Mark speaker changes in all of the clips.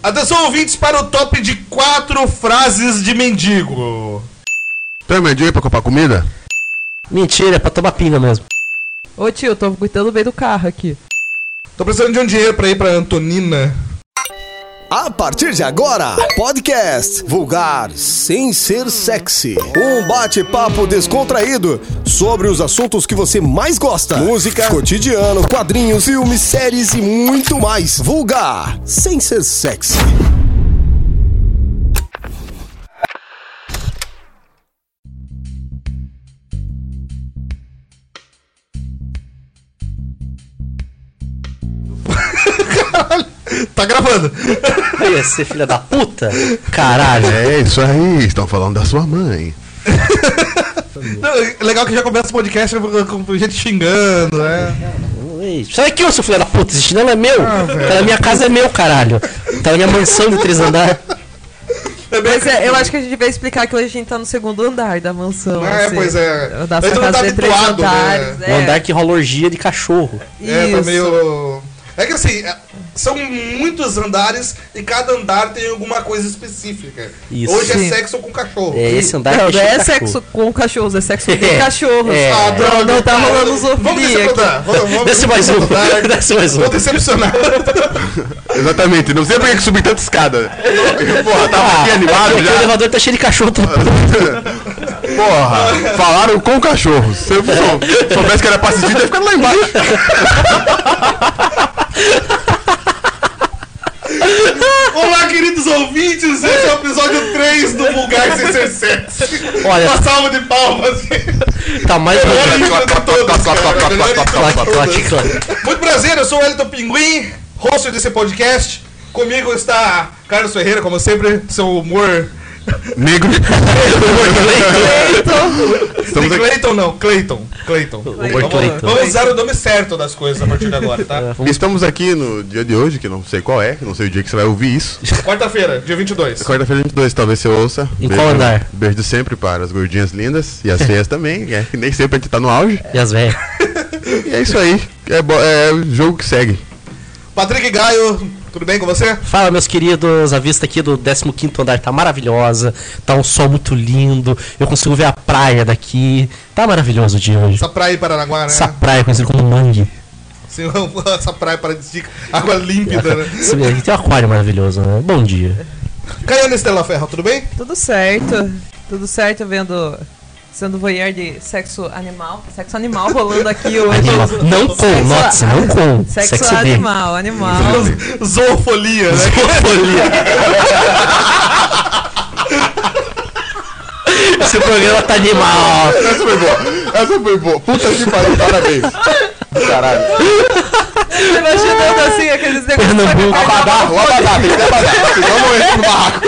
Speaker 1: Atenção, ouvintes, para o top de quatro frases de mendigo.
Speaker 2: Tem mendigo aí pra comprar comida?
Speaker 3: Mentira, é pra tomar pinga mesmo.
Speaker 4: Ô tio, eu tô cuidando bem do carro aqui.
Speaker 1: Tô precisando de um dinheiro pra ir pra Antonina.
Speaker 5: A partir de agora, podcast vulgar sem ser sexy. Um bate-papo descontraído sobre os assuntos que você mais gosta: música, cotidiano, quadrinhos, filmes, séries e muito mais. Vulgar sem ser sexy.
Speaker 1: Tá gravando.
Speaker 3: Olha, você filha da puta. Caralho.
Speaker 2: É isso aí, estão falando da sua mãe.
Speaker 1: Não, é legal que já começa o podcast com com gente xingando, né?
Speaker 3: Ei, Sabe que eu sou filha da puta? Esse chinelo é meu. tá na minha casa é meu, caralho. Tá na minha mansão de três andares.
Speaker 4: Mas é, eu acho que a gente devia explicar que hoje a gente tá no segundo andar da mansão.
Speaker 1: É,
Speaker 4: assim,
Speaker 1: pois é.
Speaker 4: Da
Speaker 1: A gente
Speaker 4: sua
Speaker 1: não tá
Speaker 4: casa de três
Speaker 1: habituado, né?
Speaker 4: andares. é.
Speaker 3: Um andar que rola orgia de cachorro.
Speaker 1: É,
Speaker 4: Isso.
Speaker 1: tá meio. É que assim, é- são muitos andares e cada andar tem alguma coisa específica.
Speaker 3: Isso.
Speaker 1: Hoje é
Speaker 4: Sim.
Speaker 1: sexo com cachorro.
Speaker 3: É esse andar
Speaker 4: Não,
Speaker 3: que
Speaker 4: não é
Speaker 3: cheio de
Speaker 4: sexo
Speaker 3: cachorro.
Speaker 4: com cachorros, é sexo com
Speaker 3: É,
Speaker 4: cachorros.
Speaker 3: é.
Speaker 1: Ah, droga,
Speaker 4: não tá
Speaker 1: cara.
Speaker 4: rolando
Speaker 1: Vamos
Speaker 4: zoofilia aqui.
Speaker 1: decepcionar. Vamos, vamos
Speaker 3: Desce mais um.
Speaker 1: decepcionar.
Speaker 3: Desce mais um.
Speaker 1: Vou decepcionar.
Speaker 2: Exatamente, não sei por que que subi tanta escada. Porra, tava aqui
Speaker 3: Ah,
Speaker 2: animado
Speaker 3: aqui o
Speaker 2: já.
Speaker 3: elevador tá cheio de cachorro. Tá...
Speaker 2: Porra, falaram com cachorros. Se eu sou- soubesse que era pra assistir, teria ficado lá embaixo.
Speaker 1: Olá, queridos ouvintes. Esse é o episódio 3 do Vulgar CC7.
Speaker 3: Olha,
Speaker 1: Uma salva de palmas.
Speaker 3: tá mais
Speaker 1: Olha,
Speaker 3: bonito.
Speaker 1: melhor de todos, cara. Melhor de
Speaker 3: Clac, clac,
Speaker 1: todos.
Speaker 3: clac.
Speaker 1: Muito prazer, eu sou o Elton Pinguim, host desse podcast. Comigo está Carlos Ferreira, como sempre, seu humor.
Speaker 2: Negro.
Speaker 1: Tem
Speaker 2: Estamos aqui.
Speaker 1: Clayton não, Clayton. Clayton.
Speaker 3: Humor Clayton.
Speaker 1: Vamos usar o nome certo das coisas a partir de agora, tá?
Speaker 2: Estamos aqui no dia de hoje, que não sei qual é, não sei o dia que você vai ouvir isso. é
Speaker 1: Quarta-feira, dia 22.
Speaker 2: Quarta-feira 22, talvez você ouça.
Speaker 3: Em qual andar?
Speaker 2: Beijo de sempre para as gordinhas lindas e as feias também, é, que nem sempre a gente tá no auge.
Speaker 3: E as velhas.
Speaker 2: E é isso aí, é, bo- é o jogo que segue.
Speaker 1: Patrick Gaio, tudo bem com você?
Speaker 3: Fala, meus queridos, a vista aqui do 15º andar tá maravilhosa, tá um sol muito lindo, eu consigo ver a praia daqui, tá maravilhoso o dia hoje.
Speaker 1: Essa praia em Paranaguá, né?
Speaker 3: Essa praia conhecida como Mangue.
Speaker 1: Sim, essa praia paradisíaca, água límpida, né?
Speaker 3: Esse- Aqui tem um aquário maravilhoso, né? Bom dia.
Speaker 1: Caiana Estela Ferro, tudo bem?
Speaker 4: Tudo certo. Tudo certo vendo. Sendo voyeur de sexo animal. Sexo animal rolando aqui hoje.
Speaker 3: Animal. Não com,
Speaker 4: um- Sexo-
Speaker 3: nossa, não com.
Speaker 4: Sexo,
Speaker 3: Sexo dele.
Speaker 4: animal, animal.
Speaker 1: Zoofolia, né?
Speaker 3: Esse programa tá animal.
Speaker 2: Essa foi boa, essa foi boa. Puta que pariu, parabéns. Caralho.
Speaker 4: Tô Imaginando assim aqueles negócios
Speaker 3: Pernambuco.
Speaker 2: Abadá, o abadá, tem que ter abadá. Vamos morrer no barraco.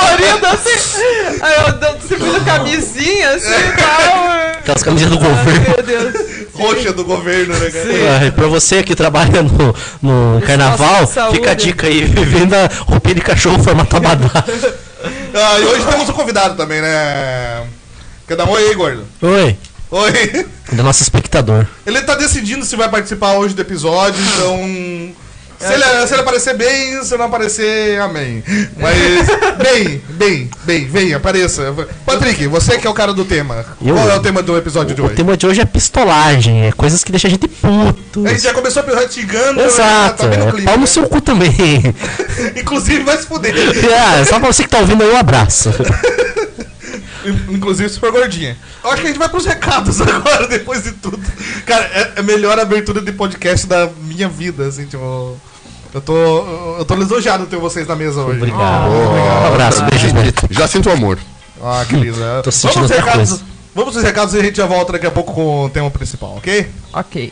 Speaker 4: coloridos assim. Aí eu dando- servindo camisinha assim e tal.
Speaker 3: Aquelas camisetas do governo.
Speaker 4: Ai, meu Deus.
Speaker 1: Roxa do governo, né, cara?
Speaker 3: Ah, e pra você que trabalha no, no carnaval,
Speaker 4: de saúde.
Speaker 3: fica a dica aí, venda roupinha de cachorro formato abadá.
Speaker 1: Ah, e hoje temos um convidado também, né? Quer dar um oi aí, gordo?
Speaker 3: Oi,
Speaker 1: Oi!
Speaker 3: do nosso espectador.
Speaker 1: Ele tá decidindo se vai participar hoje do episódio, então. Se ele, se ele aparecer bem, se não aparecer, amém. Mas. Bem, bem, bem, vem, apareça. Patrick, você que é o cara do tema.
Speaker 3: Eu?
Speaker 1: Qual é o tema do episódio de
Speaker 3: O
Speaker 1: hoje?
Speaker 3: tema de hoje é pistolagem, é coisas que deixam a gente puto.
Speaker 1: A gente já começou ratigando, É
Speaker 3: Exato,
Speaker 1: tá bem no
Speaker 3: é
Speaker 1: clima,
Speaker 3: pau
Speaker 1: né?
Speaker 3: no seu cu também.
Speaker 1: Inclusive vai se fuder.
Speaker 3: é, só pra você que tá ouvindo aí, um abraço.
Speaker 1: Inclusive se for gordinha. Eu acho que a gente vai pros recados agora, depois de tudo. Cara, é é a melhor abertura de podcast da minha vida, assim, tipo. Eu tô. Eu tô lisonjeado ter vocês na mesa hoje.
Speaker 3: Obrigado. Um abraço, beijo, bonito.
Speaker 2: Já sinto o amor.
Speaker 1: Ah, que lisa.
Speaker 3: Tô sentindo
Speaker 1: vamos, aos
Speaker 3: outra
Speaker 1: recados,
Speaker 3: coisa.
Speaker 1: vamos aos recados e a gente já volta daqui a pouco com o tema principal, ok?
Speaker 4: Ok.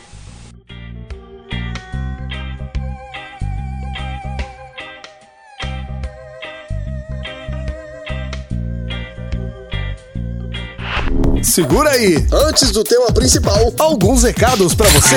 Speaker 5: Segura aí, antes do tema principal, alguns recados pra você.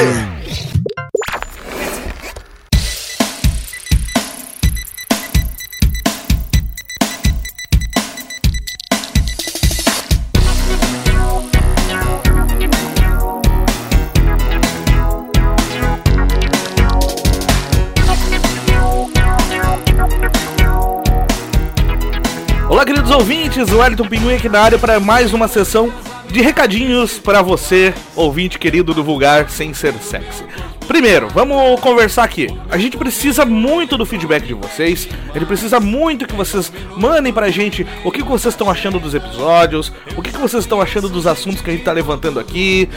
Speaker 6: Olá, queridos ouvintes, o Wellington Pinguim aqui na área para mais uma sessão de recadinhos para você, ouvinte querido do Vulgar Sem Ser Sexy. Primeiro, vamos conversar aqui. A gente precisa muito do feedback de vocês. A gente precisa muito que vocês mandem pra gente o que, que vocês estão achando dos episódios, o que, que vocês estão achando dos assuntos que a gente tá levantando aqui,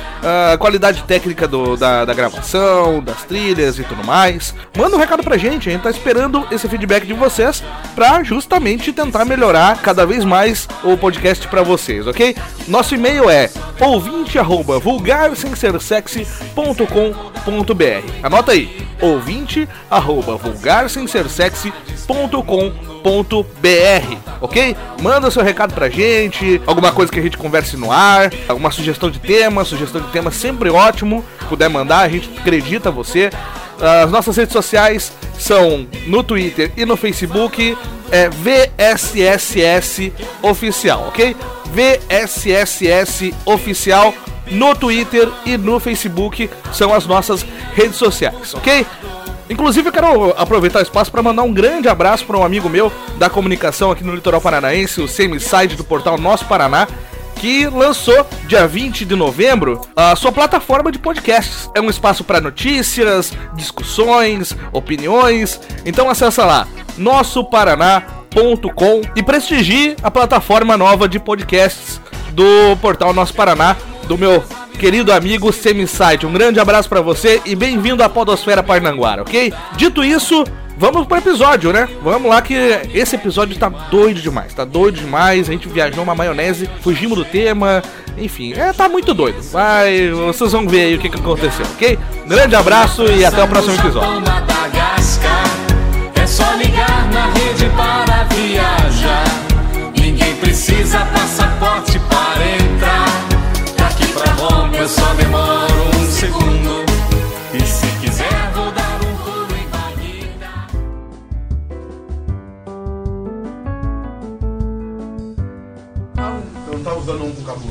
Speaker 6: a qualidade técnica do- da, da gravação, das trilhas e tudo mais. Manda um recado pra gente, a gente tá esperando esse feedback de vocês pra justamente tentar melhorar cada vez mais o podcast pra vocês, ok? Nosso e-mail é ouvinte arroba vulgarsemsersexy.com.br. Anota aí, ouvinte arroba vulgarsemsersexy.com.br, ok? Manda seu recado pra gente, alguma coisa que a gente converse no ar, alguma sugestão de tema, sugestão de tema sempre ótimo, se puder mandar, a gente acredita você. As nossas redes sociais são no Twitter e no Facebook, é VSSS Oficial, ok? VSSS Oficial no Twitter e no Facebook são as nossas redes sociais, ok? Inclusive, eu quero aproveitar o espaço para mandar um grande abraço para um amigo meu da comunicação aqui no Litoral Paranaense, o Semiside do portal Nosso Paraná, que lançou dia 20 de novembro a sua plataforma de podcasts. É um espaço para notícias, discussões, opiniões. Então acessa lá nossoparaná.com e prestigie a plataforma nova de podcasts do portal Nosso Paraná, do meu querido amigo Semisite. Um grande abraço para você e bem-vindo à Podosfera Parnanguara, ok? Dito isso, Vamos pro episódio, né? Vamos lá que esse episódio tá doido demais, tá doido demais. A gente viajou uma maionese, fugimos do tema, enfim, é, tá muito doido. Vai, vocês vão ver aí o que, que aconteceu, ok? Grande abraço e até o próximo episódio.
Speaker 7: Madagascar. É só ligar na rede para viajar. Ninguém precisa passaporte para entrar. Daqui pra Roma eu só demoro um segundo. E se quiser vou dar um pulo em Bagdá.
Speaker 2: Eu não tava usando um cabelo.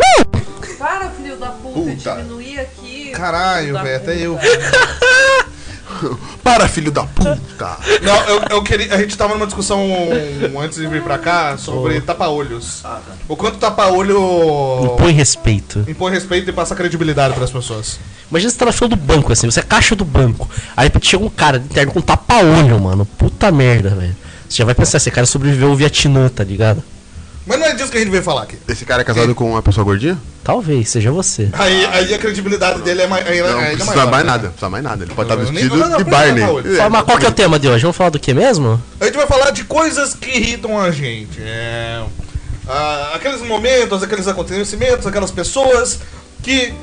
Speaker 4: Para, filho da puta,
Speaker 2: Puta.
Speaker 4: diminuir aqui.
Speaker 1: Caralho, velho, até eu.
Speaker 2: Para, filho da puta!
Speaker 1: Não, eu, eu queria. A gente tava numa discussão antes de vir pra cá sobre tapa-olhos.
Speaker 2: Ah, tá.
Speaker 1: O quanto tapa-olho
Speaker 3: Impõe respeito.
Speaker 1: impõe respeito e passa credibilidade pras pessoas.
Speaker 3: Imagina você tá na fila do banco, assim, você é caixa do banco. Aí chega um cara de terno com tapa-olho, mano. Puta merda, velho. Você já vai pensar, esse cara sobreviveu ao Vietnã, tá ligado?
Speaker 1: Mas não é disso que a gente veio falar aqui.
Speaker 2: Esse cara é casado com uma pessoa gordinha?
Speaker 3: Talvez, seja você.
Speaker 1: Aí, aí a credibilidade dele é mai, ainda,
Speaker 2: Não,
Speaker 1: ainda
Speaker 2: precisa mais
Speaker 1: né?
Speaker 2: nada, precisa mais nada. Ele pode estar
Speaker 1: Eu nem
Speaker 2: vestido
Speaker 1: vou falar,
Speaker 2: de
Speaker 1: não,
Speaker 2: Barney.
Speaker 1: precisa falar hoje.
Speaker 3: Fala, mas qual que é o tema de hoje? Vamos falar do que mesmo?
Speaker 1: A gente vai falar de coisas que irritam a gente. É, ah, aqueles momentos, aqueles acontecimentos, aquelas pessoas que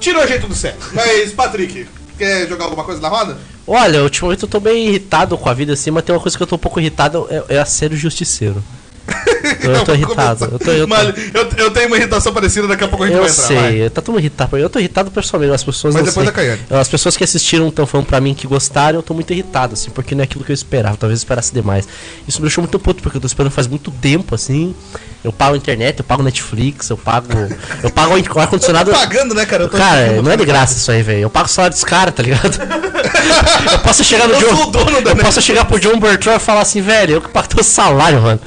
Speaker 1: tiram a gente do sério. Mas, Patrick, quer jogar alguma coisa na roda?
Speaker 3: Olha, ultimamente eu tô bem irritado com a vida assim, mas tem uma coisa que eu tô um pouco irritado, é, é a série Justiceiro. Eu, tô irritado. Eu tô, eu tô-
Speaker 1: Mano, Então, eu, eu tenho uma irritação parecida, daqui a pouco a gente
Speaker 3: Eu
Speaker 1: é vai entrar. vai.
Speaker 3: sei, tá todo mundo irritado. Eu tô irritado pessoalmente, as pessoas
Speaker 1: Mas
Speaker 3: não
Speaker 1: depois da
Speaker 3: sei.
Speaker 1: Caiane.
Speaker 3: As pessoas que assistiram estão falando pra mim que gostaram, eu tô muito irritado, assim, porque não é aquilo que eu esperava, talvez eu esperasse demais. Isso me deixou muito puto, porque eu tô esperando faz muito tempo, assim. Eu pago a internet, eu pago Netflix, eu pago. Eu pago o ar-condicionado.
Speaker 1: Pagando, né, cara? Eu tô
Speaker 3: Cara, não é de graça isso aí, velho. Eu pago o salário dos caras, tá ligado? eu posso chegar no
Speaker 1: Eu
Speaker 3: John.
Speaker 1: sou o dono da
Speaker 3: eu posso chegar pro John Bertrand e falar assim, velho, eu que pago teu salário, mano.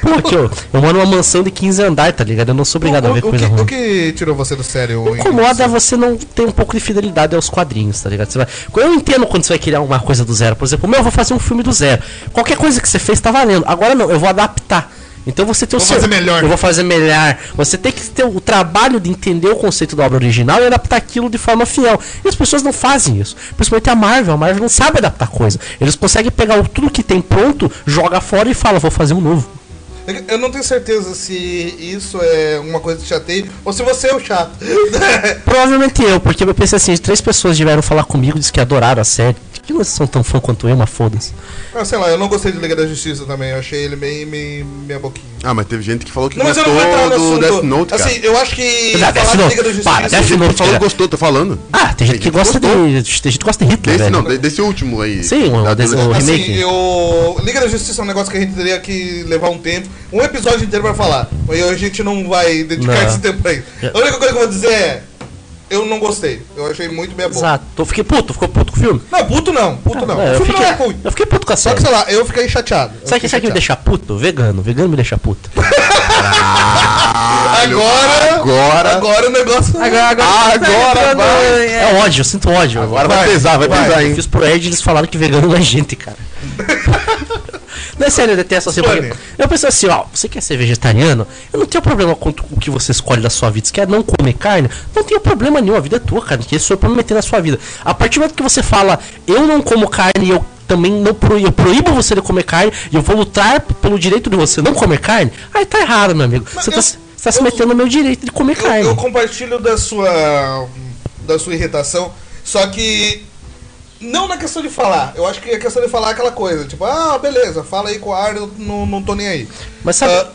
Speaker 3: Pô, aqui, eu, eu moro numa mansão de 15 andares, tá ligado? Eu não sou obrigado a ver
Speaker 1: o, o,
Speaker 3: coisa
Speaker 1: que,
Speaker 3: ruim.
Speaker 1: o que tirou você do sério?
Speaker 3: O que incomoda é você não ter um pouco de fidelidade aos quadrinhos, tá ligado? Você vai... Eu entendo quando você vai criar alguma coisa do zero. Por exemplo, meu, eu vou fazer um filme do zero. Qualquer coisa que você fez tá valendo. Agora não, eu vou adaptar. Então você tem o
Speaker 1: Vou fazer melhor.
Speaker 3: Eu vou fazer melhor. Você tem que ter o trabalho de entender o conceito da obra original e adaptar aquilo de forma fiel. E as pessoas não fazem isso. Principalmente a Marvel. A Marvel não sabe adaptar coisa. Eles conseguem pegar o- tudo que tem pronto, joga fora e fala, vou fazer um novo.
Speaker 1: Eu não tenho certeza se isso é uma coisa que chateia ou se você é o chato.
Speaker 3: Provavelmente eu, porque eu pensei assim, três pessoas vieram falar comigo, disse que adoraram a série. Que vocês são tão fã quanto eu, mas foda-se.
Speaker 1: Ah, sei lá, eu não gostei de Liga da Justiça também. Eu achei ele meio, meio meia boquinha.
Speaker 2: Ah, mas teve gente que falou que
Speaker 1: Não, mas eu
Speaker 2: gostou
Speaker 1: não vou entrar no
Speaker 2: do
Speaker 1: assunto.
Speaker 2: Death Note, cara.
Speaker 1: assim, eu acho que
Speaker 3: Não, Death
Speaker 1: falar de
Speaker 3: Note,
Speaker 1: Liga da Justiça.
Speaker 3: para, Death
Speaker 2: Tem gente que
Speaker 3: Note,
Speaker 2: falou que
Speaker 3: cara.
Speaker 2: gostou, tô falando.
Speaker 3: Ah, tem gente que gosta de. Tem gente que gosta de Hitler,
Speaker 2: Desse
Speaker 3: velho.
Speaker 1: é
Speaker 2: não, de- desse último aí.
Speaker 3: Sim, o-
Speaker 2: Da
Speaker 3: desse- o
Speaker 2: adolescência.
Speaker 1: assim,
Speaker 3: remake.
Speaker 1: eu- Liga da Justiça é um negócio que a gente teria que levar um tempo, um episódio inteiro pra falar. Mas a gente não vai dedicar
Speaker 3: Não.
Speaker 1: esse tempo aí.
Speaker 3: Já-
Speaker 1: A única coisa que eu vou dizer é. eu não gostei. Eu achei muito meia boca.
Speaker 3: Exato. Eu fiquei puto, ficou puto com o filme?
Speaker 1: Não, puto não, puto não.
Speaker 3: É,
Speaker 1: o
Speaker 3: eu,
Speaker 1: filme
Speaker 3: fiquei,
Speaker 1: não é ruim.
Speaker 3: eu fiquei puto com a
Speaker 1: Só
Speaker 3: série.
Speaker 1: que, tá- sei lá, eu fiquei chateado. Eu
Speaker 3: Sabe o que,
Speaker 1: fiquei
Speaker 3: sabe que me
Speaker 1: chateado.
Speaker 3: deixa puto? Vegano. Vegano me deixa puto.
Speaker 1: Agora, agora,
Speaker 2: Agora-
Speaker 1: o negócio... Ah,
Speaker 4: Agora, agora,
Speaker 2: Agora
Speaker 4: entrando,
Speaker 2: vai.
Speaker 4: é.
Speaker 3: É ódio, eu sinto ódio.
Speaker 2: Agora vai pesar, vai pesar,
Speaker 3: Eu
Speaker 2: hein?
Speaker 3: fiz pro Ed e eles falaram que vegano não é gente, cara. Não é sério, eu detesto assim.
Speaker 1: Explane.
Speaker 3: Porque eu penso assim, ó, você quer ser vegetariano? Eu não tenho problema quanto o que você escolhe da sua vida. Você quer não comer carne? Não tenho problema nenhum, a vida é tua, cara. Que isso é pra me meter na sua vida. A partir do momento que você fala, eu não como carne e eu também não pro, eu proíbo você de comer carne e eu vou lutar pelo direito de você não comer carne, aí tá errado, meu amigo. Você tá,
Speaker 1: eu-
Speaker 3: se- você tá se
Speaker 1: eu-
Speaker 3: metendo no meu direito de comer
Speaker 1: Eu,
Speaker 3: carne.
Speaker 1: eu compartilho da sua da sua irritação, só que não na questão de falar. Eu acho que a questão de falar é aquela coisa, tipo, ah, beleza, fala aí com a área, eu não, não tô nem aí.
Speaker 3: Mas sabe-
Speaker 1: Ah,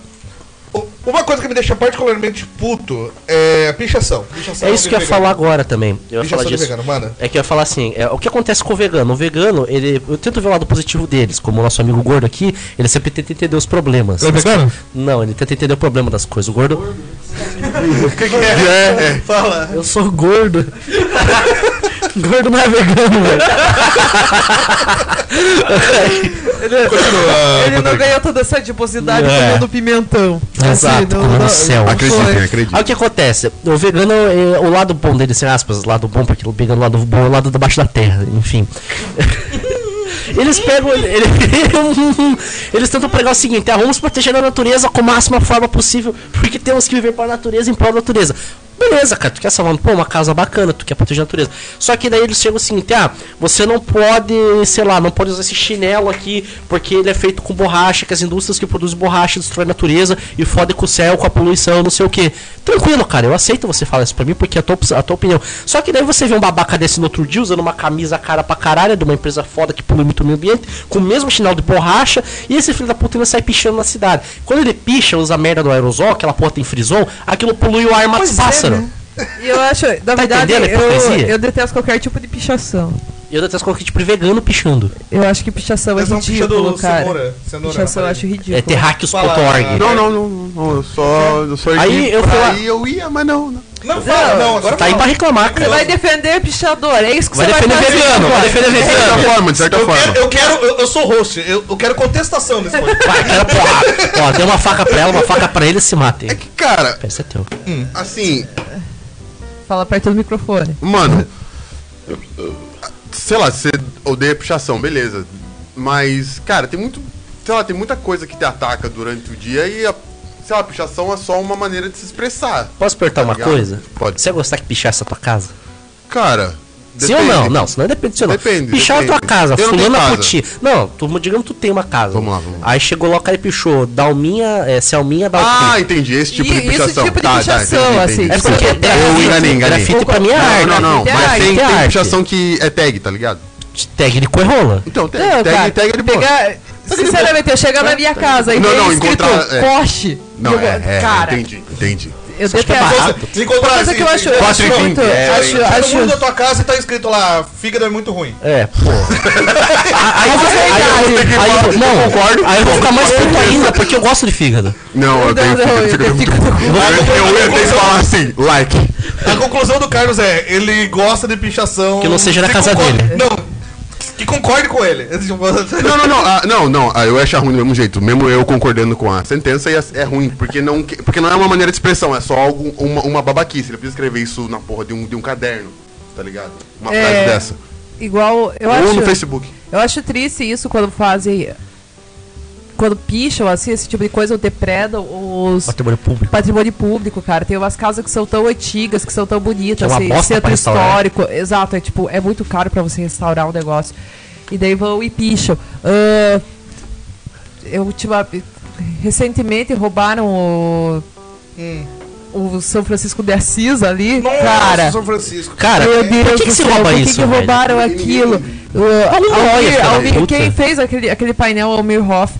Speaker 1: u- uma coisa que me deixa particularmente puto é pichação. Pichação
Speaker 3: É isso
Speaker 1: de
Speaker 3: que eu ia
Speaker 1: vegano.
Speaker 3: falar agora também. Eu ia
Speaker 1: Deixa
Speaker 3: falar
Speaker 1: só do
Speaker 3: disso.
Speaker 1: vegano, manda.
Speaker 3: É que eu ia falar assim, é, o que acontece com o vegano? O vegano, ele. Eu tento ver o lado positivo deles, como o nosso amigo gordo aqui, ele sempre tenta entender os problemas.
Speaker 1: Ele é vegano?
Speaker 3: Não, ele tenta entender o problema das coisas. O gordo.
Speaker 2: É, é.
Speaker 1: Fala.
Speaker 3: Eu sou gordo. gordo não é vegano, velho.
Speaker 4: Ele não ganhou toda essa adiposidade
Speaker 3: É.
Speaker 4: comendo pimentão. Assim,
Speaker 3: Exato,
Speaker 4: não-
Speaker 3: comendo
Speaker 4: não-
Speaker 3: céu.
Speaker 2: Acreditem, acreditem.
Speaker 3: Aí o que acontece? O vegano, é, o lado bom dele, sem aspas, lado bom, porque o vegano, lado bom é o lado da baixo da terra, enfim. Eles pegam. ele- eles tentam pregar o seguinte: ah, vamos proteger a natureza com a máxima forma possível, porque temos que viver para a natureza em prol da natureza. Beleza, cara, tu quer salvar um, pô, uma casa bacana, tu quer proteger a natureza. Só que daí eles chegam o seguinte: ah, você não pode, sei lá, não pode usar esse chinelo aqui, porque ele é feito com borracha, que as indústrias que produzem borracha destroem a natureza e fodem com o céu, com a poluição, não sei o que. Tranquilo, cara, eu aceito você falar isso pra mim, porque é a tua, opção- a tua opinião. Só que daí você vê um babaca desse no outro dia usando uma camisa cara pra caralho de uma empresa foda que polui muito o meio ambiente, com o mesmo chinelo de borracha, e esse filho da puta ainda sai pichando na cidade. Quando ele picha, usa a merda do aerosol, aquela porra tem frison, aquilo polui o ar e mata os
Speaker 4: Pois é,
Speaker 3: pássaros.
Speaker 4: né? E eu acho, na verdade,
Speaker 3: Tá entendendo a
Speaker 4: eu,
Speaker 3: hipocrisia?
Speaker 4: eu detesto qualquer tipo de pichação.
Speaker 3: E eu detesto coloquei tipo de vegano pichando.
Speaker 4: Eu acho que pichação é
Speaker 1: Mas não
Speaker 4: ridículo,
Speaker 1: pichando
Speaker 4: cara.
Speaker 1: cenoura. Cenoura. na
Speaker 4: Pichação eu acho
Speaker 1: parede.
Speaker 4: ridículo.
Speaker 3: É terráqueos.org.
Speaker 2: Não, não, não, não, não, eu só, eu só
Speaker 3: Aí
Speaker 2: ia
Speaker 3: eu fui
Speaker 2: pra
Speaker 3: lá-
Speaker 2: aí eu ia, mas não, né? não.
Speaker 1: Não, fala, não, agora
Speaker 3: Tá aí pra
Speaker 1: fala.
Speaker 3: reclamar,
Speaker 4: Você
Speaker 3: cara.
Speaker 4: vai defender pichador, é isso É, que
Speaker 3: Vai
Speaker 4: você vai
Speaker 3: defender
Speaker 4: fazer.
Speaker 3: vegano, vai defender
Speaker 2: É, De certa
Speaker 3: vegano.
Speaker 2: forma, de certa
Speaker 1: Eu
Speaker 2: forma.
Speaker 1: quero, eu quero, eu, eu sou host, eu, eu quero contestação nesse podcast.
Speaker 3: Vai, cara, porra. é Ó, deu uma faca pra ela, uma faca pra ele, se matem.
Speaker 2: É que, cara,
Speaker 3: Esse é teu.
Speaker 2: assim,
Speaker 4: Fala perto do microfone.
Speaker 2: Mano, eu- eu- sei lá, você odeia pichação, beleza. Mas, cara, tem muito. Sei lá, tem muita coisa que te ataca durante o dia e, a, sei lá, pichação é só uma maneira de se expressar.
Speaker 3: Posso perguntar Tá uma
Speaker 2: ligado?
Speaker 3: coisa?
Speaker 2: Pode.
Speaker 3: Você ia gostar que pichasse a tua casa?
Speaker 2: Cara.
Speaker 3: Sim ou não? Não, senão depende do seu
Speaker 2: Depende,
Speaker 3: Pichar a tua
Speaker 2: depende.
Speaker 3: casa,
Speaker 2: Eu não tenho
Speaker 3: fulano a
Speaker 2: casa.
Speaker 3: puti. Não, tu, digamos que tu tem uma casa.
Speaker 2: Vamos lá, vamos lá.
Speaker 3: Aí chegou lá o cara e pichou Dalminha, é, Selminha, Dalminha.
Speaker 2: Ah, entendi. Esse tipo
Speaker 4: E-
Speaker 2: de
Speaker 4: esse
Speaker 2: pichação.
Speaker 4: tipo de pichação, assim,
Speaker 3: é
Speaker 4: isso
Speaker 3: porque
Speaker 4: é
Speaker 2: Eu
Speaker 3: grafite,
Speaker 2: enganei, enganei.
Speaker 3: grafite pra mim é arte.
Speaker 2: Não, não, não.
Speaker 4: É
Speaker 2: Mas
Speaker 4: arte,
Speaker 2: tem,
Speaker 3: é
Speaker 2: tem
Speaker 3: arte.
Speaker 2: pichação que é tag, tá ligado?
Speaker 3: Técnico é rola.
Speaker 2: Então, tag,
Speaker 4: Não,
Speaker 2: tag,
Speaker 4: cara,
Speaker 2: tag é de boa.
Speaker 4: pegar- Sinceramente, eu chegar na minha casa e
Speaker 2: Não,
Speaker 4: ver
Speaker 2: não,
Speaker 4: escrito
Speaker 2: encontrar- é.
Speaker 4: poste.
Speaker 2: Não,
Speaker 4: eu-
Speaker 2: é, é,
Speaker 4: cara,
Speaker 2: entendi, entendi.
Speaker 4: eu
Speaker 3: acha que é
Speaker 4: detesto.
Speaker 3: barato?
Speaker 1: Se assim, encontrar
Speaker 4: Coisa que eu acho, eu acho
Speaker 2: Quatro e vinte,
Speaker 4: muito.
Speaker 2: é,
Speaker 4: acho,
Speaker 2: hein?
Speaker 1: Todo mundo
Speaker 4: acho,
Speaker 1: da tua casa e tá escrito lá, fígado é muito ruim.
Speaker 3: É, pô. aí, aí, aí, aí, aí, não,
Speaker 2: concordo.
Speaker 3: aí eu vou ficar mais puto ainda, porque eu gosto de fígado.
Speaker 2: Não, eu tenho
Speaker 4: não, eu
Speaker 2: fica-
Speaker 4: tenho
Speaker 2: fica-
Speaker 4: fica-
Speaker 2: Eu eu ia ter que falar assim, like.
Speaker 1: A conclusão do Carlos é, ele gosta de pichação.
Speaker 3: Que não seja na
Speaker 1: que
Speaker 3: casa
Speaker 1: concorde-
Speaker 3: dele.
Speaker 1: Não, que concorde com ele. Tipo,
Speaker 2: Não, não, não, ah, não, não, ah, eu ia achar ruim do mesmo jeito, mesmo eu concordando com a sentença ia- é ruim, porque não, que- porque não é uma maneira de expressão, é só algo, uma, uma babaquice, ele precisa escrever isso na porra de um, de um caderno, tá ligado? Uma
Speaker 4: É,
Speaker 2: frase dessa.
Speaker 4: igual, eu
Speaker 2: Ou
Speaker 4: acho.
Speaker 2: no Facebook.
Speaker 4: Eu acho triste isso quando fazem. Quando picham, assim, esse tipo de coisa, ou depredam os
Speaker 3: Patrimônio público.
Speaker 4: patrimônio público, cara. Tem umas casas que são tão antigas, que são tão
Speaker 3: Que é
Speaker 4: bonitas,
Speaker 3: uma
Speaker 4: assim,
Speaker 3: bosta pra
Speaker 4: centro
Speaker 3: restaurar. né?
Speaker 4: histórico. Exato, é tipo, é muito caro pra você restaurar um negócio. E daí vão e picham. Ahn, eu ultima- recentemente roubaram o. O São Francisco de Assis ali, cara.
Speaker 1: São Francisco.
Speaker 3: Cara,
Speaker 4: Meu Deus
Speaker 3: por que, que
Speaker 4: do
Speaker 3: se
Speaker 4: céu,
Speaker 3: rouba
Speaker 4: por que
Speaker 3: isso,
Speaker 4: que
Speaker 3: velho?
Speaker 4: roubaram aquilo? O-
Speaker 3: Almir
Speaker 4: Almir-
Speaker 3: Roy, filha da
Speaker 4: Almir-
Speaker 3: puta.
Speaker 4: quem fez aquele, aquele painel é o Almir Hoff.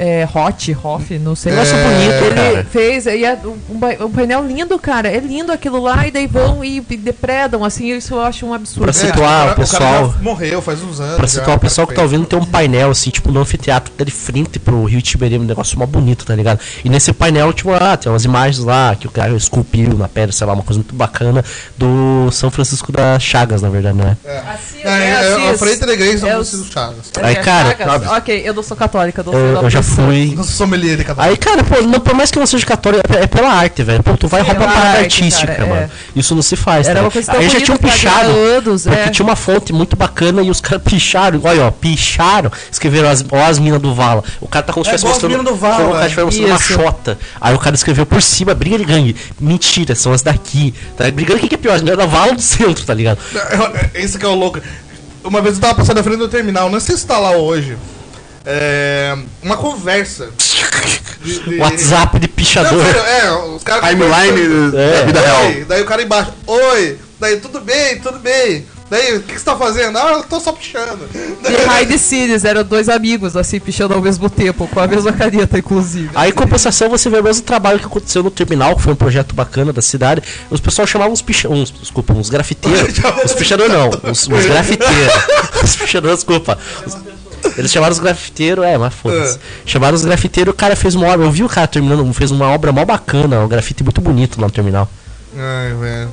Speaker 4: é, Hot, Hoff, não sei.
Speaker 3: É, Negócio bonito,
Speaker 4: Ele
Speaker 3: cara.
Speaker 4: fez, e é um, ba- um painel lindo, cara. É lindo aquilo lá, e daí vão e e depredam, assim, isso eu acho um absurdo.
Speaker 3: Pra situar o
Speaker 1: É, cara-
Speaker 3: pessoal.
Speaker 1: cara já morreu faz uns anos.
Speaker 3: Pra
Speaker 1: já,
Speaker 3: situar o pessoal que tá
Speaker 1: cara,
Speaker 3: ouvindo, tem um painel, assim, tipo, no anfiteatro, tá de frente pro Rio Tiberê, um negócio mó bonito, tá ligado? E nesse painel, tipo, ah, tem umas imagens lá que o cara esculpiu na pedra, sei lá, uma coisa muito bacana, do São Francisco das Chagas, na verdade, né?
Speaker 4: Assim,
Speaker 1: É,
Speaker 4: né,
Speaker 1: é,
Speaker 4: assim,
Speaker 1: é, a frente da igreja
Speaker 4: é
Speaker 1: não
Speaker 4: os-
Speaker 1: precisa do Chagas.
Speaker 4: é,
Speaker 3: Aí, cara,
Speaker 4: Chagas.
Speaker 3: sabe?
Speaker 4: Ok, eu não sou católica, eu não
Speaker 3: Eu,
Speaker 4: sou
Speaker 3: eu já
Speaker 4: católica.
Speaker 3: fui.
Speaker 1: Não sou sommelier de cada
Speaker 3: Aí, cara, pô, não, por mais que não seja católico, é, é pela arte, velho. Pô, tu vai
Speaker 4: É Pela
Speaker 3: roubar uma parada
Speaker 4: arte,
Speaker 3: artística,
Speaker 4: cara, é.
Speaker 3: mano. Isso não se faz,
Speaker 4: Era
Speaker 3: tá?
Speaker 4: uma coisa tão
Speaker 3: Aí já
Speaker 4: bonita
Speaker 3: tinham
Speaker 4: pra
Speaker 3: pichado.
Speaker 4: graúdos,
Speaker 3: Porque
Speaker 4: é.
Speaker 3: tinha uma fonte muito bacana e os caras picharam. Olha, ó, picharam. Escreveram as, ó, as minas do Vala. O cara tá como se
Speaker 1: É
Speaker 3: estivesse
Speaker 1: igual as
Speaker 3: mostrando.
Speaker 1: minas do Vala.
Speaker 3: como se o cara estivesse mostrando uma
Speaker 4: Isso.
Speaker 3: chota. Aí o cara escreveu por cima, briga de gangue. Mentira, são as daqui. Tá brigando, o que que é pior? As minas da Vala ou do centro, tá ligado?
Speaker 1: Esse que é o louco. Uma vez eu tava passando na frente do terminal, não sei se tá lá hoje. É, uma conversa. de- de-
Speaker 3: WhatsApp de
Speaker 1: Não,
Speaker 3: pichador.
Speaker 1: sério, é, os caras.
Speaker 2: Timeline
Speaker 3: É.
Speaker 2: da vida
Speaker 1: Oi,
Speaker 2: real.
Speaker 1: daí o cara embaixo, oi, daí tudo bem, tudo bem. Daí, o que que você tá fazendo? Ah, eu tô só pichando.
Speaker 4: E Raid Cities eram dois amigos, assim, pichando ao mesmo tempo, com a mesma caneta, inclusive.
Speaker 3: Aí, em compensação, você vê o mesmo trabalho que aconteceu no terminal, que foi um projeto bacana da cidade. Os pessoal chamavam uns picha... uns, desculpa, uns grafiteiros. os pichadores não, os, os grafiteiros. os pichadores, desculpa. Os- Eles chamaram os grafiteiros, é, mas foda-se. Chamaram os grafiteiros, o cara fez uma obra. Eu vi o cara terminando, fez uma obra mó bacana, um grafite muito bonito lá no terminal.
Speaker 1: Ai, velho.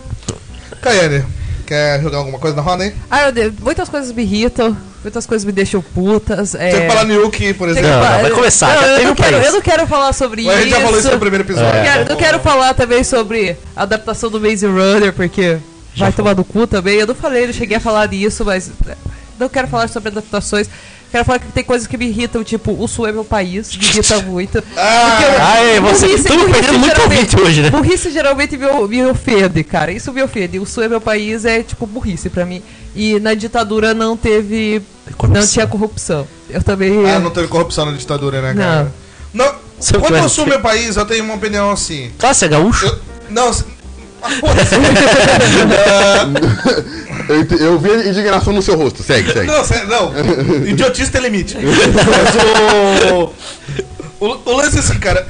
Speaker 1: Caiane, quer jogar alguma coisa na roda, hein?
Speaker 4: Ah, eu de- muitas coisas me irritam, muitas coisas me deixam putas. É...
Speaker 1: Tem que falar Niuki, por
Speaker 4: Tem
Speaker 1: exemplo.
Speaker 4: que
Speaker 3: Não,
Speaker 4: falar-
Speaker 3: não, vai começar, já
Speaker 4: eu
Speaker 3: teve
Speaker 4: não
Speaker 3: um
Speaker 4: quero,
Speaker 3: país.
Speaker 4: eu não quero falar sobre
Speaker 1: Mas a gente
Speaker 4: isso.
Speaker 1: já falou isso no primeiro episódio. né?
Speaker 4: Não quero, não
Speaker 1: Vamos-
Speaker 4: quero falar também sobre a adaptação do Maze Runner, porque vai tomar no cu também. Eu não falei, não cheguei a falar disso, mas é, não quero falar sobre adaptações. Quero falar que tem coisas que me irritam, tipo, o Sul é meu país, me irrita muito.
Speaker 1: Ah!
Speaker 4: Porque eu-
Speaker 3: Aê, você
Speaker 4: burrice-
Speaker 3: tudo
Speaker 4: burrice
Speaker 3: perdendo muito
Speaker 4: geralmente-
Speaker 3: ouvinte hoje, né?
Speaker 4: Burrice geralmente me, o- me ofende, cara. Isso me ofende. O Sul é meu país é tipo burrice pra mim. E na ditadura não teve.
Speaker 3: Corrupção.
Speaker 4: Não tinha corrupção. Eu também.
Speaker 1: Ah, não teve corrupção na ditadura, né, cara? Não.
Speaker 3: Se eu
Speaker 1: Quando eu
Speaker 3: tivesse-
Speaker 1: sou meu país, eu tenho uma opinião assim.
Speaker 3: Claro, você é gaúcho?
Speaker 1: Eu- Não, se- Ah, foda-se.
Speaker 2: Eu, ent- eu vi a indignação no seu rosto. Segue, segue.
Speaker 1: Não, sério, não. Idiotice tem limite. Mas o... o. o lance é assim, cara.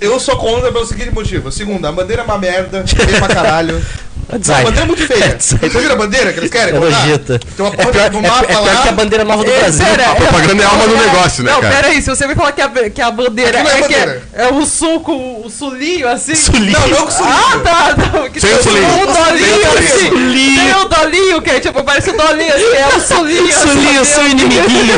Speaker 1: Eu sou contra pelo seguinte motivo. Segundo, a bandeira é uma merda, feia pra caralho.
Speaker 3: É
Speaker 1: A
Speaker 3: design.
Speaker 1: bandeira é muito
Speaker 3: É
Speaker 1: feia.
Speaker 3: design.
Speaker 1: Vocês viram a bandeira que eles querem?
Speaker 3: É
Speaker 1: colocar?
Speaker 3: nojenta.
Speaker 1: Tem uma
Speaker 3: É
Speaker 1: porra
Speaker 3: pior,
Speaker 1: de
Speaker 3: é- é
Speaker 1: mapa
Speaker 3: pior que a
Speaker 1: lá.
Speaker 3: bandeira nova do
Speaker 4: É,
Speaker 3: Brasil.
Speaker 4: sério,
Speaker 2: A propaganda é a alma do negócio, né,
Speaker 4: não,
Speaker 2: cara?
Speaker 4: pera aí, se você me falar que a, que a bandeira
Speaker 1: Aquilo é
Speaker 4: é, que é,
Speaker 1: bandeira.
Speaker 4: é o sul com o sulinho assim.
Speaker 3: Sulinho.
Speaker 1: Não, não com sulinho.
Speaker 4: Ah, tá, não. Que
Speaker 2: Sem o sulinho.
Speaker 4: Tem um
Speaker 1: Sem
Speaker 4: dolinho
Speaker 1: o
Speaker 4: assim.
Speaker 3: sulinho.
Speaker 4: Tem um dolinho que é tipo, parece um dolinho assim. É o sulinho. assim,
Speaker 3: Sulinho,
Speaker 4: meu
Speaker 3: seu
Speaker 4: Deus.
Speaker 3: inimiguinho.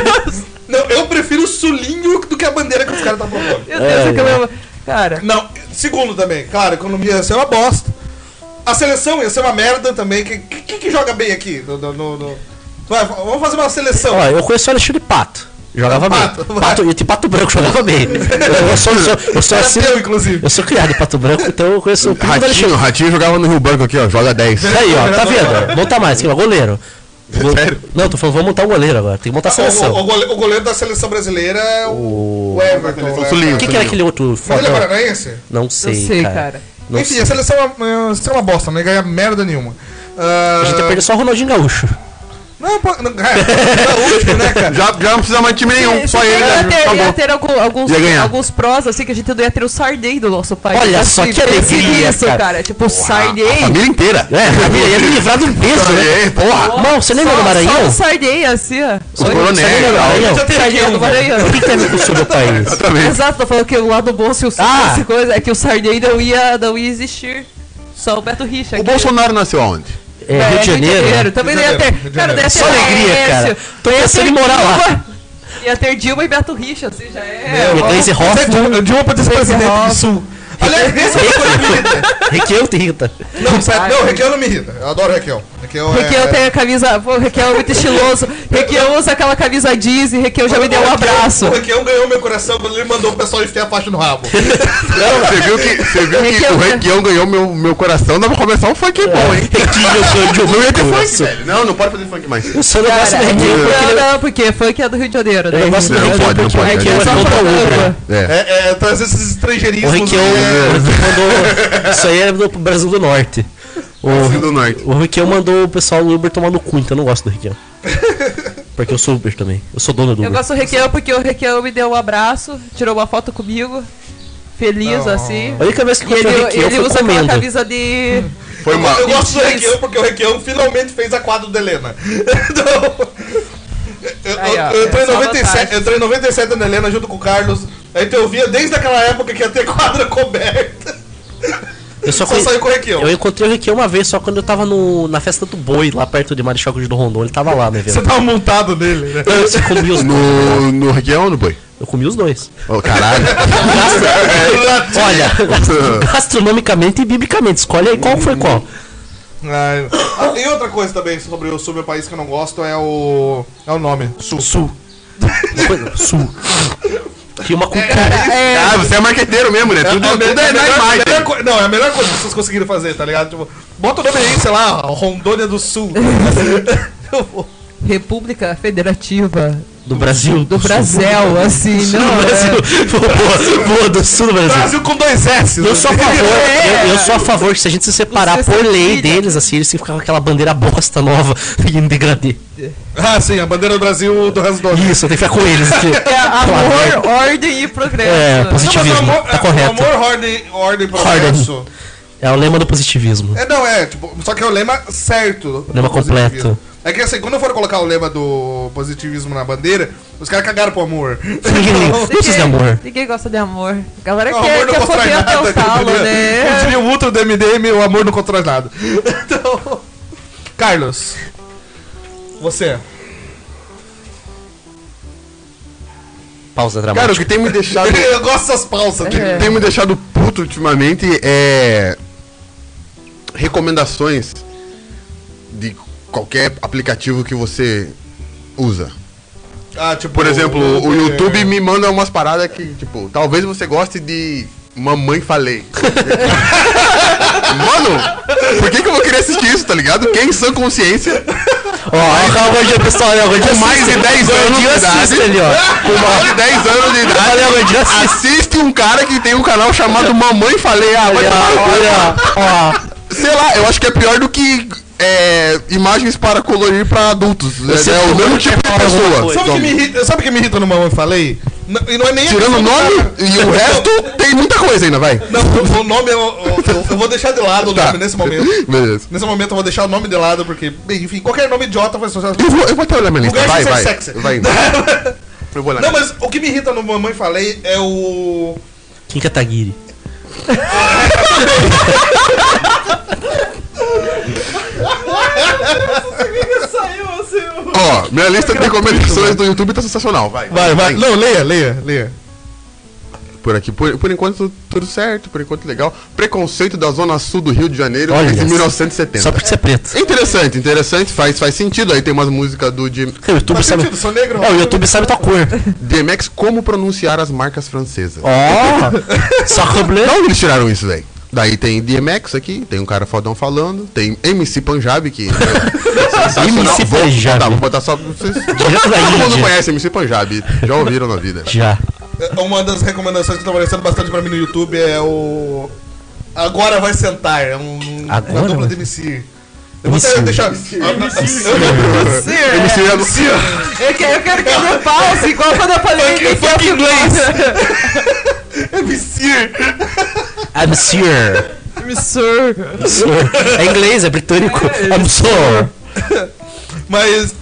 Speaker 1: Não, eu prefiro o sulinho do que a bandeira que os caras estão propondo.
Speaker 4: Meu Deus,
Speaker 3: É,
Speaker 4: é que eu- Cara,
Speaker 1: Não, segundo também, claro, a economia ia ser uma bosta. A seleção ia ser uma merda também. Quem que, que- que joga bem aqui? No, no- no- no- Vai, vamos fazer uma seleção.
Speaker 3: Ó, eu conheço o Alexandre Pato. Jogava
Speaker 1: Pato,
Speaker 3: bem.
Speaker 1: vai.
Speaker 3: Pato, e tem Pato Branco, jogava bem. Eu, eu sou, eu sou, eu sou
Speaker 1: Era
Speaker 3: assim.
Speaker 1: teu, inclusive.
Speaker 3: Eu sou criado em Pato Branco, então eu conheço o primo do
Speaker 2: Ratinho,
Speaker 3: Alexandre.
Speaker 2: Ratinho jogava no Rio Branco aqui, ó. Joga 10.
Speaker 3: Aí, ó, tá vendo? Monta mais, que é o goleiro. Go-
Speaker 2: Sério?
Speaker 3: Não, tô falando, vamos montar o goleiro agora. Tem que montar a
Speaker 1: Ah, O, o
Speaker 3: seleção.
Speaker 1: goleiro, o goleiro da seleção brasileira é o, o Everton. né,
Speaker 2: Sulinho.
Speaker 3: O que, que era aquele outro
Speaker 1: cara? Mas ele é
Speaker 3: foda?
Speaker 1: paranaense?
Speaker 3: Não sei,
Speaker 4: eu sei, cara.
Speaker 3: Não
Speaker 1: Enfim,
Speaker 3: sei.
Speaker 1: a seleção é uma, é uma bosta, não ia ganhar merda nenhuma. Ah,
Speaker 3: A gente ia perder só o Ronaldinho Gaúcho.
Speaker 1: Não, pô, não, é, é último, né, cara?
Speaker 2: Já, já não precisa mais de time nenhum. Só ele.
Speaker 4: ia ter,
Speaker 2: acabou.
Speaker 4: ia ter algum- alguns,
Speaker 2: Ia ganhar.
Speaker 4: alguns prós, assim, que a gente não ia ter o Sardem do nosso país.
Speaker 3: Olha só
Speaker 4: Assim,
Speaker 3: que
Speaker 4: pense
Speaker 3: alegria,
Speaker 4: nisso,
Speaker 3: cara.
Speaker 4: Tipo, o
Speaker 2: A
Speaker 4: Sardem.
Speaker 2: família inteira.
Speaker 3: É, ele ia livrar do peso, né?
Speaker 2: É,
Speaker 1: tá
Speaker 2: porra.
Speaker 3: Não, você lembra do
Speaker 4: Só o
Speaker 3: Maranhão?
Speaker 4: Sardem, assim, ó.
Speaker 2: Os coronéis.
Speaker 3: Lembra do Maranhão?
Speaker 1: Já tem aqui
Speaker 4: Sardinha
Speaker 1: um,
Speaker 4: do
Speaker 1: velho.
Speaker 4: Maranhão.
Speaker 3: O que é tem a ver com o sul do país?
Speaker 2: Exatamente.
Speaker 4: Exato, tô falando que o lado bom, se o sul
Speaker 3: Ah!
Speaker 4: fosse coisa, é que o Sardem não ia, não ia existir. Só o Beto Richa.
Speaker 2: O
Speaker 4: que-
Speaker 2: Bolsonaro nasceu aonde?
Speaker 3: É, Rio de Janeiro.
Speaker 4: Também
Speaker 1: Rio de
Speaker 4: ia ter.
Speaker 1: Janeiro, Rio de
Speaker 4: Cara,
Speaker 1: Janeiro.
Speaker 4: ia ter
Speaker 3: Só alegria,
Speaker 4: Laércio,
Speaker 3: cara. Tô
Speaker 4: ia
Speaker 3: pensando
Speaker 4: ter
Speaker 3: em morar lá.
Speaker 4: Dilma, Ia ter Dilma e Beto Richa, assim, já é.
Speaker 3: E Glaze Hoffman.
Speaker 1: Eu de uma pra presidente do Sul. Aliás, esse é o me irrita.
Speaker 3: Requeu te irrita.
Speaker 1: Não, sério, não, Raquel não me irrita. Eu adoro Raquel. Raquel,
Speaker 4: Requeu
Speaker 1: é,
Speaker 4: tem a camisa. Pô, Requeu é muito estiloso. Requeu usa aquela camisa Disney. Requeu já me deu um abraço.
Speaker 1: O Raquel ganhou meu coração quando ele mandou o pessoal enfiar a faixa no rabo.
Speaker 2: Não, você viu que, você viu que
Speaker 4: Requião-
Speaker 2: o Requião ganhou meu, meu coração, dá pra começar um funk bom, hein?
Speaker 3: Requeu
Speaker 2: Não ia ter
Speaker 3: ganhou
Speaker 2: funk, velho. Não, não pode fazer funk mais.
Speaker 3: Eu só não gosto do Requeu porque
Speaker 4: Não,
Speaker 3: ele
Speaker 4: não, porque funk é do Rio de Janeiro. Né?
Speaker 3: Eu gosto do
Speaker 2: Não,
Speaker 3: Requeu
Speaker 2: pode, não
Speaker 3: porque o
Speaker 2: pode.
Speaker 3: Requeu é
Speaker 2: Só
Speaker 3: contra
Speaker 4: pra
Speaker 3: o Ubra.
Speaker 4: Ubra.
Speaker 2: É.
Speaker 1: É, é, traz esses
Speaker 3: O
Speaker 1: estrangeirismos.
Speaker 3: Requeu
Speaker 1: né?
Speaker 3: o Requeu mandou. Isso aí era do pro Brasil do Norte. O,
Speaker 2: É, assim do Norte.
Speaker 3: o Requeu mandou o pessoal do Uber tomar no cu, então eu não gosto do Requeu. Porque eu sou Uber também. Eu sou dono do
Speaker 4: Eu
Speaker 3: Uber.
Speaker 4: gosto do Requião porque o Requião me deu um abraço, tirou uma foto comigo, feliz assim.
Speaker 3: A única vez que eu
Speaker 4: E
Speaker 3: fui
Speaker 4: ele,
Speaker 3: ao Requiem, eu
Speaker 4: ele
Speaker 3: fui
Speaker 4: usa aquela
Speaker 3: comendo.
Speaker 4: camisa de.
Speaker 2: Foi uma.
Speaker 1: é. Eu gosto do
Speaker 4: Isso.
Speaker 1: Requião porque o Requião finalmente fez a quadra do Helena. Então, eu,
Speaker 4: Aí, ó,
Speaker 1: eu- eu entrei,
Speaker 4: é
Speaker 1: em
Speaker 4: só
Speaker 1: 97,
Speaker 4: vantagem.
Speaker 1: eu entrei em 97 na Helena junto com o Carlos. Aí então eu via desde aquela época que ia ter quadra coberta.
Speaker 3: Eu
Speaker 1: Só
Speaker 3: só conhe-
Speaker 1: saiu com o Requião.
Speaker 3: Eu encontrei o Requião uma vez só quando eu tava no... na festa do boi, lá perto de Marechal Cândido Rondon. Ele tava lá, né,
Speaker 1: Você
Speaker 3: velho?
Speaker 1: tava montado nele, né?
Speaker 3: Eu comi os dois.
Speaker 2: No, no Requião ou no Boi?
Speaker 3: Eu comi os dois.
Speaker 2: Ô, caralho.
Speaker 3: Olha, É. gastronomicamente e biblicamente. Escolhe aí qual foi qual.
Speaker 1: Ai. Ah, e outra coisa também sobre o Sul, meu país que eu não gosto, é o. É o nome. Sul.
Speaker 3: Sul. Uma coisa- Sul. Tinha uma cultura.
Speaker 2: Ah, você é marqueteiro mesmo, né?
Speaker 1: É,
Speaker 2: Tudo,
Speaker 1: a
Speaker 2: tudo
Speaker 1: melhor-
Speaker 2: é na
Speaker 1: melhor-
Speaker 2: imagem.
Speaker 1: melhor co- Não, é a melhor coisa que vocês conseguiram fazer, tá ligado? Tipo, bota o nome aí, sei lá, Rondônia do Sul. Eu vou.
Speaker 4: República Federativa
Speaker 3: Do Brasil.
Speaker 4: do
Speaker 3: Sul.
Speaker 4: Brasil, assim,
Speaker 3: Do
Speaker 4: não. é.
Speaker 3: Brasil. Boa, boa, do sul do Brasil.
Speaker 1: Brasil com dois S.
Speaker 3: Eu sou a favor, eu, eu sou a favor que se a gente se separar
Speaker 4: É. Você
Speaker 3: por
Speaker 4: se
Speaker 3: lei
Speaker 4: filha.
Speaker 3: deles, assim, eles ficam com aquela bandeira bosta nova em degradê.
Speaker 1: Ah, sim, a bandeira do Brasil do resto do mundo.
Speaker 3: Isso, tem que ficar com eles. assim.
Speaker 4: É
Speaker 3: Claro.
Speaker 4: amor, ordem e progresso.
Speaker 3: É, positivismo.
Speaker 1: Não, mas o amor,
Speaker 3: tá
Speaker 1: é,
Speaker 3: correto.
Speaker 1: o amor, ordem, ordem, progresso.
Speaker 3: É o lema do positivismo.
Speaker 1: É, não, é, tipo, só que é o lema certo. do
Speaker 3: Lema completo.
Speaker 1: positivismo. É que assim, quando eu for colocar o lema do positivismo na bandeira, os caras cagaram pro amor.
Speaker 3: Não precisa de amor.
Speaker 4: Ninguém gosta de amor. A galera
Speaker 1: O
Speaker 4: quer,
Speaker 1: amor não
Speaker 4: quer
Speaker 1: constrói
Speaker 4: foder até
Speaker 1: nada, tá
Speaker 2: tá
Speaker 4: o talo,
Speaker 1: entendeu? Como
Speaker 4: né?
Speaker 1: diria
Speaker 2: um
Speaker 1: o Ultra do MDM, o amor não constrói nada. Então, Carlos, você.
Speaker 3: Pausa dramática.
Speaker 2: Cara, o que tem me deixado.
Speaker 1: Eu gosto dessas pausas.
Speaker 2: O que
Speaker 1: É.
Speaker 2: tem me deixado puto ultimamente é. Recomendações de qualquer aplicativo que você usa.
Speaker 1: Ah, tipo,
Speaker 2: Por exemplo, o YouTube me manda umas paradas que, tipo, talvez você goste de Mamãe Falei. Mano, por que, que eu vou querer assistir isso, tá ligado? Quem em sã consciência,
Speaker 3: Ó, é, calma aí, pessoal. né? é olha, O Gordinho
Speaker 2: com mais de
Speaker 3: assiste.
Speaker 2: 10 anos de
Speaker 3: Gordinho
Speaker 2: idade,
Speaker 3: assiste ali, ó.
Speaker 2: com mais de 10 anos de
Speaker 3: Olha,
Speaker 2: idade,
Speaker 3: Gordinho assiste.
Speaker 2: assiste um cara que tem um canal chamado Mamãe Falei. Ah, vai
Speaker 3: Olha,
Speaker 2: tomar no cu.
Speaker 3: olha, ó.
Speaker 2: Sei lá, eu acho que é pior do que é, imagens para colorir para adultos. né?
Speaker 3: Você
Speaker 2: é o mesmo tipo de pessoa.
Speaker 1: Sabe o que me irrita, sabe o que me irrita no Mamãe Falei? N- e não é nem a
Speaker 2: Tirando
Speaker 1: questão do
Speaker 2: o nome
Speaker 1: cara.
Speaker 2: e o resto, tem muita coisa ainda, vai.
Speaker 1: Não, o nome eu, eu- eu vou deixar de lado
Speaker 2: Tá.
Speaker 1: o nome nesse momento.
Speaker 2: Beleza.
Speaker 1: Nesse momento eu vou deixar o nome de lado, porque, bem, enfim, qualquer nome idiota faz sucesso.
Speaker 2: Eu vou, eu vou até olhar minha lista.
Speaker 1: Lugar
Speaker 2: Vai,
Speaker 1: sem
Speaker 2: vai.
Speaker 1: ser é sexy.
Speaker 2: Vai. Eu vou olhar.
Speaker 1: Não, mas o que me irrita no Mamãe Falei é o.
Speaker 3: Kim Kataguiri.
Speaker 2: Ó, minha lista de recomendações do YouTube tá sensacional. Vai.
Speaker 1: Vai, vai. Não, leia, leia, leia.
Speaker 2: Por aqui, por, por enquanto, tudo certo, por enquanto legal. Preconceito da Zona Sul do Rio de Janeiro
Speaker 3: Olha
Speaker 2: desde
Speaker 3: só.
Speaker 2: 1970.
Speaker 3: Só porque você é preto.
Speaker 2: É Interessante, interessante, faz, faz sentido. Aí tem umas músicas do Jim-
Speaker 3: É, O YouTube
Speaker 1: Faz
Speaker 3: sabe.
Speaker 1: sentido, sou negro.
Speaker 3: É, o YouTube sabe tua cor.
Speaker 2: DMX como pronunciar as marcas francesas.
Speaker 3: Ó. Só que
Speaker 2: Da onde eles tiraram isso, velho? Daí tem DMX aqui, tem um cara fodão falando, tem MC Panjab que. é sensacional.
Speaker 3: MC
Speaker 2: Vou-
Speaker 3: Panjabi.
Speaker 2: Tá, vou botar só pra vocês.
Speaker 3: Direto da
Speaker 2: Todo mundo
Speaker 3: Índia.
Speaker 2: conhece MC Panjab, já ouviram na vida.
Speaker 3: Já.
Speaker 1: É, Uma das recomendações que tá aparecendo bastante pra mim no YouTube é o. Agora vai sentar. É um.
Speaker 3: Agora
Speaker 1: uma dupla
Speaker 3: vai-
Speaker 1: de MC. Eu vou até
Speaker 3: MC.
Speaker 1: deixar.
Speaker 4: Sim, é.
Speaker 2: MC
Speaker 4: Eu quero, eu quero que ele pause, igual quando eu falei
Speaker 1: Fuck-
Speaker 3: é
Speaker 4: que eu
Speaker 1: fuck
Speaker 4: fui-
Speaker 1: inglês. MC!
Speaker 3: I'm sure.
Speaker 4: é Absurdo.
Speaker 3: É inglês, é britânico. I'm sure.
Speaker 1: Mas.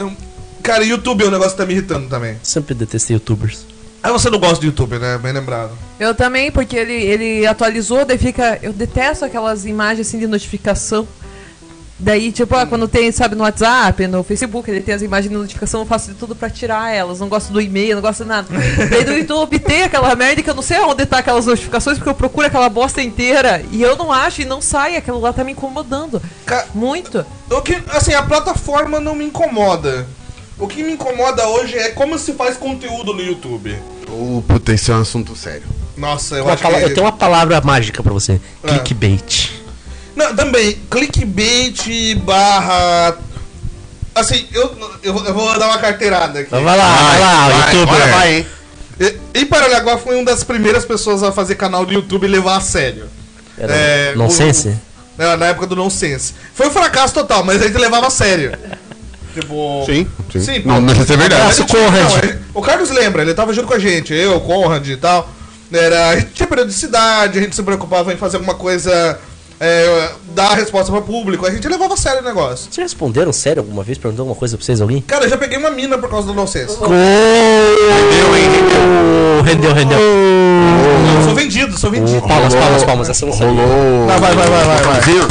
Speaker 1: hum, Cara, YouTube é um negócio que tá me irritando também.
Speaker 3: Sempre detestei youtubers.
Speaker 1: Ah, você não gosta do YouTube, né? Bem lembrado.
Speaker 4: Eu também, porque ele, ele atualizou, daí fica. Eu detesto aquelas imagens assim de notificação. Daí, tipo, ah, quando tem, sabe, no WhatsApp, no Facebook, ele tem as imagens de notificação, eu faço de tudo pra tirar elas. Não gosto do e-mail, não gosto de nada. Daí do YouTube tem aquela merda que eu não sei onde tá aquelas notificações, porque eu procuro aquela bosta inteira e eu não acho e não sai. Aquilo lá tá me incomodando.
Speaker 1: Ca-
Speaker 4: Muito.
Speaker 1: O que, assim, a plataforma não me incomoda. O que me incomoda hoje é como se faz conteúdo no YouTube.
Speaker 2: Oh, puta, esse é um assunto sério.
Speaker 1: Nossa, eu
Speaker 3: Uma
Speaker 1: acho
Speaker 3: pala-
Speaker 1: que...
Speaker 3: Eu tenho uma palavra mágica pra você:
Speaker 1: Ah.
Speaker 3: clickbait.
Speaker 1: Não, também, clickbait barra... Assim, eu, eu, eu vou dar uma carteirada aqui.
Speaker 3: Então vai lá, vai, lá,
Speaker 2: vai,
Speaker 3: youtuber.
Speaker 2: bora, vai, hein?
Speaker 1: E, em Paranaguá foi uma das primeiras pessoas a fazer canal do YouTube e levar a sério.
Speaker 3: Era
Speaker 1: É,
Speaker 3: nonsense?
Speaker 1: o- é, na época do nonsense. Foi um fracasso total, mas a gente levava a sério. Tipo.
Speaker 2: Sim, sim.
Speaker 1: Sim,
Speaker 2: Não, mas isso é verdade.
Speaker 1: Mas, tipo,
Speaker 3: Conrad.
Speaker 1: não, ele- o Carlos lembra, ele tava junto com a gente, eu, o Conrad e tal. Era, a gente tinha periodicidade, a gente se preocupava em fazer alguma coisa. é, dar resposta pra público, a gente levava a sério o negócio.
Speaker 3: Vocês responderam sério alguma vez? Perguntou alguma coisa pra vocês, alguém?
Speaker 1: Cara, eu já peguei uma mina por causa do nonsense.
Speaker 3: Rendeu, hein? Rendeu, rendeu.
Speaker 1: Eu sou vendido, sou vendido.
Speaker 3: Palmas, palmas, palmas. Essa eu não sabia.
Speaker 2: Rolou.
Speaker 1: Vai, vai, vai, vai, vai, vai.
Speaker 2: Zinho,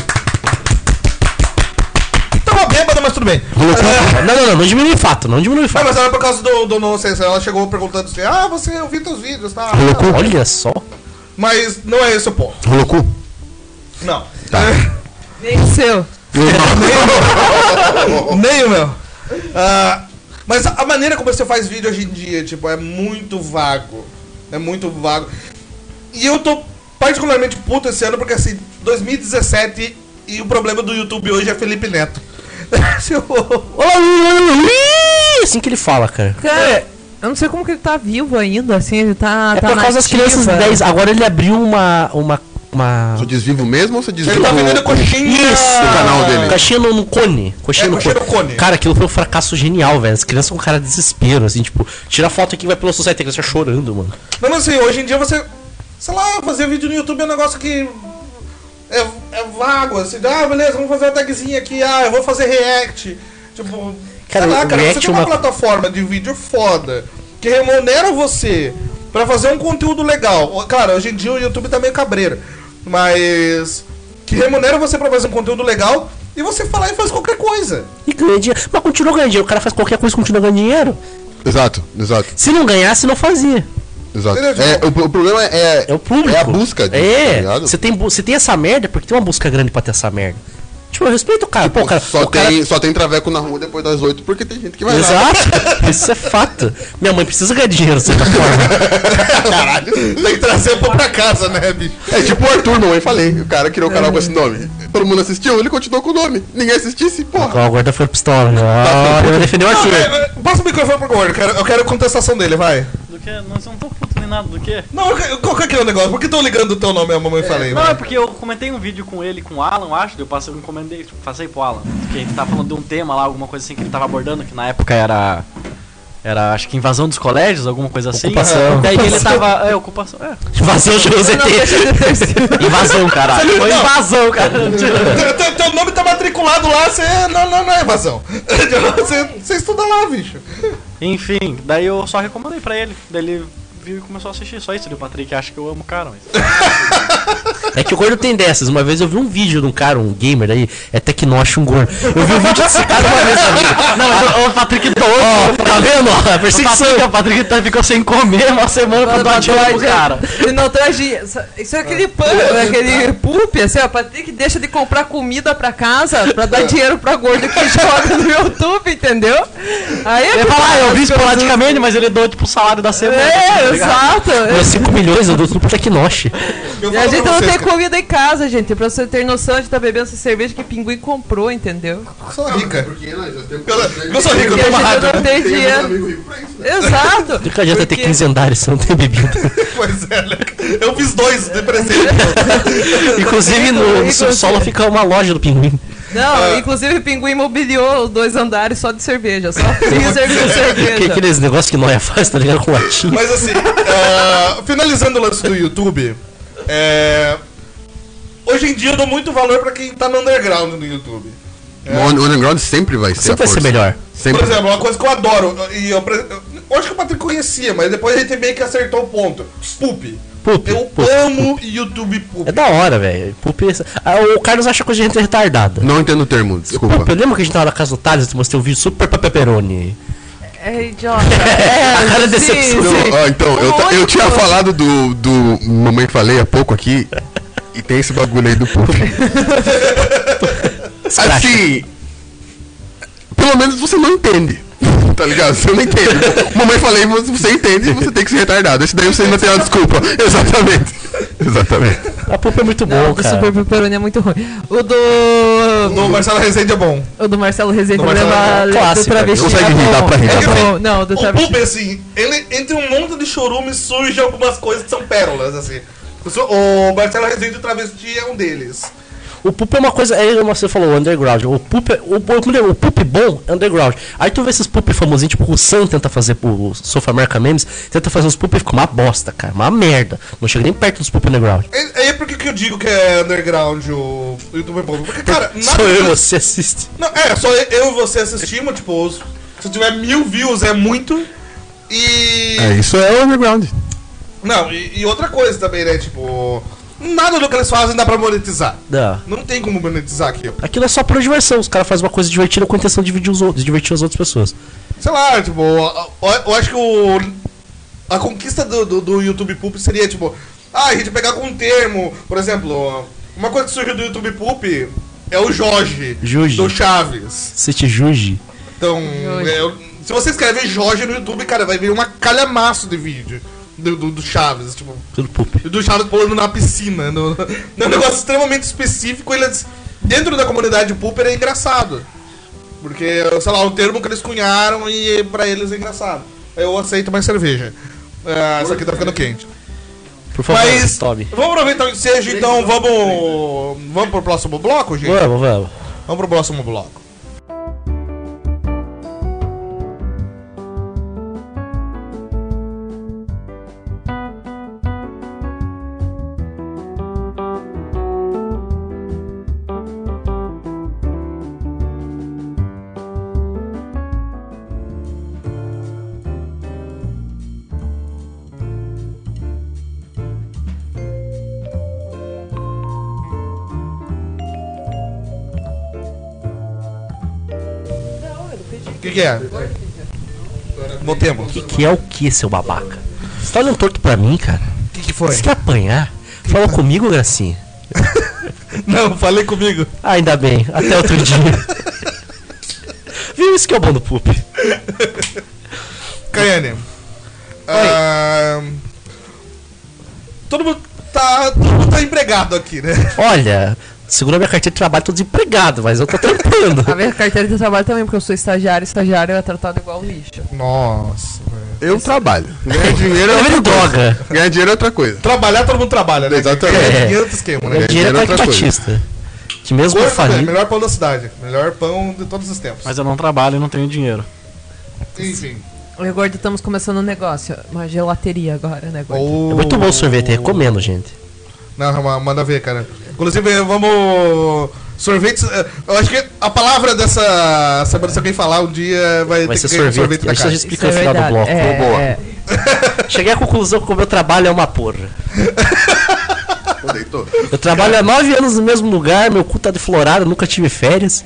Speaker 1: Tava bêbada, mas tudo bem.
Speaker 3: Não, não, não, não diminui o fato, não diminui o
Speaker 1: Não,
Speaker 3: fato.
Speaker 1: mas era por causa do, do nonsense. Ela chegou perguntando assim: Ah, você, eu vi teus vídeos, tá?
Speaker 3: Olha só.
Speaker 1: Mas não é esse o ponto.
Speaker 2: Rolou cu.
Speaker 1: Não. É,
Speaker 4: Venceu.
Speaker 1: Nem o meu. Ah, mas a a maneira como você faz vídeo hoje em dia, tipo, é muito vago. É muito vago. E eu tô particularmente puto esse ano porque, assim, 2017 e o problema do YouTube hoje é Felipe Neto. Tipo,
Speaker 3: Olá, ui, Assim que ele fala, cara.
Speaker 4: Cara, eu não sei como que ele tá vivo ainda, assim, ele tá.
Speaker 3: É
Speaker 4: tá
Speaker 3: por
Speaker 4: na
Speaker 3: causa das
Speaker 4: ativa.
Speaker 3: crianças de 10. Agora ele abriu uma. uma. uma.
Speaker 2: Sou desvivo mesmo ou sou desvivo?
Speaker 1: Ele tá vendendo coxinha.
Speaker 3: Isso,
Speaker 2: o canal dele.
Speaker 3: Caixinha no, no cone. Coxinha
Speaker 1: É,
Speaker 3: no
Speaker 1: coxinha
Speaker 3: cone.
Speaker 1: no cone.
Speaker 3: Cara, aquilo foi um fracasso genial, velho. As crianças com cara de desespero, assim, tipo, tira foto aqui e vai pelo society, a criança chorando, mano.
Speaker 1: Não, mas assim, hoje em dia você. Sei lá, fazer vídeo no YouTube é um negócio que. É, é vago, assim, ah, beleza, vamos fazer uma tagzinha aqui, ah, eu vou fazer react. Tipo,
Speaker 3: Cara,
Speaker 1: sei lá,
Speaker 3: o
Speaker 1: cara,
Speaker 3: react
Speaker 1: você tem uma,
Speaker 3: é uma-
Speaker 1: plataforma de vídeo foda que remunera você pra fazer um conteúdo legal. Ó, Cara, hoje em dia o YouTube tá meio cabreiro, mas. Que remunera você pra fazer um conteúdo legal e você falar e faz qualquer coisa.
Speaker 3: E ganha dinheiro. Mas continua ganhando dinheiro. O cara faz qualquer coisa e continua ganhando dinheiro.
Speaker 2: Exato, exato,
Speaker 3: Se não ganhasse, não fazia.
Speaker 2: exato.
Speaker 1: Entendeu?
Speaker 2: É, o, o problema é,
Speaker 3: É o público.
Speaker 2: É a busca. disso, tá
Speaker 3: É.
Speaker 2: ligado?
Speaker 3: Você tem, bu- você tem essa merda porque tem uma busca grande pra ter essa merda. Tipo, eu respeito o cara. Pô, o cara.
Speaker 2: só,
Speaker 3: o cara-
Speaker 2: tem, só tem traveco na rua depois das oito porque tem gente que vai lá.
Speaker 3: Exato. Isso é fato. Minha mãe precisa ganhar dinheiro, de certa forma.
Speaker 2: Caralho.
Speaker 1: Tem que trazer pô pra casa, né, bicho?
Speaker 2: É tipo o Arthur, mamãe, falei. O cara criou o canal com esse nome. Todo mundo assistiu, ele continuou com o nome. Ninguém assistisse, porra.
Speaker 3: Ó, o guarda foi pistola. Ó, ele vai defender o
Speaker 1: Não,
Speaker 3: Arthur.
Speaker 1: é, é, passa o microfone pro Gordo, eu quero- eu quero a contestação dele, vai.
Speaker 8: Do que? Não, eu não tô puto nem nada do que.
Speaker 1: Não, eu- eu- qual que é o negócio? Por que estão ligando o teu nome à mamãe falei? né?
Speaker 8: Não, é
Speaker 1: velho?
Speaker 8: porque eu comentei um vídeo com ele, com o Alan, eu acho, daí eu passei, eu encomendei, tipo, passei pro Alan. Porque ele tava falando de um tema lá, alguma coisa assim que ele tava abordando, que na época era. Era, acho que invasão dos colégios, alguma coisa assim.
Speaker 3: Ocupação.
Speaker 8: Daí ele tava. É, ocupação. É.
Speaker 3: Invasão, GZT. Invasão, caralho.
Speaker 8: Foi invasão, cara.
Speaker 1: Teu- Teu, teu nome tá matriculado lá, você. Não, não, não é evasão. Você, você estuda lá, bicho.
Speaker 8: Enfim, daí eu só recomendei pra ele. Daí ele viu e começou a assistir só isso. Daí o Patrick acha que eu amo o cara, mas.
Speaker 3: É que o gordo tem dessas. Uma vez eu vi um vídeo de um cara, um gamer aí, é Tecnosh, um gordo. Eu vi um vídeo desse cara uma vez amigo.
Speaker 8: Não, mas o Patrick tá
Speaker 3: Ó, tá vendo? Ó, a
Speaker 8: O
Speaker 3: perseguição.
Speaker 8: Patrick, o Patrick tá- ficou sem comer uma semana pra
Speaker 4: tá
Speaker 8: dar dinheiro
Speaker 4: um.
Speaker 8: pro cara.
Speaker 4: Ele não traz dinheiro. Isso- Isso é aquele pano, é aquele poop, assim, ó. Patrick deixa de comprar comida pra casa pra dar dinheiro pra gordo que joga no YouTube, entendeu? Aí é
Speaker 8: Ele
Speaker 4: que
Speaker 8: fala,
Speaker 4: tá
Speaker 8: ah, eu
Speaker 4: as
Speaker 8: vi
Speaker 4: coisas-
Speaker 8: esporadicamente, mas ele deu tipo o salário da semana. tá
Speaker 4: É,
Speaker 8: ligado?
Speaker 4: exato.
Speaker 3: Mas 5 milhões, eu dou tudo pro Tecnosh.
Speaker 1: Eu
Speaker 4: E
Speaker 1: falo
Speaker 4: a gente
Speaker 1: pra
Speaker 4: não
Speaker 1: vocês,
Speaker 4: tem
Speaker 1: cara,
Speaker 4: comida em casa, gente. Pra você ter noção, a gente tá bebendo essa cerveja que Pinguim comprou, entendeu?
Speaker 1: eu sou rica.
Speaker 2: Porque nós já temos.
Speaker 1: Eu, eu sou rico, eu
Speaker 4: Porque a
Speaker 1: tenho uma
Speaker 4: gente
Speaker 1: rádio.
Speaker 4: não tem
Speaker 2: Tem muito
Speaker 4: dinheiro.
Speaker 2: amigo rico pra isso, né?
Speaker 4: Exato.
Speaker 3: Nunca adianta ter
Speaker 4: Porque-
Speaker 3: 15 andares se não tem bebida.
Speaker 1: Pois é, né? Eu fiz dois de presente.
Speaker 3: Inclusive no, no subsolo fica uma loja do pinguim.
Speaker 4: Não, inclusive o Pinguim mobiliou os dois andares só de cerveja. Só freezer com
Speaker 3: Que
Speaker 4: cerveja.
Speaker 3: aqueles negócios que não é fácil, tá ligado? Com latinha.
Speaker 1: Mas assim, ah, finalizando o lance do YouTube, é, hoje em dia eu dou muito valor pra quem tá no underground no YouTube.
Speaker 2: O underground sempre vai ser.
Speaker 3: Sempre vai
Speaker 2: a
Speaker 3: ser
Speaker 2: força.
Speaker 3: melhor.
Speaker 2: Sempre.
Speaker 1: Por exemplo, uma coisa que eu adoro, e eu, pre- eu acho que o Patrick conhecia, mas depois a gente meio que acertou o ponto. Poop.
Speaker 3: Poop,
Speaker 1: eu
Speaker 3: poop,
Speaker 1: amo YouTube Poop.
Speaker 3: É da hora, velho. Pupi- Ah, O Carlos acha coisa de gente retardada.
Speaker 2: Não entendo o termo, desculpa.
Speaker 3: Pupi, eu lembro que a gente tava na casa do Thales e te mostrei um vídeo super pra pepperoni.
Speaker 4: É idiota.
Speaker 3: a cara é
Speaker 4: sim,
Speaker 3: decepção.
Speaker 4: sim.
Speaker 2: Não, ó, então, eu, ta- eu
Speaker 4: Onde
Speaker 2: tinha
Speaker 4: foi?
Speaker 2: falado do, do Mamãe Falei há pouco aqui. E tem esse bagulho aí do Puff. assim. Pelo menos você não entende. Tá ligado? Você não entende. Mamãe falei, mas você entende e você tem que ser retardado. Esse daí você ainda tem uma desculpa. Exatamente. Exatamente.
Speaker 3: A Pupi é muito
Speaker 4: Não,
Speaker 3: bom,
Speaker 4: o do
Speaker 3: cara.
Speaker 4: Super Pepperoni é muito ruim. O do.
Speaker 1: No Marcelo Rezende é bom.
Speaker 4: O do Marcelo Rezende
Speaker 1: Do Marcelo
Speaker 4: leva
Speaker 1: é
Speaker 4: do
Speaker 3: clássico,
Speaker 4: travesti.
Speaker 2: consegue
Speaker 4: é
Speaker 2: rir,
Speaker 4: bom,
Speaker 2: dá pra rir,
Speaker 4: é
Speaker 2: dá pra
Speaker 4: bom. Não, do
Speaker 1: O
Speaker 4: travesti.
Speaker 1: Poop, assim, ele, entre um monte de chorume surge algumas coisas que são pérolas, assim. O so- O Marcelo Rezende o Travesti é um deles.
Speaker 3: O pulp é uma coisa. É, como você falou, underground. O pulp, é- o, o, o pulp bom é underground. Aí tu vê esses pulp famosinhos, tipo, o Sam tenta fazer, o Sofa America Memes, tenta fazer uns pulp e fica uma bosta, cara. Uma merda. Não chega nem perto dos pulp underground.
Speaker 1: É, é porque que eu digo que é underground o o YouTube Povo. Porque, cara,
Speaker 3: Só eu e você assiste.
Speaker 1: Não, é, só eu e você assistimos, tipo, os- se tiver mil views é muito. E.
Speaker 2: É, isso é underground.
Speaker 1: Não, e, e outra coisa também, né? Tipo. Nada do que eles fazem dá pra monetizar.
Speaker 3: Não.
Speaker 1: Não tem como monetizar aqui.
Speaker 3: Aquilo é só por diversão. Os caras fazem uma coisa divertida com a intenção de dividir os outros, de divertir as outras pessoas.
Speaker 1: Sei lá, tipo, eu, eu acho que o. A conquista do, do, do YouTube Poop seria, tipo, ah, a gente pegar com um termo, por exemplo, uma coisa que surgiu do YouTube Poop é o Jorge,
Speaker 3: Juji.
Speaker 1: do Chaves.
Speaker 3: Se te juge.
Speaker 1: Então, é, eu- se você escrever Jorge no YouTube, cara, vai vir uma calhamaço de vídeo do, do, do Chaves, tipo,
Speaker 3: Pelo pulp.
Speaker 1: do Chaves pulando na piscina. No, no um negócio extremamente específico, eles. Dentro da comunidade Pooper é engraçado. Porque, sei lá, o termo que eles cunharam e pra eles é engraçado. Eu aceito mais cerveja. Ah, essa aqui tá ficando quente.
Speaker 3: Por favor,
Speaker 1: Mas.
Speaker 3: Toby.
Speaker 1: Vamos aproveitar o ensejo, então vamos. Vamos pro próximo bloco, gente?
Speaker 3: Vamos, vamos.
Speaker 1: Vamos pro próximo bloco. O que, que é? Voltemos.
Speaker 3: Que que é o que, seu babaca? Você tá olhando torto pra mim, cara?
Speaker 1: O que, que foi?
Speaker 3: Você quer apanhar? Fala comigo, Gracinha. Ah,
Speaker 1: Não, falei comigo.
Speaker 3: Ainda bem, até outro dia. Viu isso que é o bom do Pup?
Speaker 1: Caiane. ahn, todo mundo tá. Todo mundo tá empregado aqui, né?
Speaker 3: Olha, segura minha carteira de trabalho, tô desempregado, mas eu tô trampando.
Speaker 4: A minha carteira de trabalho também, porque eu sou estagiário, estagiário é tratado igual lixo.
Speaker 1: Nossa, velho.
Speaker 2: Eu trabalho. Ganhar dinheiro é
Speaker 3: Eu
Speaker 2: outra
Speaker 3: vendo
Speaker 2: coisa.
Speaker 3: droga.
Speaker 2: Ganhar dinheiro é outra coisa.
Speaker 1: Trabalhar, todo mundo trabalha, né?
Speaker 2: Exatamente.
Speaker 1: É. Dinheiro outro esquema, né?
Speaker 3: Meu dinheiro
Speaker 2: é
Speaker 3: tá
Speaker 2: outra
Speaker 3: aqui
Speaker 2: coisa.
Speaker 3: Batista. Que mesmo
Speaker 1: Gordo, velho,
Speaker 3: falido.
Speaker 1: é melhor pão da cidade. Melhor pão de todos os tempos.
Speaker 8: Mas eu não trabalho e não tenho dinheiro.
Speaker 1: Enfim.
Speaker 4: Eu e o Gordo estamos começando um negócio, uma gelateria agora, né, Gordo?
Speaker 1: Ou-
Speaker 3: É muito bom o sorvete, recomendo, gente.
Speaker 1: Não, ma- manda ver, cara. Inclusive, vamos. Sorvete. eh, Eu acho que a palavra dessa semana, se alguém falar um dia, vai,
Speaker 3: Vai ser
Speaker 1: que ganhar um
Speaker 3: sorvete.
Speaker 1: da
Speaker 3: Isso a
Speaker 1: Caixa.
Speaker 3: gente explica no final assim, do bloco.
Speaker 4: É,
Speaker 2: boa.
Speaker 4: é.
Speaker 3: Cheguei à conclusão que o meu trabalho é uma porra.
Speaker 2: Pô, deitou.
Speaker 3: Eu trabalho há nove anos no mesmo lugar, meu cu tá deflorado, nunca tive férias.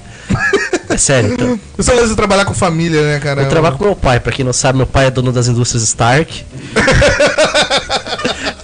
Speaker 3: É sério, então.
Speaker 1: Eu só preciso trabalhar com família, né, cara?
Speaker 3: Eu trabalho com meu pai, pra quem não sabe, meu pai é dono das indústrias Stark.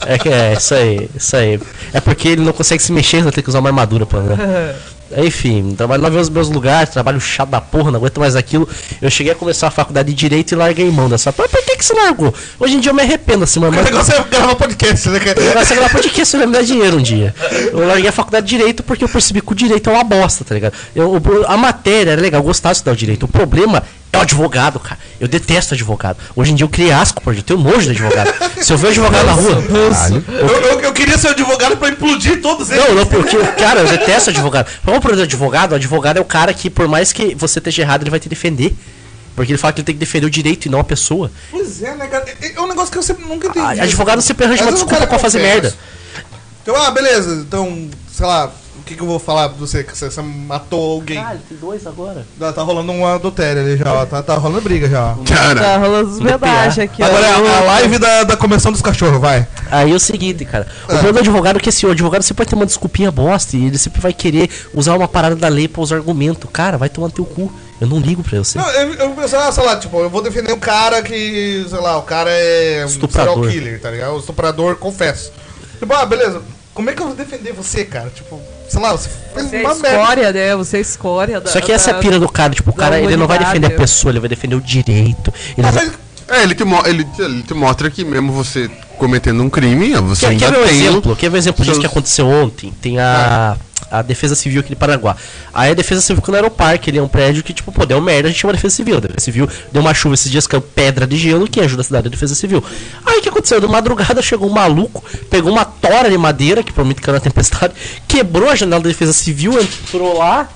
Speaker 3: é que é, isso aí, isso aí. É porque ele não consegue se mexer, então tem que usar uma armadura pra andar. Enfim, trabalho nove anos nos meus lugares, trabalho chato da porra, não aguento mais aquilo. Eu cheguei a começar a faculdade de Direito e larguei mão dessa porra. Por que que você largou? Hoje em dia eu me arrependo assim, mano.
Speaker 1: O negócio é gravar podcast, né, cara?
Speaker 3: Vai ser gravar podcast se não me dar dinheiro um dia. Eu larguei a faculdade de direito porque eu percebi que o direito é uma bosta, tá ligado? Eu, o- a matéria era legal, eu gostava de estudar o direito. O problema é o advogado, cara. Eu detesto advogado. Hoje em dia eu criei asco, por eu tenho nojo de advogado. Se eu ver advogado na rua.
Speaker 1: Eu, eu- eu queria ser advogado pra implodir todos eles.
Speaker 3: Não, não, porque, cara, eu detesto advogado. Vamos pro advogado? O advogado é o cara que, por mais que você esteja errado, ele vai te defender. Porque ele fala que ele tem que defender o direito e não a pessoa.
Speaker 1: Pois é, né, cara? É é um negócio que eu sempre nunca entendi.
Speaker 3: Ah, advogado sempre arranja
Speaker 1: Às
Speaker 3: uma
Speaker 1: vezes o
Speaker 3: desculpa
Speaker 1: cara
Speaker 3: pra fazer
Speaker 1: confessa.
Speaker 3: merda.
Speaker 1: Então, ah, beleza. Então, sei lá, o que, que eu vou falar pra você? Que você, você matou alguém.
Speaker 8: ele tem dois agora.
Speaker 1: Ah, tá rolando um adultério ali já, ó. Tá, tá rolando briga já. ó.
Speaker 2: Cara,
Speaker 4: Tá rolando os pedaços aqui, ó.
Speaker 1: Agora é a, a live da, da comissão dos cachorros, vai.
Speaker 3: Aí é o seguinte, cara. O problema do advogado é que assim, o advogado sempre vai ter uma desculpinha bosta e ele sempre vai querer usar uma parada da lei pra usar argumento. Cara, vai tomar no teu cu. Eu não ligo pra você.
Speaker 1: Não, eu, eu pensava, ah, sei lá, tipo, eu vou defender um cara que, sei lá, o cara é um
Speaker 3: Estuprador.
Speaker 1: serial killer, tá ligado? O estuprador, confesso. Tipo, ah, beleza. Como é que eu vou defender você, cara? Tipo, sei lá, você fez
Speaker 4: Você é
Speaker 1: uma merda.
Speaker 4: escória, né? Você é escória da.
Speaker 3: Só que essa é a pira do cara, tipo, o
Speaker 4: da
Speaker 3: cara ele não vai
Speaker 4: humanidade,
Speaker 3: defender a
Speaker 4: eu-
Speaker 3: pessoa, ele vai defender o direito. Ele
Speaker 1: Ah,
Speaker 3: vai...
Speaker 1: mas
Speaker 2: é, ele te, mo- ele, te- ele te mostra que mesmo você cometendo um crime, você
Speaker 3: Quer, quer
Speaker 2: ainda
Speaker 3: ver um
Speaker 2: tem.
Speaker 3: exemplo? Quer ver um exemplo disso
Speaker 2: seus-
Speaker 3: que aconteceu ontem? Tem a. a Defesa Civil aqui de Paraguá. Aí a Defesa Civil que não era o parque, ele é um prédio que, tipo, pô, deu merda, a gente chama Defesa Civil. A Defesa Civil deu uma chuva esses dias, caiu pedra de gelo, que ajuda a cidade da Defesa Civil. Aí o que aconteceu? De madrugada chegou um maluco, pegou uma tora de madeira, que provavelmente caiu na tempestade, quebrou a janela da Defesa Civil, entrou lá,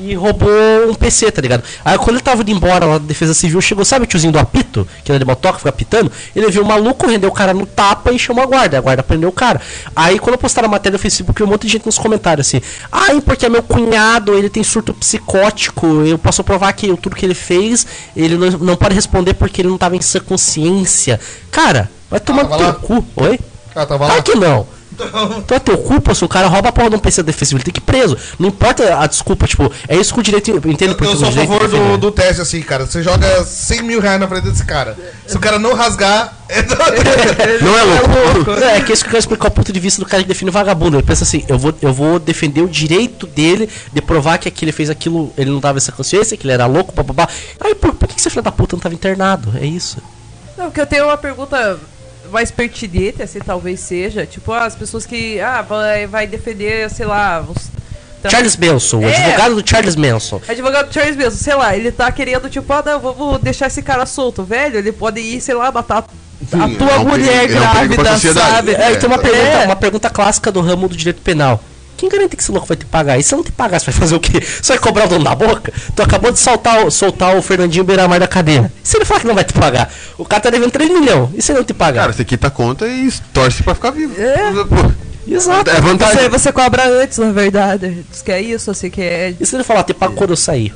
Speaker 3: e roubou um PC, tá ligado? Aí quando ele tava indo embora lá da defesa civil, chegou, sabe o tiozinho do apito, que era de motoca, fica apitando? Ele viu o maluco, rendeu o cara no tapa e chamou a guarda. A guarda prendeu o cara. Aí quando eu postaram a matéria no Facebook, um monte de gente nos comentários assim: ai, porque é meu cunhado, ele tem surto psicótico, eu posso provar que eu- tudo que ele fez, ele não, não pode responder porque ele não tava em sã consciência. Cara, vai tomar
Speaker 1: Ah, tava
Speaker 3: no teu
Speaker 1: lá?
Speaker 3: cu. Oi?
Speaker 1: Cara, tava lá.
Speaker 3: Claro que não. Então é teu culpa se o cara rouba a porra de um PC defensivo, ele tem que ir preso. Não importa a desculpa, tipo, é isso que o direito. Eu entendo
Speaker 1: Eu,
Speaker 3: porque
Speaker 1: eu
Speaker 3: o
Speaker 1: sou a
Speaker 3: direito
Speaker 1: favor
Speaker 3: defende,
Speaker 1: do,
Speaker 3: né?
Speaker 1: do teste assim, cara. Você joga 100 mil reais na frente desse cara. Se o cara não rasgar.
Speaker 3: Não é louco. Não, é que isso que eu quero explicar o ponto de vista do cara que define o vagabundo. Ele pensa assim, eu vou, eu vou defender o direito dele de provar que aquele fez aquilo, ele não tava essa consciência, que ele era louco, papapá. Aí, por, por que que esse filho da puta não tava internado? É isso.
Speaker 4: Não, porque eu tenho uma pergunta mais pertinente, assim, talvez seja. Tipo, ah, as pessoas que, ah, vai, vai defender, sei lá, os... então,
Speaker 3: Charles Manson, o
Speaker 4: É.
Speaker 3: advogado do Charles Manson.
Speaker 4: Advogado Charles mesmo, sei lá, ele tá querendo, tipo, ah, não, vamos deixar esse cara solto, velho. Ele pode ir, sei lá, matar a
Speaker 2: Sim,
Speaker 4: tua
Speaker 2: é um perigo-
Speaker 4: mulher
Speaker 2: é um perigo pra
Speaker 4: grávida,
Speaker 2: sociedade.
Speaker 4: sabe?
Speaker 3: É, e tem uma
Speaker 4: É.
Speaker 3: pergunta, uma pergunta clássica do ramo do direito penal. Quem garante que esse louco vai te pagar? E se não te pagar, você vai fazer o quê? Você vai cobrar o dono da boca? Tu acabou de soltar, o- soltar o Fernandinho Beiramar da cadeia. E se ele falar que não vai te pagar? O cara tá devendo 3 milhões. E se ele não te pagar?
Speaker 2: Cara, você quita a conta e torce pra ficar vivo.
Speaker 4: É.
Speaker 2: Pô,
Speaker 3: Exato.
Speaker 2: É vantagem.
Speaker 4: Você, você cobra antes, na verdade. Diz que é isso, assim, que é.
Speaker 3: E se ele falar, te pago quando eu sair?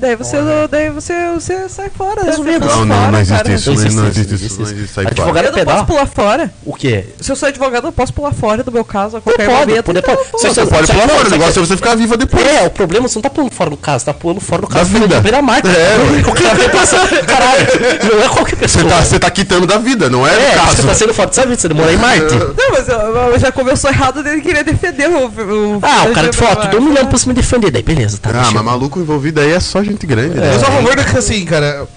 Speaker 4: Daí você, daí você, você sai fora. né? Você
Speaker 3: Resolvido.
Speaker 4: pula
Speaker 2: Não, não,
Speaker 4: fora,
Speaker 2: não existe
Speaker 4: cara.
Speaker 2: isso.
Speaker 3: Então,
Speaker 2: não existe isso, não existe isso aí
Speaker 3: Advogado é
Speaker 4: Eu não
Speaker 3: penal?
Speaker 4: posso pular fora.
Speaker 3: O quê?
Speaker 4: Se eu sou advogado, eu posso pular fora do meu caso a
Speaker 3: Não
Speaker 4: qualquer
Speaker 3: pode,
Speaker 4: momento.
Speaker 3: pode,
Speaker 4: então
Speaker 3: pode.
Speaker 4: eu
Speaker 3: Só-
Speaker 4: posso.
Speaker 3: só-
Speaker 2: Você pode
Speaker 3: só-
Speaker 2: pular
Speaker 3: não,
Speaker 2: fora, o
Speaker 3: só-
Speaker 2: negócio é você ficar viva depois.
Speaker 3: É, o problema é você não tá pulando fora do caso, tá pulando fora do caso
Speaker 2: vida.
Speaker 3: Fernandinho Beiramar.
Speaker 2: É,
Speaker 3: O cara vai passar. Caralho, não é qualquer pessoa.
Speaker 2: Você tá, você tá quitando da vida, não é, do
Speaker 3: É,
Speaker 2: caso.
Speaker 3: você tá sendo foda, sabe? Você demora em Marte.
Speaker 4: Não, mas eu, eu já começou errado dele querer defender o. o
Speaker 3: Ah, o
Speaker 4: o
Speaker 3: cara que falou, ó, tu deu um milhão pra você me defender. Daí, beleza, tá.
Speaker 2: Ah,
Speaker 3: deixa eu-
Speaker 2: mas maluco envolvido aí é só gente grande, né?
Speaker 1: Eu sou a favor de que assim, cara. eu-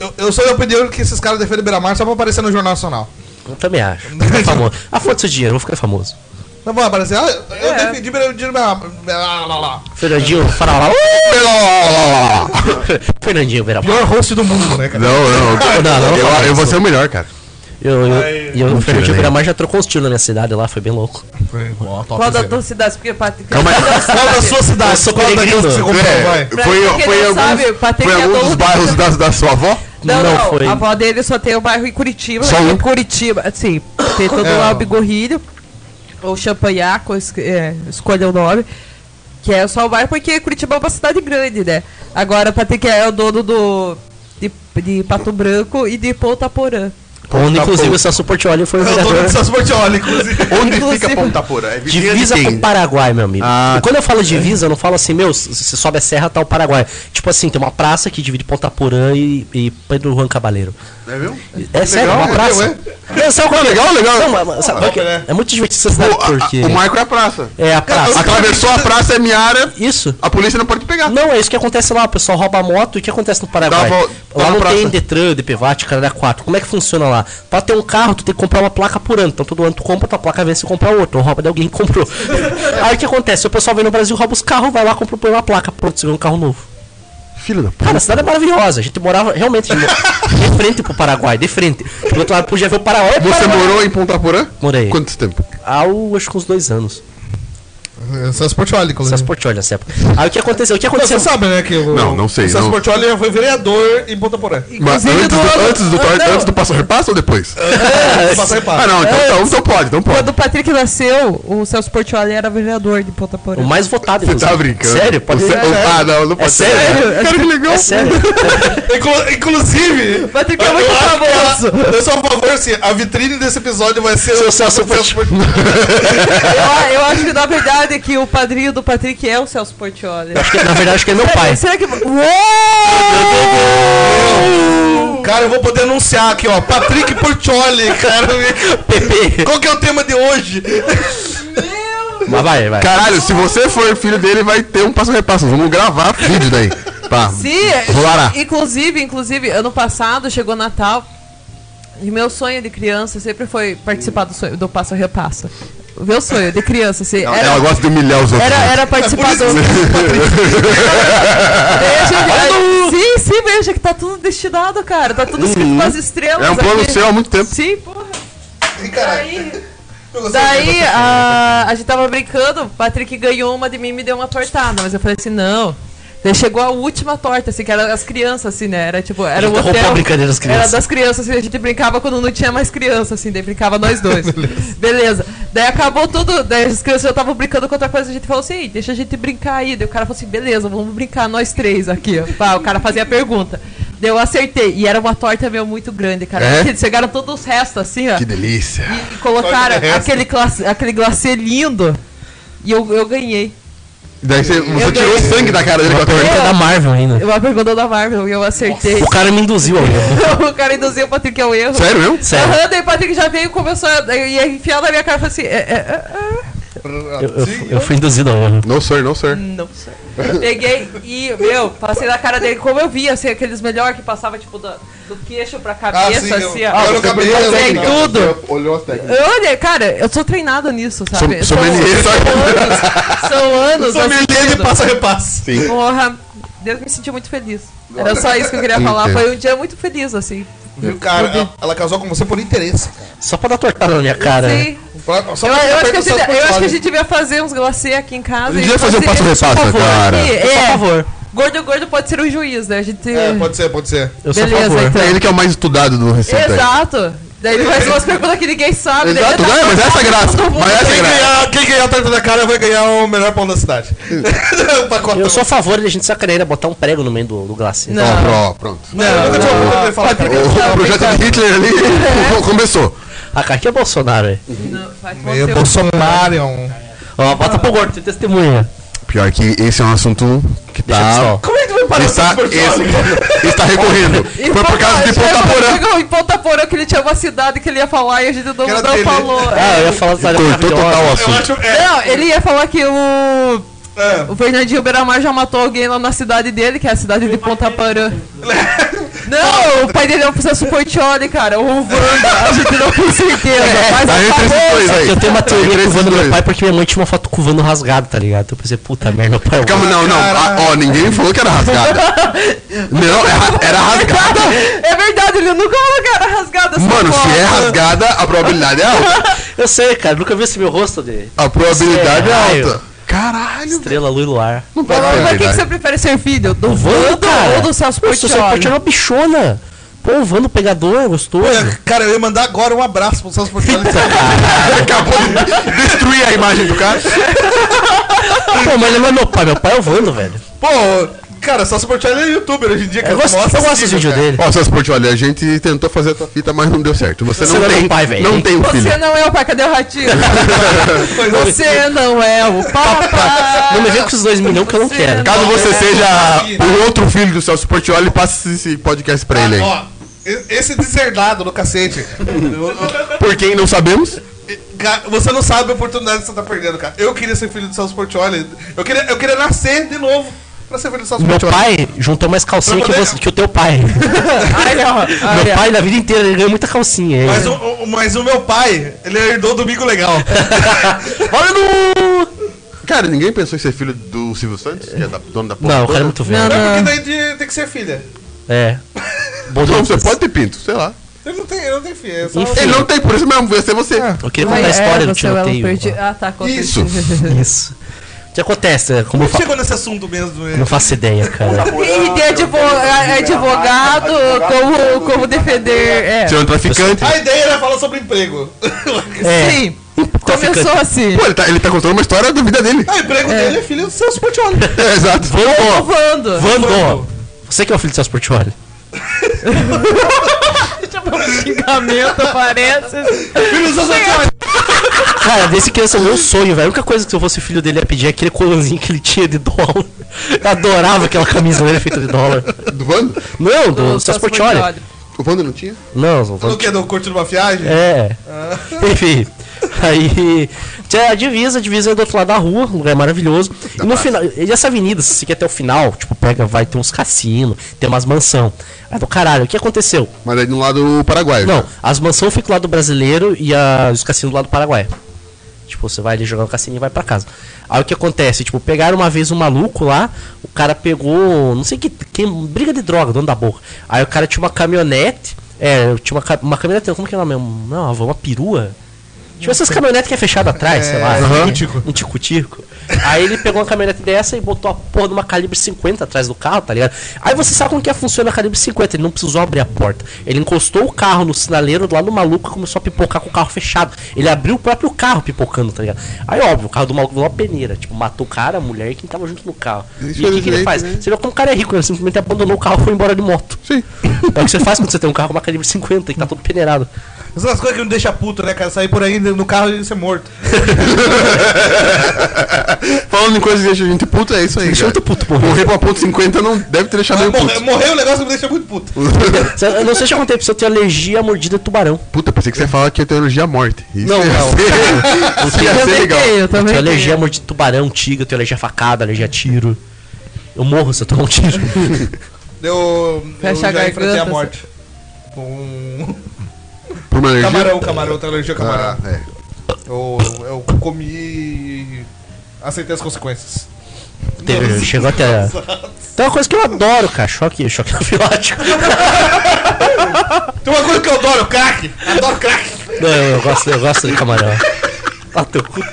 Speaker 1: Eu, eu sou da opinião que esses caras defendem Beira-Mar só pra aparecer no Jornal Nacional.
Speaker 3: Eu também acho. Vou ficar famoso. Ah, foda-se o dinheiro, eu vou ficar famoso.
Speaker 1: Não vão aparecer. Ah, eu eu
Speaker 4: É.
Speaker 1: defendi Beira-Mar.
Speaker 3: Fernandinho, fala lá. Fernandinho, verá.
Speaker 1: Pior host do mundo, né, cara?
Speaker 2: Não, não.
Speaker 3: Não, não, não
Speaker 2: eu,
Speaker 3: fala
Speaker 2: eu vou
Speaker 3: isso.
Speaker 2: ser o melhor, cara.
Speaker 3: Eu, eu, e eu, o Fernandinho
Speaker 2: né?
Speaker 3: Beiramar já trocou uns tiros na minha cidade lá, foi bem louco.
Speaker 1: Foi, ó, top,
Speaker 4: Qual da
Speaker 1: zero.
Speaker 3: é.
Speaker 4: tua cidade? Porque Patrick.
Speaker 2: Calma aí.
Speaker 1: Qual da sua cidade?
Speaker 3: Eu sou
Speaker 1: Qual daqueles que você
Speaker 3: peregrino.
Speaker 1: comprou, vai?
Speaker 2: É,
Speaker 4: Pra
Speaker 2: foi
Speaker 4: quem
Speaker 2: foi
Speaker 4: não
Speaker 2: alguns,
Speaker 4: sabe, Patrick
Speaker 2: foi
Speaker 4: é
Speaker 2: alguns
Speaker 4: dono-
Speaker 2: bairros da, da sua avó?
Speaker 4: Não,
Speaker 3: Não,
Speaker 4: não,
Speaker 3: foi.
Speaker 4: a avó dele só tem o bairro em Curitiba.
Speaker 2: Só um?
Speaker 4: em Curitiba, assim, tem todo
Speaker 1: É.
Speaker 4: lá o Bigorrilho, ou Champanhaco, es- é, escolha o nome. Que é só o bairro, porque Curitiba é uma cidade grande, né? Agora, Patrick é o dono do, de, de Pato Branco e de Ponta Porã.
Speaker 3: Onde, inclusive, o Celso Portioli foi
Speaker 1: Eu
Speaker 3: o
Speaker 1: tô
Speaker 3: vereador.
Speaker 1: no Celso Portioli, inclusive.
Speaker 2: Onde
Speaker 4: Inclusive-
Speaker 2: fica Ponta Porã? É vizinha de
Speaker 3: Divisa
Speaker 2: quem?
Speaker 3: com o Paraguai, meu amigo.
Speaker 2: Ah,
Speaker 3: e quando eu falo divisa, eu não falo assim, meu, se se sobe a serra, tá o Paraguai. Tipo assim, tem uma praça que divide Ponta Porã e, e Pedro Juan Cabaleiro.
Speaker 2: É mesmo?
Speaker 3: É sério,
Speaker 2: Legal,
Speaker 3: uma praça. É, sabe qual é legal, legal. é muito divertido essa cidade,
Speaker 2: O, a-
Speaker 3: porque...
Speaker 2: o Marco é a praça.
Speaker 3: É a praça.
Speaker 2: Atravessou a praça, é minha área,
Speaker 3: Isso.
Speaker 2: a polícia não pode pegar.
Speaker 3: Não, é isso que acontece lá, o pessoal rouba a moto. E o que acontece no Paraguai?
Speaker 2: Dá a vol- dá
Speaker 3: lá
Speaker 2: na
Speaker 3: não
Speaker 2: praça.
Speaker 3: tem Detran, DPVAT, Caralho 4. Como é que funciona lá? Pra ter um carro, tu tem que comprar uma placa por ano. Então todo ano tu compra, tua placa vence e compra outro. Ou rouba de alguém que comprou. Aí o que acontece? O pessoal vem no Brasil, rouba os carros, vai lá, compra põe uma placa. Pronto, você ganha um carro novo.
Speaker 2: Filho da
Speaker 3: Cara, a cidade é maravilhosa. A gente morava realmente de, de frente pro Paraguai, de frente. Do outro lado podia ver o Paraguai. é
Speaker 2: Você
Speaker 3: Paraguai.
Speaker 2: morou em Ponta Porã?
Speaker 3: Morei.
Speaker 2: Quanto tempo?
Speaker 3: Há, o- acho que uns dois anos.
Speaker 2: É,
Speaker 1: Celso Portioli, inclusive.
Speaker 3: Essas portiolhas, essa época. Aí o que aconteceu? O que
Speaker 1: É. Não, Você
Speaker 3: aconteceu?
Speaker 1: sabe, né, que o...
Speaker 2: Não, não sei,
Speaker 1: O Celso
Speaker 2: não.
Speaker 1: Portioli foi vereador em Ponta Porã.
Speaker 2: Mas
Speaker 4: Inclusive
Speaker 2: antes do,
Speaker 4: do-
Speaker 2: antes, do,
Speaker 4: Ah, não.
Speaker 2: antes do passo repasso ou depois?
Speaker 1: Passa aí, passa.
Speaker 2: Ah, não, então, então, então pode, então pode.
Speaker 4: Quando o Patrick nasceu, o Celso Portioli era vereador de Ponta
Speaker 3: O
Speaker 4: Porã.
Speaker 3: mais votado,
Speaker 2: Você tá
Speaker 3: inclusive.
Speaker 2: brincando?
Speaker 3: Sério? Pode É
Speaker 2: O Cé- o- Ah, não, não pode ser.
Speaker 3: sério.
Speaker 2: Cara, que legal.
Speaker 3: É sério.
Speaker 1: Inclu- Inclusive...
Speaker 4: Patrick é muito
Speaker 1: eu acho que
Speaker 4: famoso.
Speaker 1: ela- Eu sou a favor, assim, a vitrine desse episódio vai ser o Celso Portioli.
Speaker 4: Eu, eu acho que na verdade é que o padrinho do Patrick é o Celso Portioli.
Speaker 3: Acho que- na verdade, acho que é meu pai.
Speaker 4: Será que. Uou!
Speaker 1: um Cara, eu vou poder anunciar aqui, ó. Patrick Portioli, cara.
Speaker 3: Pepe.
Speaker 1: Qual que é o tema de hoje?
Speaker 3: Mas vai, vai.
Speaker 2: Caralho, se você for filho dele, vai ter um passo repasso. Vamos gravar vídeo daí. Pá.
Speaker 4: Sim,
Speaker 2: Rolará.
Speaker 4: inclusive, inclusive, ano passado chegou Natal. E meu sonho de criança sempre foi participar do, sonho, do Passo Repassa. meu sonho de criança, assim,
Speaker 2: Ela,
Speaker 4: era,
Speaker 2: ela gosta de humilhar os outros. né?
Speaker 4: era, era participar do. Veja, sim, sim, veja que tá tudo destinado, cara. Tá tudo escrito nas estrelas.
Speaker 2: Uhum. É um plano
Speaker 4: aqui.
Speaker 2: seu há muito tempo.
Speaker 4: Sim, porra.
Speaker 1: Ih, caralho.
Speaker 4: Aí,
Speaker 1: Eu gostei
Speaker 4: daí
Speaker 1: dessa-
Speaker 4: a, a gente tava brincando, o Patrick ganhou uma de mim e me deu uma tortada, mas eu falei assim, não. Daí chegou a última torta, assim, que era as crianças, assim, né? Era tipo, era um
Speaker 3: Interrompeu
Speaker 4: hotel.
Speaker 3: a brincadeira das
Speaker 4: Era
Speaker 3: crianças.
Speaker 4: das crianças, assim, a gente brincava quando não tinha mais criança, assim, daí brincava nós dois. Beleza. Daí acabou tudo, daí as crianças já estavam brincando com outra coisa, a gente falou assim, "Ei, deixa a gente brincar aí. Daí o cara falou assim, beleza, vamos brincar nós três aqui, ó. Pá, o cara fazia a pergunta. Daí eu acertei, e era uma torta, meu, muito grande, cara.
Speaker 2: É?
Speaker 4: Eles chegaram todos os restos, assim, ó.
Speaker 2: Que delícia.
Speaker 4: E colocaram
Speaker 1: Torta de resto.
Speaker 4: aquele, glace, aquele glacê lindo. E eu, eu ganhei.
Speaker 2: Daí você, você tirou o
Speaker 4: ganhei.
Speaker 2: sangue da cara dele com a
Speaker 3: Pergunta
Speaker 2: torta.
Speaker 4: Eu-
Speaker 3: é da Marvel ainda.
Speaker 4: Uma pergunta da Marvel e eu acertei.
Speaker 3: O cara me induziu ao erro.
Speaker 4: o cara induziu o Patrick ao erro.
Speaker 2: Sério mesmo?
Speaker 3: Sério.
Speaker 4: Aham, daí o Patrick já veio e começou a ia enfiar na minha cara e falou assim: é, é,
Speaker 3: Eu, eu- eu fui induzido ao erro.
Speaker 2: Não, sir, não, sir.
Speaker 4: é, não sei. Peguei e, meu, passei na cara dele como eu via, assim, aqueles melhor que passava, tipo, do, do queixo pra
Speaker 1: Ah,
Speaker 4: cabeça,
Speaker 1: sim, eu,
Speaker 4: assim,
Speaker 1: eu
Speaker 4: ó.
Speaker 1: no cabelo.
Speaker 4: Sei
Speaker 1: né?
Speaker 4: tudo.
Speaker 2: Olhou as técnicas.
Speaker 4: Olha, cara, eu sou treinado nisso, sabe?
Speaker 2: Som- sommelier,
Speaker 4: são,
Speaker 2: sabe?
Speaker 4: anos, são anos. assim,
Speaker 1: Sommelier de
Speaker 4: assistindo.
Speaker 1: passa repasse.
Speaker 2: Sim.
Speaker 4: Porra, Deus me sentiu muito feliz. Era só isso que eu queria falar.
Speaker 2: Entendo.
Speaker 4: Foi um dia muito feliz, assim.
Speaker 1: Viu, cara? Ela, ela casou com você por interesse. cara.
Speaker 3: Só pra dar tortada na minha cara. né?
Speaker 4: Sim.
Speaker 1: Pra- só
Speaker 4: Eu,
Speaker 1: pra-
Speaker 2: é.
Speaker 4: eu acho que a
Speaker 1: só
Speaker 4: gente,
Speaker 1: pra-
Speaker 4: eu acho que a gente devia fazer uns glacê aqui em casa.
Speaker 2: A gente
Speaker 4: e
Speaker 2: ia fazer um passo repassa,
Speaker 4: Por favor,
Speaker 2: cara.
Speaker 4: aqui,
Speaker 3: Por
Speaker 4: é.
Speaker 3: favor.
Speaker 4: Gordo gordo pode ser o juiz, né? A gente.
Speaker 1: É, pode ser, pode ser.
Speaker 3: Eu sou a
Speaker 4: Beleza,
Speaker 3: favor.
Speaker 4: então.
Speaker 2: É ele que é o mais estudado do recente.
Speaker 4: Exato. Daí ele faz umas perguntas que ninguém sabe. daí
Speaker 2: Exato,
Speaker 4: ele
Speaker 2: né?
Speaker 4: tá
Speaker 2: Mas essa é a graça.
Speaker 4: todo mundo
Speaker 2: Mas essa é
Speaker 1: Quem
Speaker 2: a graça.
Speaker 1: ganhar, quem ganhar a treta da cara vai ganhar o melhor pão da cidade. o pacote.
Speaker 3: Eu sou a favor de a gente sacaneira botar um prego no meio do, do glacê.
Speaker 4: Não.
Speaker 2: Ó, pró- pronto.
Speaker 1: Eu nunca tinha ouvido ele falar, cara.
Speaker 2: O projeto de Hitler ali começou.
Speaker 3: A cara aqui é Bolsonaro, velho.
Speaker 4: Não, faz
Speaker 1: Meio
Speaker 4: você.
Speaker 1: Bolsonaro.
Speaker 3: Ó, bota pro gordo, tem testemunha.
Speaker 2: Pior que esse é um assunto que tá.
Speaker 1: Como é que tu vai parar
Speaker 2: Está,
Speaker 1: com esse
Speaker 2: esse, está recorrendo.
Speaker 4: E
Speaker 2: Foi por causa de
Speaker 4: Ponta-
Speaker 2: Ponta Porã.
Speaker 4: Chegou em Ponta Porã que ele tinha uma cidade que ele ia falar e a gente não,
Speaker 1: Que era
Speaker 4: não
Speaker 1: dele.
Speaker 4: falou.
Speaker 3: Ah, eu ia falar dessa área
Speaker 2: Cortou total o
Speaker 3: maravilhosa.
Speaker 1: Eu acho.
Speaker 2: assunto.
Speaker 1: É,
Speaker 4: Não, ele ia falar que o.
Speaker 1: é.
Speaker 4: O Fernandinho Beiramar já matou alguém lá na cidade dele, que é a cidade de Ponta Porã.
Speaker 1: é.
Speaker 4: Não, o pai dele é um processo Portioli, cara. O Wanda, a gente não tem certeza. Mas
Speaker 2: Tá entre esses dois aí.
Speaker 3: Sabe É
Speaker 2: Tá
Speaker 3: que eu tenho uma teoria
Speaker 2: Entre
Speaker 3: com o
Speaker 2: esses
Speaker 3: vano do meu
Speaker 2: dois.
Speaker 3: pai porque minha mãe tinha uma foto com o vano rasgado, tá ligado? Então eu pensei, puta merda, meu pai. é um-
Speaker 2: Calma, não, não. Ah, ó, ninguém falou que era rasgada. Não, é ra- era rasgada.
Speaker 4: É verdade, ele nunca falou que era rasgado essa
Speaker 2: Mano, se
Speaker 4: foto.
Speaker 2: é rasgada, a probabilidade é alta.
Speaker 3: Eu sei, cara, nunca vi esse meu rosto de
Speaker 2: A probabilidade é
Speaker 3: Sério?
Speaker 2: alta. Caralho,
Speaker 3: estrela, lua e luar.
Speaker 2: não
Speaker 4: Mas,
Speaker 2: pode ter
Speaker 4: mas quem que
Speaker 2: verdade.
Speaker 4: você prefere ser filho? Do
Speaker 3: Vando,
Speaker 4: Wanda
Speaker 3: cara.
Speaker 4: ou do Celso
Speaker 3: Pô, seu Portiolli é
Speaker 4: Portioli?
Speaker 3: uma bichona. Pô, o Vando pegador, é gostoso.
Speaker 1: Olha, cara, eu ia mandar agora um abraço pro Celso Portiolli.
Speaker 2: Acabou de destruir a imagem do cara.
Speaker 3: Pô, mas ele não é meu pai, meu pai é o Vando, velho.
Speaker 1: Pô, cara, Celso Portiolli é youtuber hoje em dia.
Speaker 3: Eu gosto, eu gosto dos vídeos dele.
Speaker 2: Ó, seus portos, olha, a gente tentou fazer a tua fita, mas não deu certo. Você,
Speaker 3: Você
Speaker 2: não,
Speaker 3: não é
Speaker 2: tem
Speaker 3: meu pai, velho.
Speaker 2: Não tem um filho.
Speaker 4: Você não é o pai, cadê o ratinho?
Speaker 1: assim,
Speaker 4: Você não é o papai.
Speaker 3: Não me vem com esses dois milhões que eu não
Speaker 4: Você
Speaker 3: quero.
Speaker 4: não-
Speaker 2: Caso você seja o outro filho do Celso Portioli, passe esse podcast pra ele aí.
Speaker 1: Ó, e- esse deserdado no cacete.
Speaker 2: Por quem não sabemos,
Speaker 1: Ca- Você não sabe a oportunidade que você tá perdendo, cara. Eu queria ser filho do Celso Portiolli. Eu queria, eu queria nascer de novo pra ser filho do Celso
Speaker 3: Meu
Speaker 1: Portiolli.
Speaker 3: pai juntou mais calcinha que,
Speaker 1: Pra poder-
Speaker 3: você- que o teu pai.
Speaker 4: Ai, ó,
Speaker 3: meu
Speaker 4: olha.
Speaker 3: pai, na vida inteira, ele ganhou muita calcinha.
Speaker 1: Mas um- o, o- mas o meu pai, ele herdou o Domingo Legal.
Speaker 3: Olha no...
Speaker 2: Cara, ninguém pensou em ser filho do Silvio Santos, que é da, dono da porra
Speaker 3: Não, o cara
Speaker 2: toda.
Speaker 3: é muito velho.
Speaker 1: É porque daí de- tem que ser filha.
Speaker 3: É. Bom,
Speaker 2: Não, você pode ter pinto, sei lá.
Speaker 1: Ele não tem, ele não tem filha. é só-
Speaker 3: Enfim.
Speaker 2: Ele não tem, por isso mesmo, vai ser você.
Speaker 3: Eu queria
Speaker 4: Ai,
Speaker 3: contar a história
Speaker 4: é,
Speaker 3: do
Speaker 4: você é o
Speaker 3: tiroteio.
Speaker 4: perdi- Ah, tá, conta
Speaker 2: Isso.
Speaker 3: Isso. O que acontece? né? Como eu
Speaker 1: Como
Speaker 3: fa...
Speaker 1: chegou nesse assunto mesmo? né?
Speaker 3: Não faço ideia, cara.
Speaker 4: E tem é advo- a- advogado, como, como defender. É.
Speaker 2: Você é um traficante.
Speaker 1: A ideia era falar sobre emprego.
Speaker 3: É.
Speaker 4: Sim, começou assim.
Speaker 2: Pô, ele tá, ele tá contando uma história da vida dele.
Speaker 1: Ah, o emprego dele é filho do Celso Portiolli.
Speaker 2: É, exato.
Speaker 4: Tô
Speaker 2: Ó,
Speaker 4: voando.
Speaker 3: Vando! Você que é o filho do Celso Portiolli.
Speaker 4: Xingamento, parece.
Speaker 1: Filho do Celso Portiolli.
Speaker 3: Cara, desse criança é o meu sonho, velho. A única coisa que se eu fosse filho dele ia pedir é aquele colanzinho que ele tinha de dólar. Eu adorava aquela camisa dele feita de dólar.
Speaker 2: do Vando?
Speaker 3: Não, do, Celso Portiolli.
Speaker 2: O Vando não tinha?
Speaker 3: Não, não
Speaker 1: O que? Do um curto de uma viagem?
Speaker 3: É. Enfim. Aí. Tinha a divisa, a divisa é do outro lado da rua, um lugar maravilhoso. E no final. E essa avenida, se você quer até o final, tipo, pega, vai ter uns cassinos, tem umas mansão. Aí do caralho, o que aconteceu?
Speaker 2: Mas aí do lado né? paraguaio.
Speaker 3: Não, as mansões ficam do lado brasileiro e a- os cassinos do lado do Paraguai. Tipo, você vai ali jogar no cassino e vai pra casa. Aí o que acontece? Tipo, pegaram uma vez um maluco lá, o cara pegou, não sei que, quem, briga de droga, dono da boca. Aí o cara tinha uma caminhonete, é, tinha uma, ca- uma caminhonete, como que é o nome? Não, uma perua. Tipo essas caminhonetes que é fechada atrás, sei
Speaker 1: É,
Speaker 3: lá. Um tico. Um tico-tico. Aí ele pegou uma caminhonete dessa e botou a porra de uma calibre 50 atrás do carro, tá ligado? Aí você sabe como que funciona a calibre 50, ele não precisou abrir a porta. Ele encostou o carro no sinaleiro lá no maluco e começou a pipocar com o carro fechado. Ele abriu o próprio carro pipocando, tá ligado? Aí, óbvio, o carro do maluco virou uma peneira. Tipo, matou o cara, a mulher e quem tava junto no carro.
Speaker 1: Isso
Speaker 3: e o que, que
Speaker 1: direito,
Speaker 3: ele faz?
Speaker 1: né?
Speaker 3: Você vê como o cara é rico, ele simplesmente abandonou o carro e foi embora de moto.
Speaker 1: Sim.
Speaker 3: É o que você faz quando você tem um carro com uma calibre 50 que tá todo peneirado.
Speaker 1: Essas coisas que não deixa puto, né, cara? Sair por aí no carro e ser morto.
Speaker 2: Falando em coisas que deixam a gente puto, é isso aí.
Speaker 3: Deixa eu
Speaker 2: cara.
Speaker 3: tô puto, porra.
Speaker 2: Morrer pra ponto 50 não deve ter deixado eu
Speaker 1: Morre-
Speaker 2: puto.
Speaker 1: Morreu um negócio que me deixa muito puto.
Speaker 3: Cê- Eu não sei se eu contei pra você, eu tenho alergia à mordida de tubarão.
Speaker 2: Puta, pensei que você ia falar que é teologia à morte. Isso
Speaker 3: Não,
Speaker 2: ia
Speaker 3: não.
Speaker 2: Ser, isso ia ser é legal.
Speaker 4: tenho, eu
Speaker 3: Eu
Speaker 4: também
Speaker 3: tenho
Speaker 4: tenho.
Speaker 3: alergia à mordida de tubarão, tigre, eu tenho alergia a facada, alergia a tiro. Eu morro se eu tomar um tiro.
Speaker 1: Eu,
Speaker 4: Fecha
Speaker 1: eu
Speaker 4: a
Speaker 1: já enfrentei a
Speaker 4: garganta, assim.
Speaker 1: morte. Um
Speaker 2: Por uma alergia.
Speaker 1: camarão, camarão, tem alergia a camarão.
Speaker 2: Ah, é.
Speaker 1: Eu, eu comi e aceitei as consequências.
Speaker 3: Teve- chegou até. Tem uma coisa que eu adoro, cara. Choque, choque anfilático.
Speaker 1: Tem uma coisa que eu adoro, crack! Adoro crack!
Speaker 3: Não, eu, eu gosto, eu gosto de camarão.
Speaker 4: Tá
Speaker 3: Ah, teu cu.
Speaker 2: É.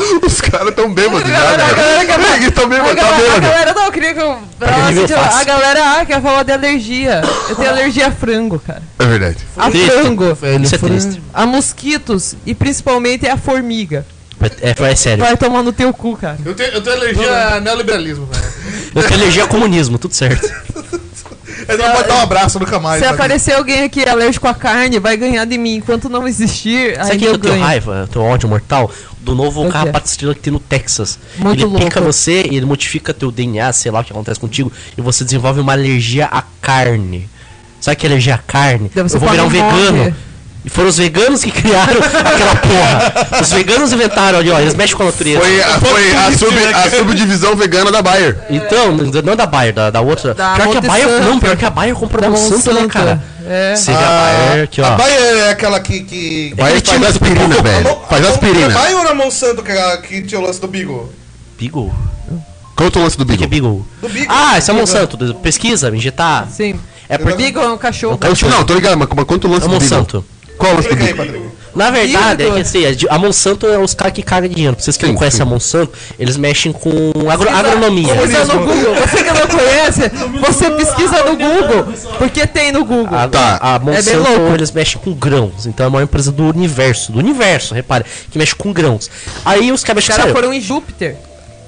Speaker 2: Os caras tão bêbados já,
Speaker 4: A
Speaker 2: cara.
Speaker 4: galera, quer-
Speaker 2: Eles tão
Speaker 4: a
Speaker 2: bêbados, tá
Speaker 4: galera, a
Speaker 2: bêbado.
Speaker 4: galera não, eu queria que eu.
Speaker 3: que
Speaker 4: Nossa,
Speaker 3: nível
Speaker 4: tipo, a
Speaker 3: fácil?
Speaker 4: galera ah, quer falar de alergia. Eu tenho alergia a frango, cara.
Speaker 2: É verdade.
Speaker 4: A
Speaker 3: Triste,
Speaker 4: frango,
Speaker 3: velho, Isso é triste.
Speaker 4: a mosquitos e principalmente a formiga.
Speaker 3: É, é, sério.
Speaker 4: Vai tomar no teu cu, cara.
Speaker 1: Eu tenho, eu tenho alergia a neoliberalismo, velho.
Speaker 3: Eu tenho alergia ao comunismo, tudo certo.
Speaker 1: Ele não pode dar um abraço nunca mais.
Speaker 4: Se
Speaker 1: sabe?
Speaker 4: aparecer alguém aqui alérgico à carne, vai ganhar de mim. Enquanto não existir,
Speaker 3: Sabe
Speaker 4: ainda
Speaker 3: quem que
Speaker 4: eu
Speaker 3: eu tenho
Speaker 4: ganho.
Speaker 3: raiva, eu tenho ódio mortal? Do novo
Speaker 4: O quê?
Speaker 3: carrapato estrela que tem no Texas.
Speaker 4: Muito
Speaker 3: ele
Speaker 4: louco.
Speaker 3: pica você e ele modifica teu DNA, sei lá o que acontece contigo, e você desenvolve uma alergia à carne. Sabe que é alergia à carne?
Speaker 4: Daí você
Speaker 3: eu vou virar um
Speaker 4: come e morre.
Speaker 3: vegano. E foram os veganos que criaram aquela porra. Os veganos inventaram ali, ó, eles mexem com a natureza.
Speaker 2: Foi, a, foi a, sub- a subdivisão vegana da Bayer.
Speaker 3: Então, não da Bayer, da, da outra.
Speaker 4: Da
Speaker 3: pior que a Bayer,
Speaker 4: Monsanto.
Speaker 3: não, pior que a Bayer comprou
Speaker 4: Da
Speaker 3: a Monsanto, né,
Speaker 4: Monsanto.
Speaker 3: cara?
Speaker 4: É.
Speaker 3: Seria a Bayer, que ó.
Speaker 1: A Bayer é aquela que. que...
Speaker 3: Aquele
Speaker 2: Bayer faz
Speaker 3: time-
Speaker 2: aspirina,
Speaker 1: A
Speaker 2: velho.
Speaker 1: Mon- a
Speaker 2: Faz
Speaker 1: Mon- É
Speaker 2: aspirina.
Speaker 1: Bayer ou a Monsanto que, é a- que tinha o lance do Beagle?
Speaker 3: Beagle?
Speaker 2: Conta o lance do
Speaker 3: O que é
Speaker 2: Beagle.
Speaker 3: Beagle?
Speaker 1: Do Beagle.
Speaker 3: Ah, esse é Monsanto. do- Pesquisa, injetar.
Speaker 4: Sim.
Speaker 3: É porque.
Speaker 4: Beagle é um cachorro.
Speaker 3: É
Speaker 2: Eu sei- Não, tô ligado, mas mas conta o lance
Speaker 3: A
Speaker 2: do Beagle.
Speaker 3: Monsanto.
Speaker 2: Qual o lance do
Speaker 1: Explica aí,
Speaker 2: Beagle?
Speaker 1: Patrick.
Speaker 3: Na verdade, é
Speaker 4: Beagle.
Speaker 3: que assim, a de- a Monsanto é os caras que cagam dinheiro. Pra vocês que
Speaker 2: Sim,
Speaker 3: não conhecem
Speaker 2: sim. tá.
Speaker 3: a Monsanto, eles mexem com agro- agronomia.
Speaker 2: é
Speaker 4: Pesquisa no Google. Você que não conhece, você pesquisa no Google. Porque tem no Google.
Speaker 3: A,
Speaker 2: Tá.
Speaker 3: a Monsanto,
Speaker 4: bem louco.
Speaker 3: eles mexem com grãos. Então é a maior empresa do universo. Do universo, repare. Que mexe com grãos. Aí os caras
Speaker 4: Os
Speaker 3: mexem
Speaker 4: caras
Speaker 3: com
Speaker 4: foram em Júpiter.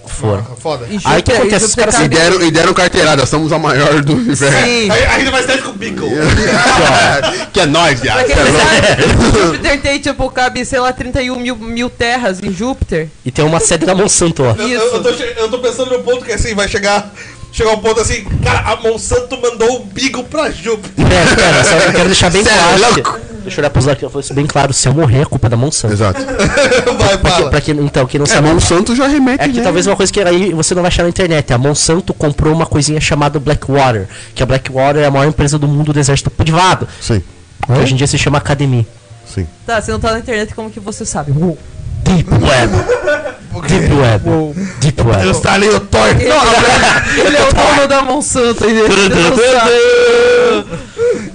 Speaker 3: Foram.
Speaker 1: Foda.
Speaker 4: Em
Speaker 3: Aí o que
Speaker 4: Júpiter-
Speaker 3: acontece?
Speaker 4: em
Speaker 3: Os caras
Speaker 4: Júpiter
Speaker 2: E deram, e deram carteirada, somos a maior do universo.
Speaker 1: Aí,
Speaker 4: Sim.
Speaker 1: ainda mais deve com o Beagle.
Speaker 2: que é nóis, viado.
Speaker 4: Pra
Speaker 3: Tá
Speaker 4: quem
Speaker 2: Cê é
Speaker 4: não
Speaker 2: louco.
Speaker 4: sabe, Júpiter tem, tipo, cabe, sei lá, 31 mil, mil terras em Júpiter.
Speaker 3: E tem uma sede da Monsanto lá.
Speaker 1: Eu, eu- eu tô, che- eu tô pensando no ponto que assim, vai chegar. Chegar um ponto assim, cara, a Monsanto mandou o Beagle pra Júpiter.
Speaker 3: Pera, pera, só que eu quero deixar bem
Speaker 2: Cê é
Speaker 3: claro.
Speaker 2: louco.
Speaker 3: que- Deixa eu olhar pros lados aqui. Eu falei isso bem claro. Se eu morrer, é culpa da Monsanto.
Speaker 2: Exato.
Speaker 1: Vai,
Speaker 3: Pra que-
Speaker 1: fala.
Speaker 3: pra quem- então, quem não
Speaker 2: É,
Speaker 3: sabe.
Speaker 2: Monsanto já remete.
Speaker 3: É que
Speaker 2: né?
Speaker 3: talvez uma coisa que aí você não vai achar na internet. A Monsanto comprou uma coisinha chamada Blackwater, que a Blackwater é a maior empresa do mundo do exército privado.
Speaker 2: Sim,
Speaker 3: que hoje em dia se chama Academy.
Speaker 2: sim.
Speaker 4: Tá, você não tá na internet, como que você sabe?
Speaker 3: Deep Web. Deep Web. Deep Web.
Speaker 2: Instalei o torque.
Speaker 4: Ele é o dono da Monsanto. Ele ele não sabe.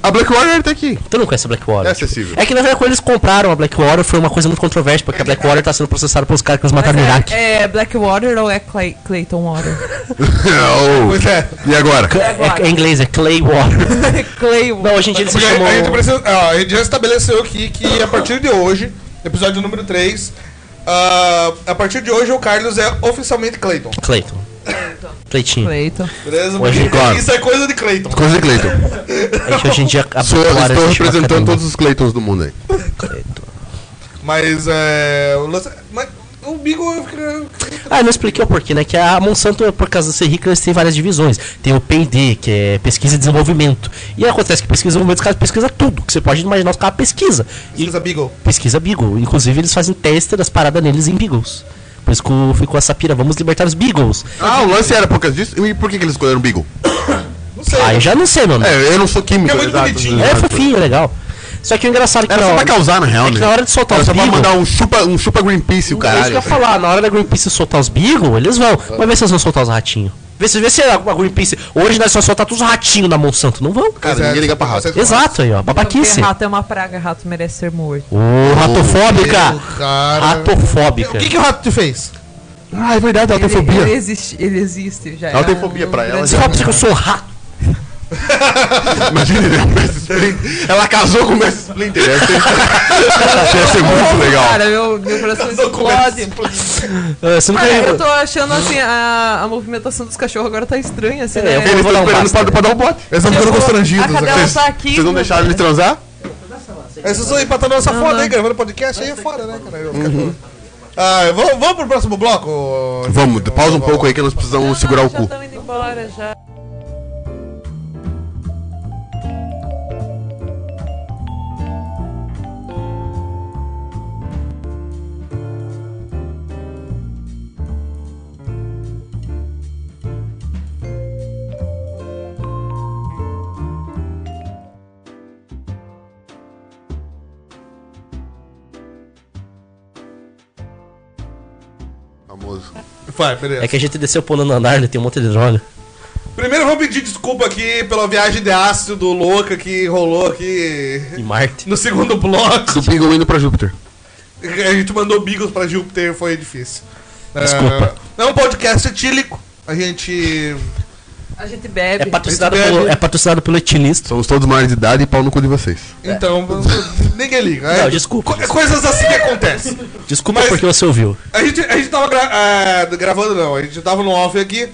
Speaker 2: A Blackwater tá aqui.
Speaker 3: Tu não conhece a Blackwater?
Speaker 2: É acessível.
Speaker 3: É que na verdade quando eles compraram a Blackwater foi uma coisa muito controversa, porque a Blackwater tá sendo processada pelos caras que eles mataram tá no Iraque.
Speaker 4: É, é Blackwater ou é Clay, Clayton Water?
Speaker 2: Oh,
Speaker 1: Pois é.
Speaker 2: E agora?
Speaker 3: É, é em inglês, é Claywater.
Speaker 4: Claywater.
Speaker 3: não, hoje em dia eles se
Speaker 1: Porque
Speaker 3: chamam...
Speaker 1: a,
Speaker 2: é-
Speaker 1: gente precisa- ah, a gente já estabeleceu aqui que a partir de hoje, episódio número 3, ah, a partir de hoje o Carlos é oficialmente Clayton.
Speaker 3: Clayton. Claytinho.
Speaker 4: Clayton.
Speaker 1: Beleza?
Speaker 3: Hoje,
Speaker 1: Isso-
Speaker 2: claro.
Speaker 1: Isso é coisa de Clayton.
Speaker 2: Coisa de Clayton.
Speaker 3: É que hoje em dia a
Speaker 2: Sou,
Speaker 3: Blackwater
Speaker 2: estou
Speaker 3: se chama
Speaker 2: representando
Speaker 3: Academy.
Speaker 2: todos os Claytons do mundo aí.
Speaker 3: Clayton.
Speaker 1: Mas é. O lance- mas o Beagle fica.
Speaker 3: Ah, eu não expliquei o porquê, né? Que a Monsanto, por causa de ser rica, eles têm várias divisões. Tem o P&D, que é pesquisa e desenvolvimento. E acontece que pesquisa e desenvolvimento, os caras pesquisam tudo. Que você pode imaginar, os caras pesquisam. E
Speaker 1: Pesquisa Beagle.
Speaker 3: pesquisa Beagle. Inclusive, eles fazem teste das paradas neles em Beagles. Por isso que o- ficou essa pira, vamos libertar os Beagles.
Speaker 2: Ah, o lance era por causa disso? E por que, que eles escolheram o Beagle?
Speaker 1: Não sei.
Speaker 3: Aí já não sei, mano. É,
Speaker 2: É, eu não sou químico.
Speaker 1: É muito
Speaker 2: exato.
Speaker 1: bonitinho.
Speaker 3: fofinho, legal. Só que o engraçado é que
Speaker 2: Era
Speaker 3: na
Speaker 2: só pra
Speaker 3: hora-
Speaker 2: causar, na real,
Speaker 3: é que
Speaker 2: né?
Speaker 3: na hora de soltar
Speaker 2: Era
Speaker 3: os
Speaker 2: só pra
Speaker 3: Beagle-
Speaker 2: mandar um chupa, um chupa Greenpeace, o
Speaker 3: É isso que
Speaker 2: caralho. Ah.
Speaker 3: eu ia falar, na hora da Greenpeace soltar os Beagle, eles vão. Mas vê se eles vão soltar os ratinhos. Vê se, vê se a Greenpeace. Hoje nós só soltar todos os ratinhos na Monsanto. Não vão.
Speaker 2: Cara, ninguém liga pra rato.
Speaker 3: Exato aí, ó.
Speaker 4: Porque
Speaker 3: Babaquice.
Speaker 4: rato é uma praga, rato merece ser morto.
Speaker 3: Ô, ratofóbica.
Speaker 1: Meu cara.
Speaker 3: Ratofóbica.
Speaker 1: O que, que o rato te fez?
Speaker 2: Ah, é verdade, ela tem
Speaker 4: Ele, ele
Speaker 2: fobia.
Speaker 4: existe, ele existe já. é um
Speaker 2: Ela tem fobia pra ela, é
Speaker 3: Você fala pra você que eu sou rato.
Speaker 2: Imagina, né? O Mestre Splinter. Ela casou com o Mestre Splinter. né? Deve ser, deve ser
Speaker 3: um
Speaker 2: muito legal.
Speaker 4: Cara, meu, meu coração explode.
Speaker 1: É,
Speaker 3: Ah, Você nunca
Speaker 4: Cara, eu tô achando assim, a, a movimentação dos cachorros agora tá estranha, assim, né?
Speaker 3: eu vou
Speaker 2: Eles
Speaker 3: dar
Speaker 2: estão
Speaker 3: um
Speaker 2: esperando
Speaker 3: basta.
Speaker 2: pra, pra dar um bote.
Speaker 1: Eles estão ficando
Speaker 4: a
Speaker 1: constrangidos.
Speaker 4: cadela
Speaker 1: Vocês
Speaker 4: tá aqui.
Speaker 2: Vocês não deixaram ele transar?
Speaker 1: vocês estão empatando essa foda aí, gravando podcast aí é fora, né, cara? Eu- Ah, vamos, vamos pro próximo bloco? ô,
Speaker 2: Vamos,
Speaker 1: Felipe?
Speaker 2: pausa um pouco aí que nós precisamos segurar o
Speaker 4: Ah, já
Speaker 2: cu.
Speaker 4: tão indo embora, já.
Speaker 2: Famoso.
Speaker 1: Vai, beleza.
Speaker 3: É que a gente desceu pro nono andar, né? Tem um monte de droga.
Speaker 1: Primeiro eu vou pedir desculpa aqui pela viagem de ácido louca que rolou aqui
Speaker 3: E Marte.
Speaker 1: no segundo bloco.
Speaker 2: Do Pingo indo pra Júpiter.
Speaker 1: A gente mandou Beagles pra Júpiter, foi difícil.
Speaker 3: Desculpa.
Speaker 1: É, é um podcast etílico. A gente.
Speaker 4: A gente bebe.
Speaker 3: É patrocinado,
Speaker 1: Esse
Speaker 3: pelo,
Speaker 1: bebe.
Speaker 3: é patrocinado pelo etilista.
Speaker 2: Somos todos maiores de idade e pau no cu de vocês.
Speaker 1: Então, ninguém liga.
Speaker 3: Não,
Speaker 1: é-
Speaker 3: desculpa,
Speaker 1: co- Coisas assim que acontecem.
Speaker 3: Desculpa
Speaker 1: Mas-
Speaker 3: porque você ouviu.
Speaker 1: A gente, a gente tava gra- ah, gravando, não, a gente tava no off aqui.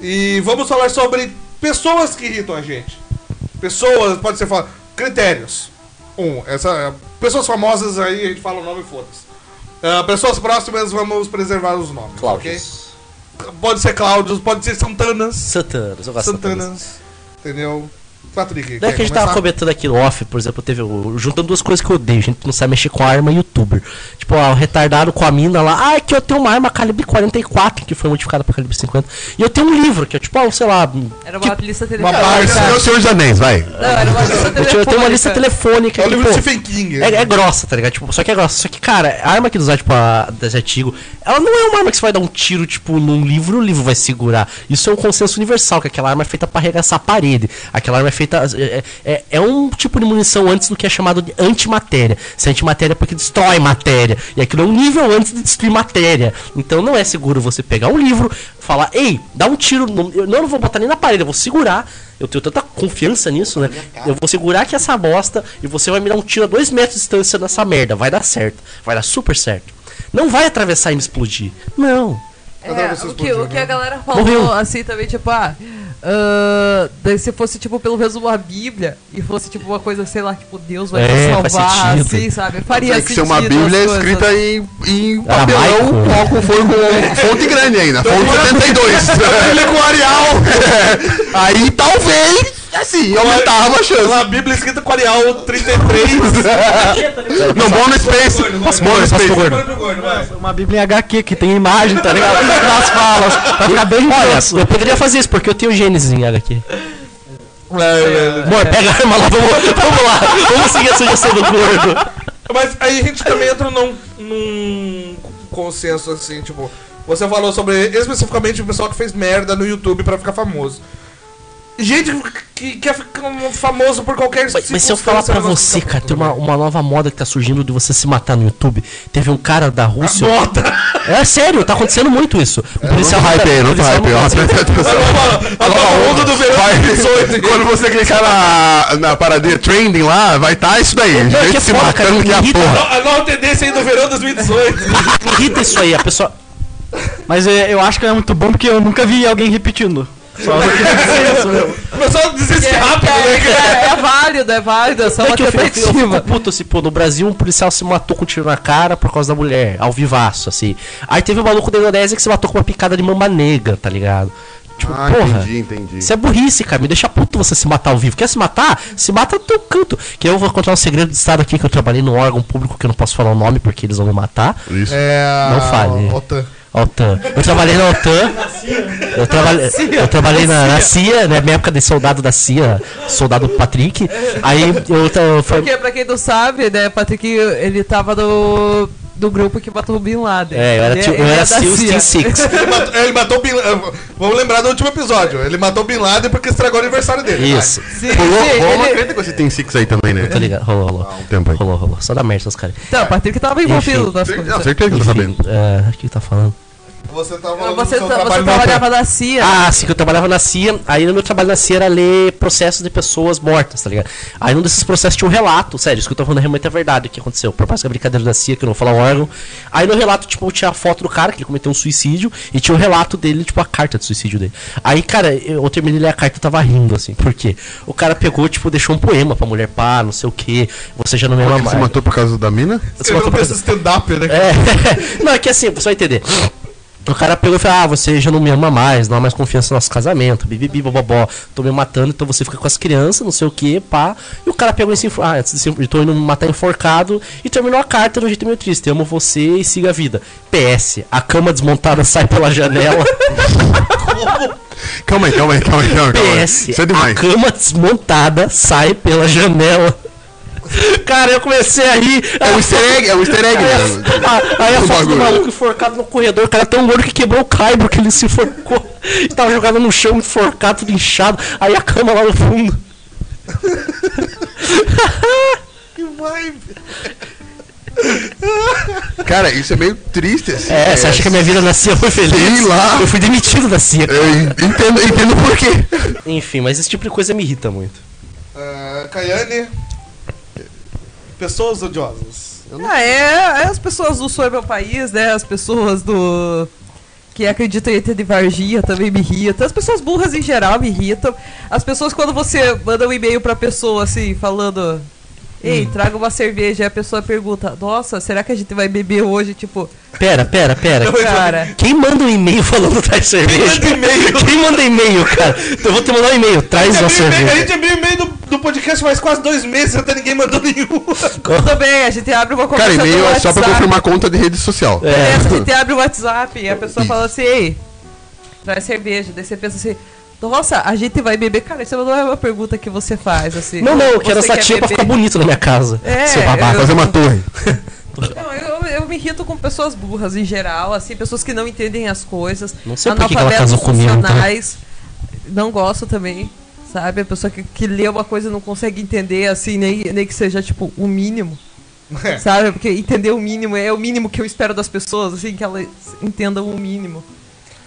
Speaker 1: E vamos falar sobre pessoas que irritam a gente. Pessoas, pode ser falar. Critérios. Um, essa, pessoas famosas aí a gente fala o nome e foda-se. Ah, pessoas próximas, vamos preservar os nomes. ok? Pode ser Cláudios, pode ser Santanas.
Speaker 3: Santanas, eu gosto de Santanas.
Speaker 1: Santanas. Entendeu? Patrick.
Speaker 3: Não é
Speaker 1: quer
Speaker 3: que a gente tava
Speaker 1: começar?
Speaker 3: comentando aqui no off, por exemplo, teve o, juntando duas coisas que eu odeio, gente que não sabe mexer com arma e youtuber. Tipo, ó, o retardado com a mina lá, ah, é que eu tenho uma arma calibre 44 que foi modificada pra calibre 50. E eu tenho um livro que é tipo, ah, sei lá,
Speaker 4: Era uma lista
Speaker 1: Uma
Speaker 4: telefônica.
Speaker 1: parça.
Speaker 2: É o Senhor dos Anéis, vai.
Speaker 4: Não, era uma lista
Speaker 3: eu,
Speaker 4: telefônica.
Speaker 3: tinha- eu tenho uma lista telefônica
Speaker 1: É o
Speaker 3: que,
Speaker 1: livro do
Speaker 3: pô,
Speaker 1: Stephen King. né?
Speaker 3: É, é grossa, tá ligado? Tipo, só que é grossa. Só que, cara, a arma que eles usam, tipo, a desse artigo, ela não é uma arma que você vai dar um tiro, tipo, num livro e o livro vai segurar. Isso é um consenso universal, que aquela arma é feita pra arregaçar a parede. Aquela arma é feita. É, é, é um tipo de munição antes do que é chamado de antimatéria. Se é antimatéria é porque destrói matéria. E aquilo é um nível antes de destruir matéria. Então não é seguro você pegar um livro, falar, ei, dá um tiro. Não, eu não vou botar nem na parede, eu vou segurar. Eu tenho tanta confiança nisso, né? Eu vou segurar aqui essa bosta e você vai me dar um tiro a dois metros de distância nessa merda. Vai dar certo. Vai dar super certo. Não vai atravessar e me explodir. Não.
Speaker 1: Adoro
Speaker 4: É,
Speaker 1: vocês
Speaker 4: o, que, o
Speaker 1: explodindo.
Speaker 4: que a galera falou
Speaker 3: Morreu.
Speaker 4: assim também, tipo, ah. ah, daí se fosse, tipo, pelo menos uma Bíblia e fosse, tipo, uma coisa, sei lá, tipo, Deus vai
Speaker 3: É,
Speaker 4: te
Speaker 3: faz
Speaker 4: salvar,
Speaker 3: sentido.
Speaker 4: assim, sabe? Faria
Speaker 2: Tem
Speaker 4: sentido.
Speaker 2: que ser uma
Speaker 4: as
Speaker 2: bíblia
Speaker 4: coisas.
Speaker 2: escrita em, em
Speaker 3: Aramaico.
Speaker 2: papelão, qual Ah, com fogo, fonte grande ainda, fonte 72. Bíblia com Arial. Aí talvez, assim, aumentava a
Speaker 1: Uma
Speaker 2: chance.
Speaker 1: Bíblia escrita com Arial 33.
Speaker 2: Não, bom no Space. Bom no Space.
Speaker 8: Uma bíblia em HQ que tem imagem, tá ligado? Nas falas. Pra ficar bem
Speaker 3: Olha,
Speaker 8: grosso.
Speaker 3: eu poderia fazer isso porque eu tenho Gênesis em área aqui.
Speaker 1: É,
Speaker 3: Amor, pega a arma lá, vamos, vamos lá. Vamos seguir a sugestão do gordo.
Speaker 1: Mas aí a gente também entra num, num consenso assim, tipo, você falou sobre especificamente o pessoal que fez merda no YouTube pra ficar famoso. Gente que quer ficar famoso por qualquer tá
Speaker 3: Mas, mas se eu falar pra você, cara, tem uma, uma nova moda que tá surgindo de você se matar no YouTube. Teve um cara da Rússia.
Speaker 1: Bota!
Speaker 3: É sério, tá acontecendo muito isso. Um policial
Speaker 2: hype aí, não tá
Speaker 3: policial
Speaker 2: hype. ó.
Speaker 3: não-
Speaker 2: Presta atenção.
Speaker 1: A nova onda do verão de 18.
Speaker 2: Quando você clicar na, na paradinha trending lá, vai estar isso daí.
Speaker 3: Não,
Speaker 2: Gente
Speaker 3: que
Speaker 2: se
Speaker 3: foda, cara,
Speaker 2: matando que é a
Speaker 3: me irrita.
Speaker 2: porra.
Speaker 1: A nova tendência aí do verão de 2018.
Speaker 3: Me irrita isso aí, a pessoa.
Speaker 8: Mas é, eu acho que é muito bom porque eu nunca vi alguém repetindo. Só eu queria dizer isso, meu.
Speaker 1: O pessoal desiste rápido, né, cara?
Speaker 4: É, é válido, é válido, é só
Speaker 3: É
Speaker 4: uma
Speaker 3: que eu fico, eu fico
Speaker 4: tentativa.
Speaker 3: puto, assim, pô, no Brasil um policial se matou com um tiro na cara por causa da mulher, ao vivaço, assim. Aí teve um maluco da Indonésia que se matou com uma picada de mamba negra, tá ligado? Tipo,
Speaker 2: Ah,
Speaker 3: porra.
Speaker 2: entendi, entendi.
Speaker 3: Isso é burrice, cara. Me deixa puto você se matar ao vivo. Quer se matar? Se mata no teu canto. Que eu vou contar um segredo de Estado aqui que eu trabalhei num órgão público que eu não posso falar o nome porque eles vão me matar.
Speaker 2: Isso.
Speaker 1: É.
Speaker 3: Não fale.
Speaker 1: OTAN.
Speaker 3: Altan. Eu trabalhei na Altan. Eu, trabalhei, eu trabalhei na, na CIA, né? Minha época de soldado da CIA, soldado Patrick. Aí eu. tra- eu fa-
Speaker 4: É Porque, pra quem não sabe, né, Patrick, ele tava do, do grupo que matou o Bin Laden.
Speaker 3: É, eu era,
Speaker 4: Ele-
Speaker 3: tio, eu
Speaker 4: ele
Speaker 3: era
Speaker 4: é da
Speaker 3: SEAL
Speaker 4: CIA.
Speaker 3: Team Six.
Speaker 1: Ele matou, ele matou o Bin Laden. Vamos lembrar do último episódio. Ele matou o Bin Laden porque estragou o aniversário dele. vai.
Speaker 3: Isso.
Speaker 4: Sim,
Speaker 3: Rolou,
Speaker 4: sim,
Speaker 3: rolou.
Speaker 2: Não
Speaker 4: ele-
Speaker 2: acredito que você tem Six aí também, né?
Speaker 3: Tá ligado? Rolou, rolou.
Speaker 2: um tempo aí.
Speaker 3: Rolou, rolou. Só da merda essas caras.
Speaker 4: Então, o Patrick tava envolvido nas
Speaker 2: Sei- Não,
Speaker 4: coisas.
Speaker 2: certeza que eu tô
Speaker 3: Enfim,
Speaker 2: sabendo.
Speaker 3: é, o que eu tava falando?
Speaker 1: Você tá falando do
Speaker 4: Você,
Speaker 1: seu
Speaker 4: tra- você
Speaker 1: trabalho na
Speaker 4: trabalhava na CIA. né?
Speaker 3: Ah, sim, que eu trabalhava na CIA. Aí no meu trabalho na CIA era ler processos de pessoas mortas, tá ligado? Aí num desses processos tinha um relato, sério, isso que eu tô falando realmente é verdade, o que aconteceu. Por mais que é brincadeira da CIA, que eu não vou falar o órgão. Aí no relato, tipo, tinha a foto do cara, que ele cometeu um suicídio, e tinha o relato dele, tipo, a carta de suicídio dele. Aí, cara, eu eu terminei de ler a carta e tava rindo, assim, porque o cara pegou, tipo, deixou um poema pra mulher pá, não sei o que, você já não me ama
Speaker 2: Você
Speaker 3: mais.
Speaker 2: matou por causa da mina?
Speaker 3: Você
Speaker 1: Escreveu
Speaker 3: matou
Speaker 1: um
Speaker 3: por
Speaker 1: texto stand-up, né?
Speaker 3: é. Não, é que assim, você vai entender. O cara pegou e falou: Ah, você já não me ama mais, não há mais confiança no nosso casamento, bibibi, bobobó, tô me matando, então você fica com as crianças, não sei o que, pá. E o cara pegou esse. Ah, antes de se- eu tô indo me matar enforcado e terminou a carta de um jeito meio triste. Amo você e siga a vida. PS, a cama desmontada sai pela janela.
Speaker 2: Calma aí, calma aí, calma aí, calma aí. Calma aí.
Speaker 3: PS,
Speaker 2: Isso é
Speaker 3: a
Speaker 2: demais.
Speaker 3: cama desmontada sai pela janela. Cara, eu comecei a rir.
Speaker 2: É um easter egg, é um easter egg. né?
Speaker 3: Ah, Aí a
Speaker 2: O
Speaker 3: foto do
Speaker 2: bagulho.
Speaker 3: maluco enforcado no corredor, o cara tão gordo que quebrou o caibro que ele se enforcou. Ele tava jogado no chão, enforcado, tudo inchado. Aí a cama lá no fundo.
Speaker 2: Cara, isso é meio triste assim.
Speaker 3: É, você acha que a minha vida na CIA foi feliz?
Speaker 2: Sei lá. É.
Speaker 3: Eu fui demitido da CIA.
Speaker 2: Eu en- entendo, entendo por quê.
Speaker 3: Enfim, mas esse tipo de coisa me irrita muito.
Speaker 1: Ah, Caiane. Pessoas odiosas.
Speaker 4: Ah, é, é as pessoas do Sou é Meu País, né? As pessoas do. que acreditam em ET de Varginha também me irritam. As pessoas burras em geral me irritam. As pessoas, quando você manda um e-mail pra pessoa assim, falando. Ei,
Speaker 3: Hum.
Speaker 4: traga uma cerveja. E a pessoa pergunta: Nossa, será que a gente vai beber hoje? Tipo,
Speaker 3: Pera, pera, pera.
Speaker 4: cara.
Speaker 3: Quem manda um e-mail falando traz cerveja? Quem manda e-mail? cara? Então eu vou te mandar um e-mail, traz uma
Speaker 1: A
Speaker 3: cerveja.
Speaker 1: gente abriu o meio do, do podcast faz quase dois meses até ninguém mandou nenhum.
Speaker 4: Tudo bem, a gente abre uma
Speaker 2: Cara,
Speaker 4: conversa.
Speaker 2: e-mail
Speaker 4: no
Speaker 2: é só pra
Speaker 4: WhatsApp. É.
Speaker 2: confirmar conta de rede social.
Speaker 3: É.
Speaker 4: Beleza, a gente abre o WhatsApp e a pessoa fala assim, ei, traz cerveja. Daí você pensa assim, nossa, a gente vai beber. Cara, isso não é uma pergunta que você faz, assim.
Speaker 3: Não, não, eu
Speaker 4: Você
Speaker 3: quero essa
Speaker 4: quer
Speaker 3: tia pra
Speaker 4: beber?
Speaker 3: ficar bonito na minha casa.
Speaker 4: É,
Speaker 3: seu babaca.
Speaker 2: Fazer uma torre.
Speaker 4: Não, eu, eu me irrito com pessoas burras em geral, assim, pessoas que não entendem as coisas.
Speaker 3: Não sei por que que ela
Speaker 4: analfabetos
Speaker 3: casou comigo, tá?
Speaker 4: funcionais. Não gosto também, sabe? A pessoa que, que lê uma coisa e não consegue entender, assim, nem, nem que seja, tipo, o mínimo. Sabe? Porque entender o mínimo é o mínimo que eu espero das pessoas, assim, que elas entendam o mínimo.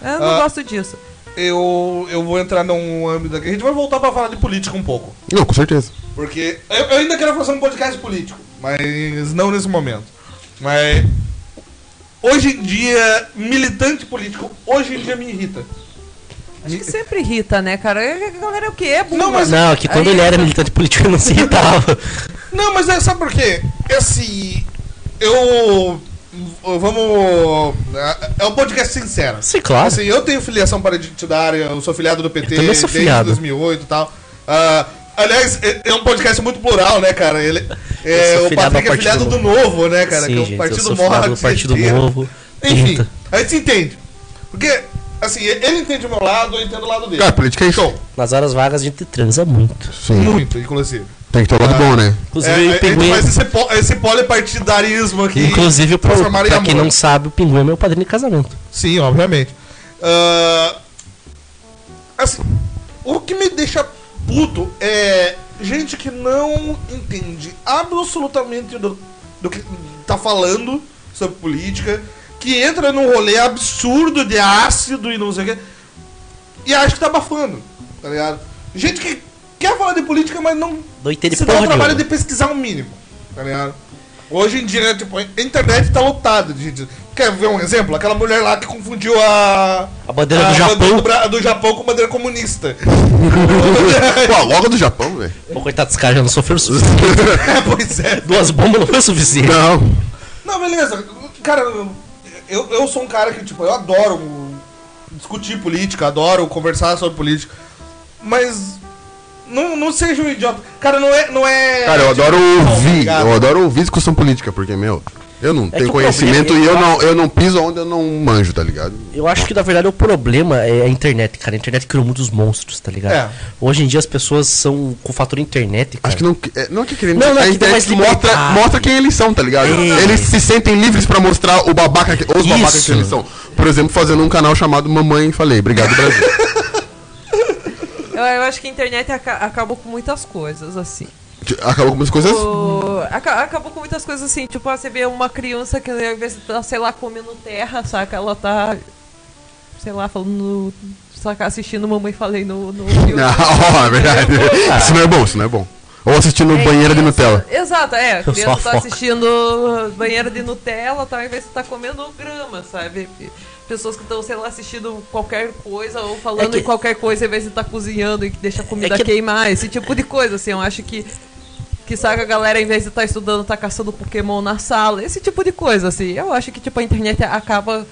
Speaker 4: Eu não
Speaker 1: Ah.
Speaker 4: gosto disso.
Speaker 1: Eu, eu vou entrar num âmbito aqui. A gente vai voltar pra falar de política um pouco.
Speaker 2: Não, com certeza.
Speaker 1: Porque eu, eu ainda quero fazer um podcast político, mas não nesse momento. Mas hoje em dia, militante político, hoje em dia me irrita.
Speaker 4: Acho que sempre irrita, né, cara? A galera é o que é burra.
Speaker 1: Não, mas-
Speaker 3: Não, que quando
Speaker 4: Aí-
Speaker 3: ele era militante político ele não se irritava.
Speaker 1: Não, mas é, sabe por quê? Esse. Eu. Vamos. É um podcast sincero.
Speaker 3: Sim, claro.
Speaker 1: Assim, eu tenho filiação partidária, eu sou filiado do PT
Speaker 3: Eu também sou
Speaker 1: desde
Speaker 3: filiado.
Speaker 1: 2008 e tal. Ah, aliás, é, é um podcast muito plural, né, cara? Ele, é,
Speaker 3: Eu sou
Speaker 1: o
Speaker 3: filiado
Speaker 1: Patrick
Speaker 3: ao
Speaker 1: é filiado do
Speaker 3: Partido
Speaker 1: Novo, né, cara?
Speaker 3: Sim,
Speaker 1: que é o
Speaker 3: gente,
Speaker 1: Partido
Speaker 3: eu sou filiado do
Speaker 1: Morte.
Speaker 3: Partido Novo.
Speaker 1: Enfim,
Speaker 3: Trinta.
Speaker 1: a gente se entende. Porque, assim, ele entende o meu lado, eu entendo o lado dele.
Speaker 2: Cara, política é isso.
Speaker 1: Show.
Speaker 3: Nas horas vagas a gente transa muito.
Speaker 2: Sim.
Speaker 1: Muito, inclusive.
Speaker 2: Tem que ter o lado bom, né?
Speaker 1: É,
Speaker 3: Inclusive,
Speaker 1: a
Speaker 3: o
Speaker 1: gente
Speaker 3: pinguim.
Speaker 1: faz esse, po- esse polipartidarismo aqui.
Speaker 3: Inclusive, pro,
Speaker 1: transformar em
Speaker 3: pra quem
Speaker 1: amor.
Speaker 3: não sabe, o pinguim é meu padrinho de casamento.
Speaker 1: Sim, obviamente. Ah, assim, o que me deixa puto é gente que não entende absolutamente do, do que tá falando sobre política, que entra num rolê absurdo de ácido e não sei o quê, e acha que tá abafando, tá ligado? Gente que quer falar de política, mas não
Speaker 3: Não entende
Speaker 1: se dá
Speaker 3: porra
Speaker 1: o trabalho de
Speaker 3: nenhuma.
Speaker 1: pesquisar o mínimo, tá ligado? Hoje em dia, tipo, a internet tá lotada de gente. Quer ver um exemplo? Aquela mulher lá que confundiu a.
Speaker 3: A bandeira do
Speaker 1: bandeira do,
Speaker 3: Japão.
Speaker 1: Bra- do Japão com bandeira comunista.
Speaker 2: Pô, logo do Japão, velho.
Speaker 3: Pô, coitado desse cara, já não sofreu o suficiente.
Speaker 1: é, pois é.
Speaker 3: Duas bombas não foi o suficiente.
Speaker 2: Não.
Speaker 1: Não, beleza. Cara, eu, eu sou um cara que, tipo, eu adoro discutir política, adoro conversar sobre política. Mas. Não, não seja um idiota. Cara, não é. Não é
Speaker 2: Cara, eu adoro
Speaker 1: Não,
Speaker 2: ouvir.
Speaker 1: obrigado.
Speaker 2: Eu adoro ouvir discussão política, porque, meu. Eu não
Speaker 3: É que
Speaker 2: tenho
Speaker 3: o
Speaker 2: conhecimento
Speaker 3: problema-
Speaker 2: e eu não, eu não piso onde eu não manjo, tá ligado?
Speaker 3: Eu acho que na verdade o problema é a internet, cara. A internet criou muitos monstros, tá ligado?
Speaker 1: É.
Speaker 3: Hoje em dia as pessoas são com o fator internet, cara.
Speaker 2: Acho que não. é, não que querendo
Speaker 3: Não, não,
Speaker 2: a
Speaker 3: que deu
Speaker 2: internet
Speaker 3: mais
Speaker 2: mostra,
Speaker 3: liberdade.
Speaker 2: mostra quem eles são, tá ligado?
Speaker 3: É.
Speaker 2: Eles se sentem livres pra mostrar o babaca, que- os babacas
Speaker 3: Isso.
Speaker 2: que eles são. Por exemplo, fazendo um canal chamado Mamãe Falei. Obrigado, Brasil.
Speaker 4: Eu, eu acho que a internet aca- acabou com muitas coisas, assim.
Speaker 2: Acabou com umas coisas.
Speaker 4: O- aca- acabou com muitas coisas assim, tipo, ah, você vê uma criança que ao invés de tá, sei lá, comendo terra, saca? Ela tá, sei lá, falando, no- saca, assistindo Mamãe Falei no... no
Speaker 2: Ah, é verdade. Isso não é bom, isso não é bom. Ou assistindo
Speaker 4: É
Speaker 2: banheira de
Speaker 4: isso.
Speaker 2: Nutella.
Speaker 4: Exato, é. A
Speaker 3: Só
Speaker 4: criança tá
Speaker 3: foca.
Speaker 4: assistindo banheiro de Nutella, tá, ao invés de tá comendo grama, sabe? Pessoas que estão, sei lá, assistindo qualquer coisa ou falando
Speaker 3: É que-
Speaker 4: em qualquer coisa ao invés de tá cozinhando e que deixa a comida
Speaker 3: É que-
Speaker 4: queimar, esse tipo de coisa, assim. Eu acho que. Que saca a galera, ao invés de estar estudando, tá caçando Pokémon na sala, esse tipo de coisa, assim. Eu acho que, tipo, a internet acaba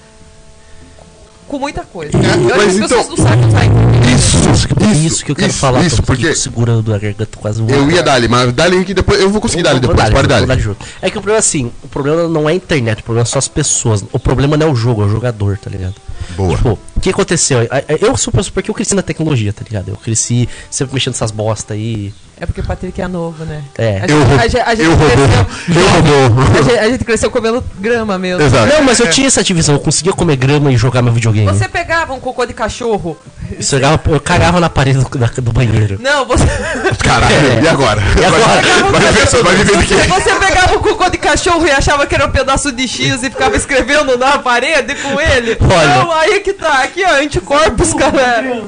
Speaker 4: com muita coisa. Eu acho
Speaker 2: mas
Speaker 4: que as pessoas
Speaker 2: então-
Speaker 4: não sabem usar a internet.
Speaker 2: Isso,
Speaker 3: Isso, que eu quero falar, Thomas,
Speaker 2: Isso,
Speaker 3: que eu
Speaker 2: porque
Speaker 3: tô segurando a garganta quase um
Speaker 2: eu ia dar ali, mas dá ali que depois. Eu vou conseguir dar ali depois,
Speaker 3: Vou
Speaker 2: pode
Speaker 3: dar,
Speaker 2: dar
Speaker 3: vou dar
Speaker 2: ali.
Speaker 3: junto. É que o problema é assim, o problema não é a internet, o problema são as pessoas. O problema não é o jogo, é o jogador, tá ligado?
Speaker 2: Boa.
Speaker 3: Tipo, o que aconteceu? A- a- Eu sou professor porque eu cresci na tecnologia, tá ligado? Eu cresci sempre mexendo nessas bosta aí.
Speaker 4: É porque o Patrick é novo, né?
Speaker 3: É.
Speaker 4: A
Speaker 2: Eu
Speaker 4: gente-
Speaker 2: roubou.
Speaker 4: a gente- a gente
Speaker 2: Eu
Speaker 4: cresceu-
Speaker 2: roubou.
Speaker 4: A
Speaker 2: Eu roubou.
Speaker 4: gente, a gente cresceu comendo grama mesmo.
Speaker 2: Exato.
Speaker 3: Não, mas eu tinha essa divisão, eu conseguia comer grama e jogar meu videogame.
Speaker 4: Você pegava um cocô de cachorro?
Speaker 3: Isso, eu, jogava- eu cagava na parede do, da- do banheiro.
Speaker 4: Não, você.
Speaker 2: Caralho, e agora?
Speaker 3: E agora?
Speaker 2: Vai viver, vai viver de quê?
Speaker 4: Você pegava um cocô de cachorro e achava que era um pedaço de X e ficava escrevendo na parede com ele?
Speaker 3: Olha.
Speaker 4: Não, aí que tá, aqui ó, anticorpos, galera.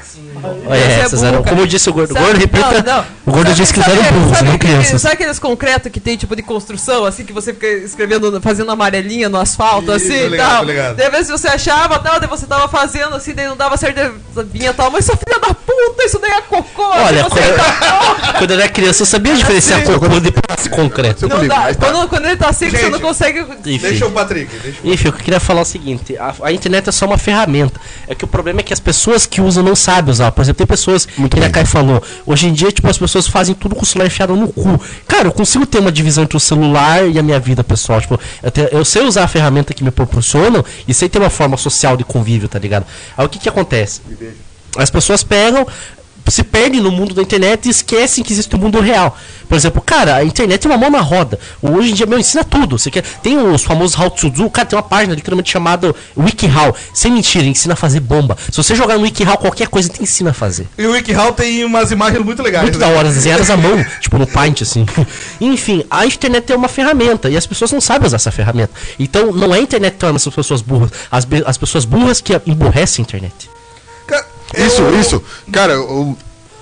Speaker 3: É,
Speaker 4: Você é
Speaker 3: essas
Speaker 4: burro,
Speaker 3: eram,
Speaker 4: cara.
Speaker 3: como eu disse, o gordo, o
Speaker 4: Sabe-
Speaker 3: gordo repita.
Speaker 4: não, não.
Speaker 3: O gordo
Speaker 4: Sabe-
Speaker 3: disse que eles
Speaker 4: sabe-
Speaker 3: eram burros, né,
Speaker 4: sabe
Speaker 3: não
Speaker 4: que-
Speaker 3: crianças.
Speaker 4: Sabe aqueles concretos que tem tipo de construção, assim, que você fica escrevendo, fazendo amarelinha no asfalto,
Speaker 1: Isso,
Speaker 4: assim
Speaker 1: tô
Speaker 4: e
Speaker 1: ligado,
Speaker 4: tal?
Speaker 1: tô ligado.
Speaker 4: Daí às vezes você achava tal, daí você tava fazendo assim, daí não dava certo, daí vinha tal, mas sua filha da puta, isso daí é cocô,
Speaker 3: Olha,
Speaker 4: você
Speaker 3: quando-
Speaker 4: tá-
Speaker 3: Quando eu era criança, eu sabia diferenciar cocô de plástico concreto.
Speaker 4: não
Speaker 2: comigo,
Speaker 4: dá.
Speaker 2: mas tá.
Speaker 4: Quando, quando ele tá seco, você não
Speaker 1: Gente.
Speaker 4: consegue.
Speaker 3: Enfim.
Speaker 1: Deixa o Patrick, deixa
Speaker 3: Enfim, o que eu queria falar é o seguinte: a, a internet é só uma ferramenta. É que o problema é que as pessoas que usam não sabem usar. Por exemplo, tem pessoas, que nem a Kai falou, hoje em dia, tipo, as pessoas fazem tudo com o celular enfiado no cu. Cara, eu consigo ter uma divisão entre o celular e a minha vida pessoal. Tipo, eu, te- eu sei usar a ferramenta que me proporcionam e sei ter uma forma social de convívio, tá ligado? Aí o que que acontece? As pessoas pegam, se perdem no mundo da internet e esquecem que existe o mundo real. Por exemplo, cara, a internet é uma mão na roda. Hoje em dia, meu, ensina tudo. Você quer... Tem os famosos How to Do. Cara, tem uma página literalmente chamada WikiHow. Sem mentira, ensina a fazer bomba. Se você jogar no WikiHow, qualquer coisa te ensina a fazer.
Speaker 1: eu. E o WikiHow tem umas imagens muito
Speaker 2: É
Speaker 1: legais. né?
Speaker 3: Muito da hora, desenhadas à mão, tipo no Paint, assim. Enfim, a internet é uma ferramenta e as pessoas não sabem usar essa ferramenta. Então, não é a internet que torna essas pessoas burras. As, be- as pessoas burras que emburrecem a internet.
Speaker 1: Cara, eu-
Speaker 2: Isso, isso. Cara, eu,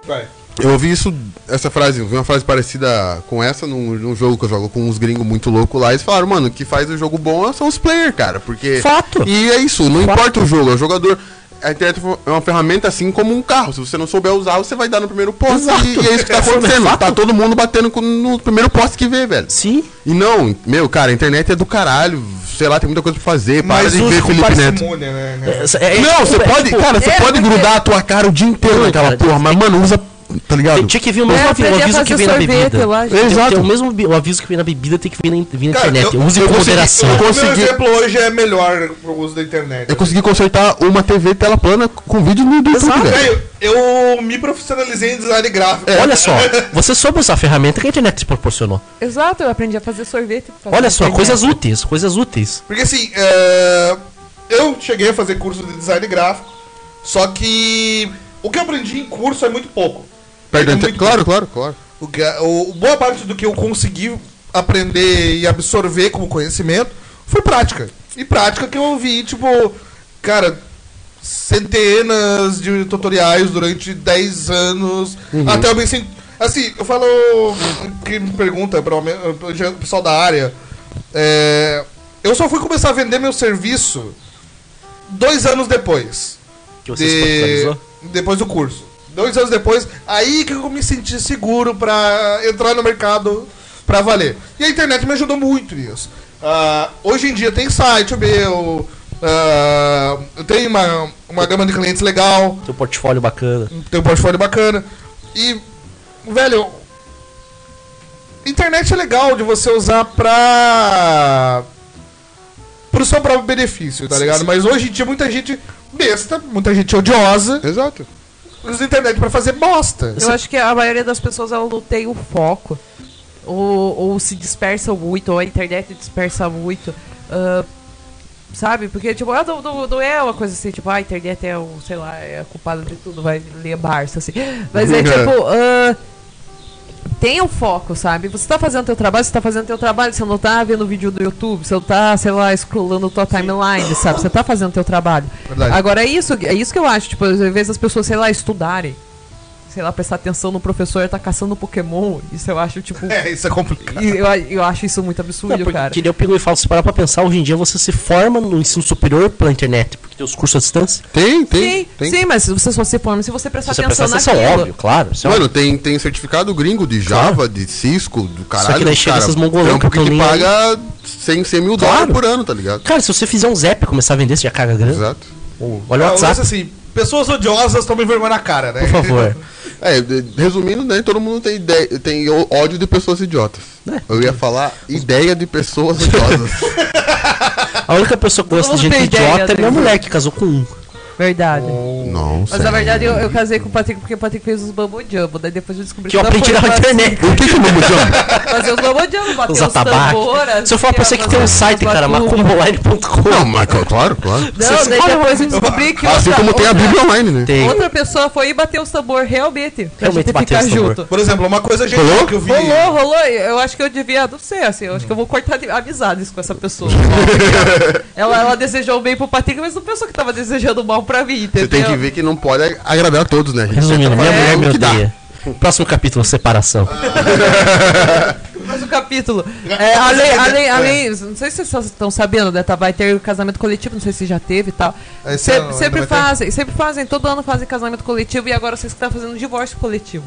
Speaker 1: Vai.
Speaker 2: eu ouvi isso, essa frase, eu vi uma frase parecida com essa num, num jogo que eu jogo com uns gringos muito loucos lá. Eles falaram, mano, o que faz o jogo bom é são os players, cara. Porque.
Speaker 3: Fato.
Speaker 2: E é isso, não
Speaker 3: Fato.
Speaker 2: importa o jogo, é o jogador. A internet é uma ferramenta assim como um carro. Se você não souber usar, você vai dar no primeiro poste.
Speaker 3: Exato.
Speaker 2: E, e é isso que tá
Speaker 3: Fato.
Speaker 2: acontecendo.
Speaker 3: Fato.
Speaker 2: Tá todo mundo batendo com- no primeiro poste que vê, velho.
Speaker 3: Sim.
Speaker 2: E não, meu, cara, a internet é do caralho. Sei lá, tem muita coisa pra fazer. Para
Speaker 1: Mas
Speaker 2: de
Speaker 1: use
Speaker 2: ver
Speaker 1: com
Speaker 2: Felipe Neto.
Speaker 1: parcimônia, né? cara?
Speaker 3: É- é-
Speaker 2: Não,
Speaker 3: é-
Speaker 2: você
Speaker 3: é-
Speaker 2: pode.
Speaker 3: tipo,
Speaker 2: Cara, você
Speaker 4: é,
Speaker 2: pode
Speaker 4: porque-
Speaker 2: grudar a tua cara o dia inteiro
Speaker 3: Não,
Speaker 2: naquela
Speaker 3: cara,
Speaker 2: porra, mas, mano, usa. Tá ligado?
Speaker 3: Tinha que vir o mesmo avi-
Speaker 4: É,
Speaker 3: o
Speaker 4: aprender a
Speaker 3: aviso que
Speaker 4: fazer
Speaker 3: vem na
Speaker 4: sorvete
Speaker 3: bebida.
Speaker 4: lá, gente.
Speaker 3: Tem que ter
Speaker 2: Exato.
Speaker 3: o mesmo bi- o aviso que vem na bebida tem que vir na, vir na
Speaker 1: Cara,
Speaker 3: internet.
Speaker 1: eu-
Speaker 3: Use
Speaker 2: eu
Speaker 3: com
Speaker 2: consegui-
Speaker 3: moderação.
Speaker 2: eu
Speaker 1: O meu
Speaker 2: consegui-
Speaker 1: exemplo hoje é melhor pro uso da internet.
Speaker 2: Eu consegui consertar uma TV tela plana com vídeo no YouTube,
Speaker 3: Exato.
Speaker 2: velho.
Speaker 1: Velho, eu me profissionalizei em design gráfico.
Speaker 2: É.
Speaker 3: Olha só, você soube usar a ferramenta que a internet te proporcionou.
Speaker 4: Exato, eu aprendi a fazer sorvete.
Speaker 3: Olha só, coisas úteis, coisas úteis.
Speaker 1: Porque assim, é, eu cheguei a fazer curso de design gráfico, só que o que eu aprendi em curso é muito pouco.
Speaker 2: Perdão, então,
Speaker 1: É
Speaker 2: inter-
Speaker 1: muito
Speaker 2: claro, claro, claro.
Speaker 1: O, ga- o- boa parte do que eu consegui aprender e absorver como conhecimento foi prática. E prática que eu ouvi, tipo, cara, centenas de tutoriais durante 10 anos. Até eu me senti. Assim, eu falo. Que me pergunta para o pessoal da área. é, eu só fui começar a vender meu serviço dois anos depois
Speaker 3: Que você se popularizou.
Speaker 1: depois do curso. Dois anos depois, aí que eu me senti seguro pra entrar no mercado pra valer. E a internet me ajudou muito nisso. Ah, hoje em dia tem site meu, ah, eu tenho uma, uma gama de clientes legal,
Speaker 3: Teu portfólio bacana.
Speaker 1: tem um portfólio bacana. E, velho, Internet é legal de você usar pra. pro seu próprio benefício, tá ligado? Mas hoje em dia muita gente besta, muita gente odiosa,
Speaker 2: Exato.
Speaker 1: usa a internet pra fazer bosta.
Speaker 4: Eu acho que a maioria das pessoas ela não tem o foco. Ou, ou se dispersa muito, ou a internet dispersa muito. Ah, sabe? Porque, tipo, ah, não, não, não é uma coisa assim, tipo, ah, a internet é o, sei lá, é a culpada de tudo, vai ler Barça, assim. Mas é tipo. ah, tem o um foco, sabe? Você tá fazendo teu trabalho, você tá fazendo teu trabalho, você não tá vendo vídeo do YouTube, você não tá, sei lá, scrollando tua timeline, sabe? Você tá fazendo teu trabalho.
Speaker 1: Verdade.
Speaker 4: Agora é isso, é isso que eu acho, tipo, às vezes as pessoas, sei lá, estudarem, sei lá, prestar atenção no professor, tá caçando Pokémon, isso eu acho, tipo,
Speaker 1: É, isso é complicado.
Speaker 4: e eu, eu acho isso muito absurdo,
Speaker 3: Não, porque
Speaker 4: cara.
Speaker 3: que nem eu pego e falo, se parar pra pensar, hoje em dia você se forma no ensino superior pela internet, porque tem os cursos à distância.
Speaker 2: Tem, tem.
Speaker 4: Sim,
Speaker 2: tem.
Speaker 4: sim, mas você só se forma se você prestar
Speaker 3: Se você prestar
Speaker 4: atenção
Speaker 3: atenção,
Speaker 4: Tá naquilo.
Speaker 3: óbvio, claro. Isso é
Speaker 2: Mano, tem, tem certificado gringo de Java, de Cisco, do caralho.
Speaker 3: daí
Speaker 2: do
Speaker 3: chega
Speaker 2: cara,
Speaker 3: esses mongolão
Speaker 2: trampo que
Speaker 3: que
Speaker 2: te
Speaker 3: tão nem
Speaker 2: paga 100, 100 mil
Speaker 3: Claro.
Speaker 2: dólares por ano, tá ligado?
Speaker 3: Cara, se você fizer um zap e começar a vender, você já caga grana.
Speaker 2: Exato.
Speaker 3: Olha
Speaker 1: É,
Speaker 3: o
Speaker 1: um lance
Speaker 3: WhatsApp,
Speaker 1: assim, pessoas odiosas tomem vergonha na cara, né?
Speaker 3: por favor.
Speaker 2: É, de- resumindo, né, todo mundo tem ideia, tem ó- ódio de pessoas idiotas.
Speaker 3: É.
Speaker 2: Eu ia falar ideia de pessoas idiosas.
Speaker 3: A única pessoa que gosta
Speaker 4: Todo
Speaker 3: de
Speaker 4: mundo
Speaker 3: gente
Speaker 4: tem ideia,
Speaker 3: idiota é
Speaker 4: né?
Speaker 3: minha mulher, que casou com um.
Speaker 4: Verdade.
Speaker 2: Nossa.
Speaker 4: Mas na verdade eu, eu casei com o Patrick porque o Patrick fez os Bambu Jumbo, daí depois eu descobri
Speaker 3: Que eu
Speaker 4: não
Speaker 3: aprendi
Speaker 4: foi
Speaker 3: na
Speaker 4: fácil.
Speaker 3: internet. O que que não mudou?
Speaker 4: Fazer os Bambu Jumbo, bater
Speaker 3: Os
Speaker 4: os,
Speaker 3: atabaques.
Speaker 4: tambores.
Speaker 3: Se eu falar pra você que tem um site, cara,
Speaker 2: Não,
Speaker 3: macumbaonline.com.
Speaker 2: mas claro, claro.
Speaker 4: Não, daí depois eu descobri que
Speaker 2: Assim
Speaker 4: outra,
Speaker 2: como tem a
Speaker 4: outra-
Speaker 2: Bíblia online, né?
Speaker 3: Tem.
Speaker 4: Outra pessoa foi e bateu os tambor, realmente. Pra
Speaker 3: Realmente
Speaker 4: gente
Speaker 3: bateu
Speaker 4: ficar
Speaker 3: os tambor.
Speaker 4: junto.
Speaker 1: Por exemplo, uma coisa gente
Speaker 2: Rolou?
Speaker 1: que eu vi.
Speaker 4: Rolou, rolou. Eu acho que eu devia, não sei, assim, eu acho que eu vou cortar de- amizades com essa pessoa. ela, ela desejou o bem pro Patrick, mas não pensou que tava desejando o mal pra mim, entendeu?
Speaker 2: Você tem que ver que não pode agradar a todos, né? A gente
Speaker 3: Resumindo,
Speaker 2: tenta
Speaker 3: minha
Speaker 2: fazer
Speaker 3: mulher
Speaker 2: o
Speaker 3: me
Speaker 2: que dá.
Speaker 3: odeia. Próximo capítulo, separação.
Speaker 4: Mas o um capítulo. É, além, além, além, não sei se vocês só estão sabendo, né? Tá, vai ter o casamento coletivo, não sei se já teve e tal.
Speaker 1: Ah, Esse
Speaker 4: Se-
Speaker 1: ano ainda
Speaker 4: sempre
Speaker 1: vai ter?
Speaker 4: fazem, sempre fazem, todo ano fazem casamento coletivo e agora vocês estão fazendo divórcio coletivo.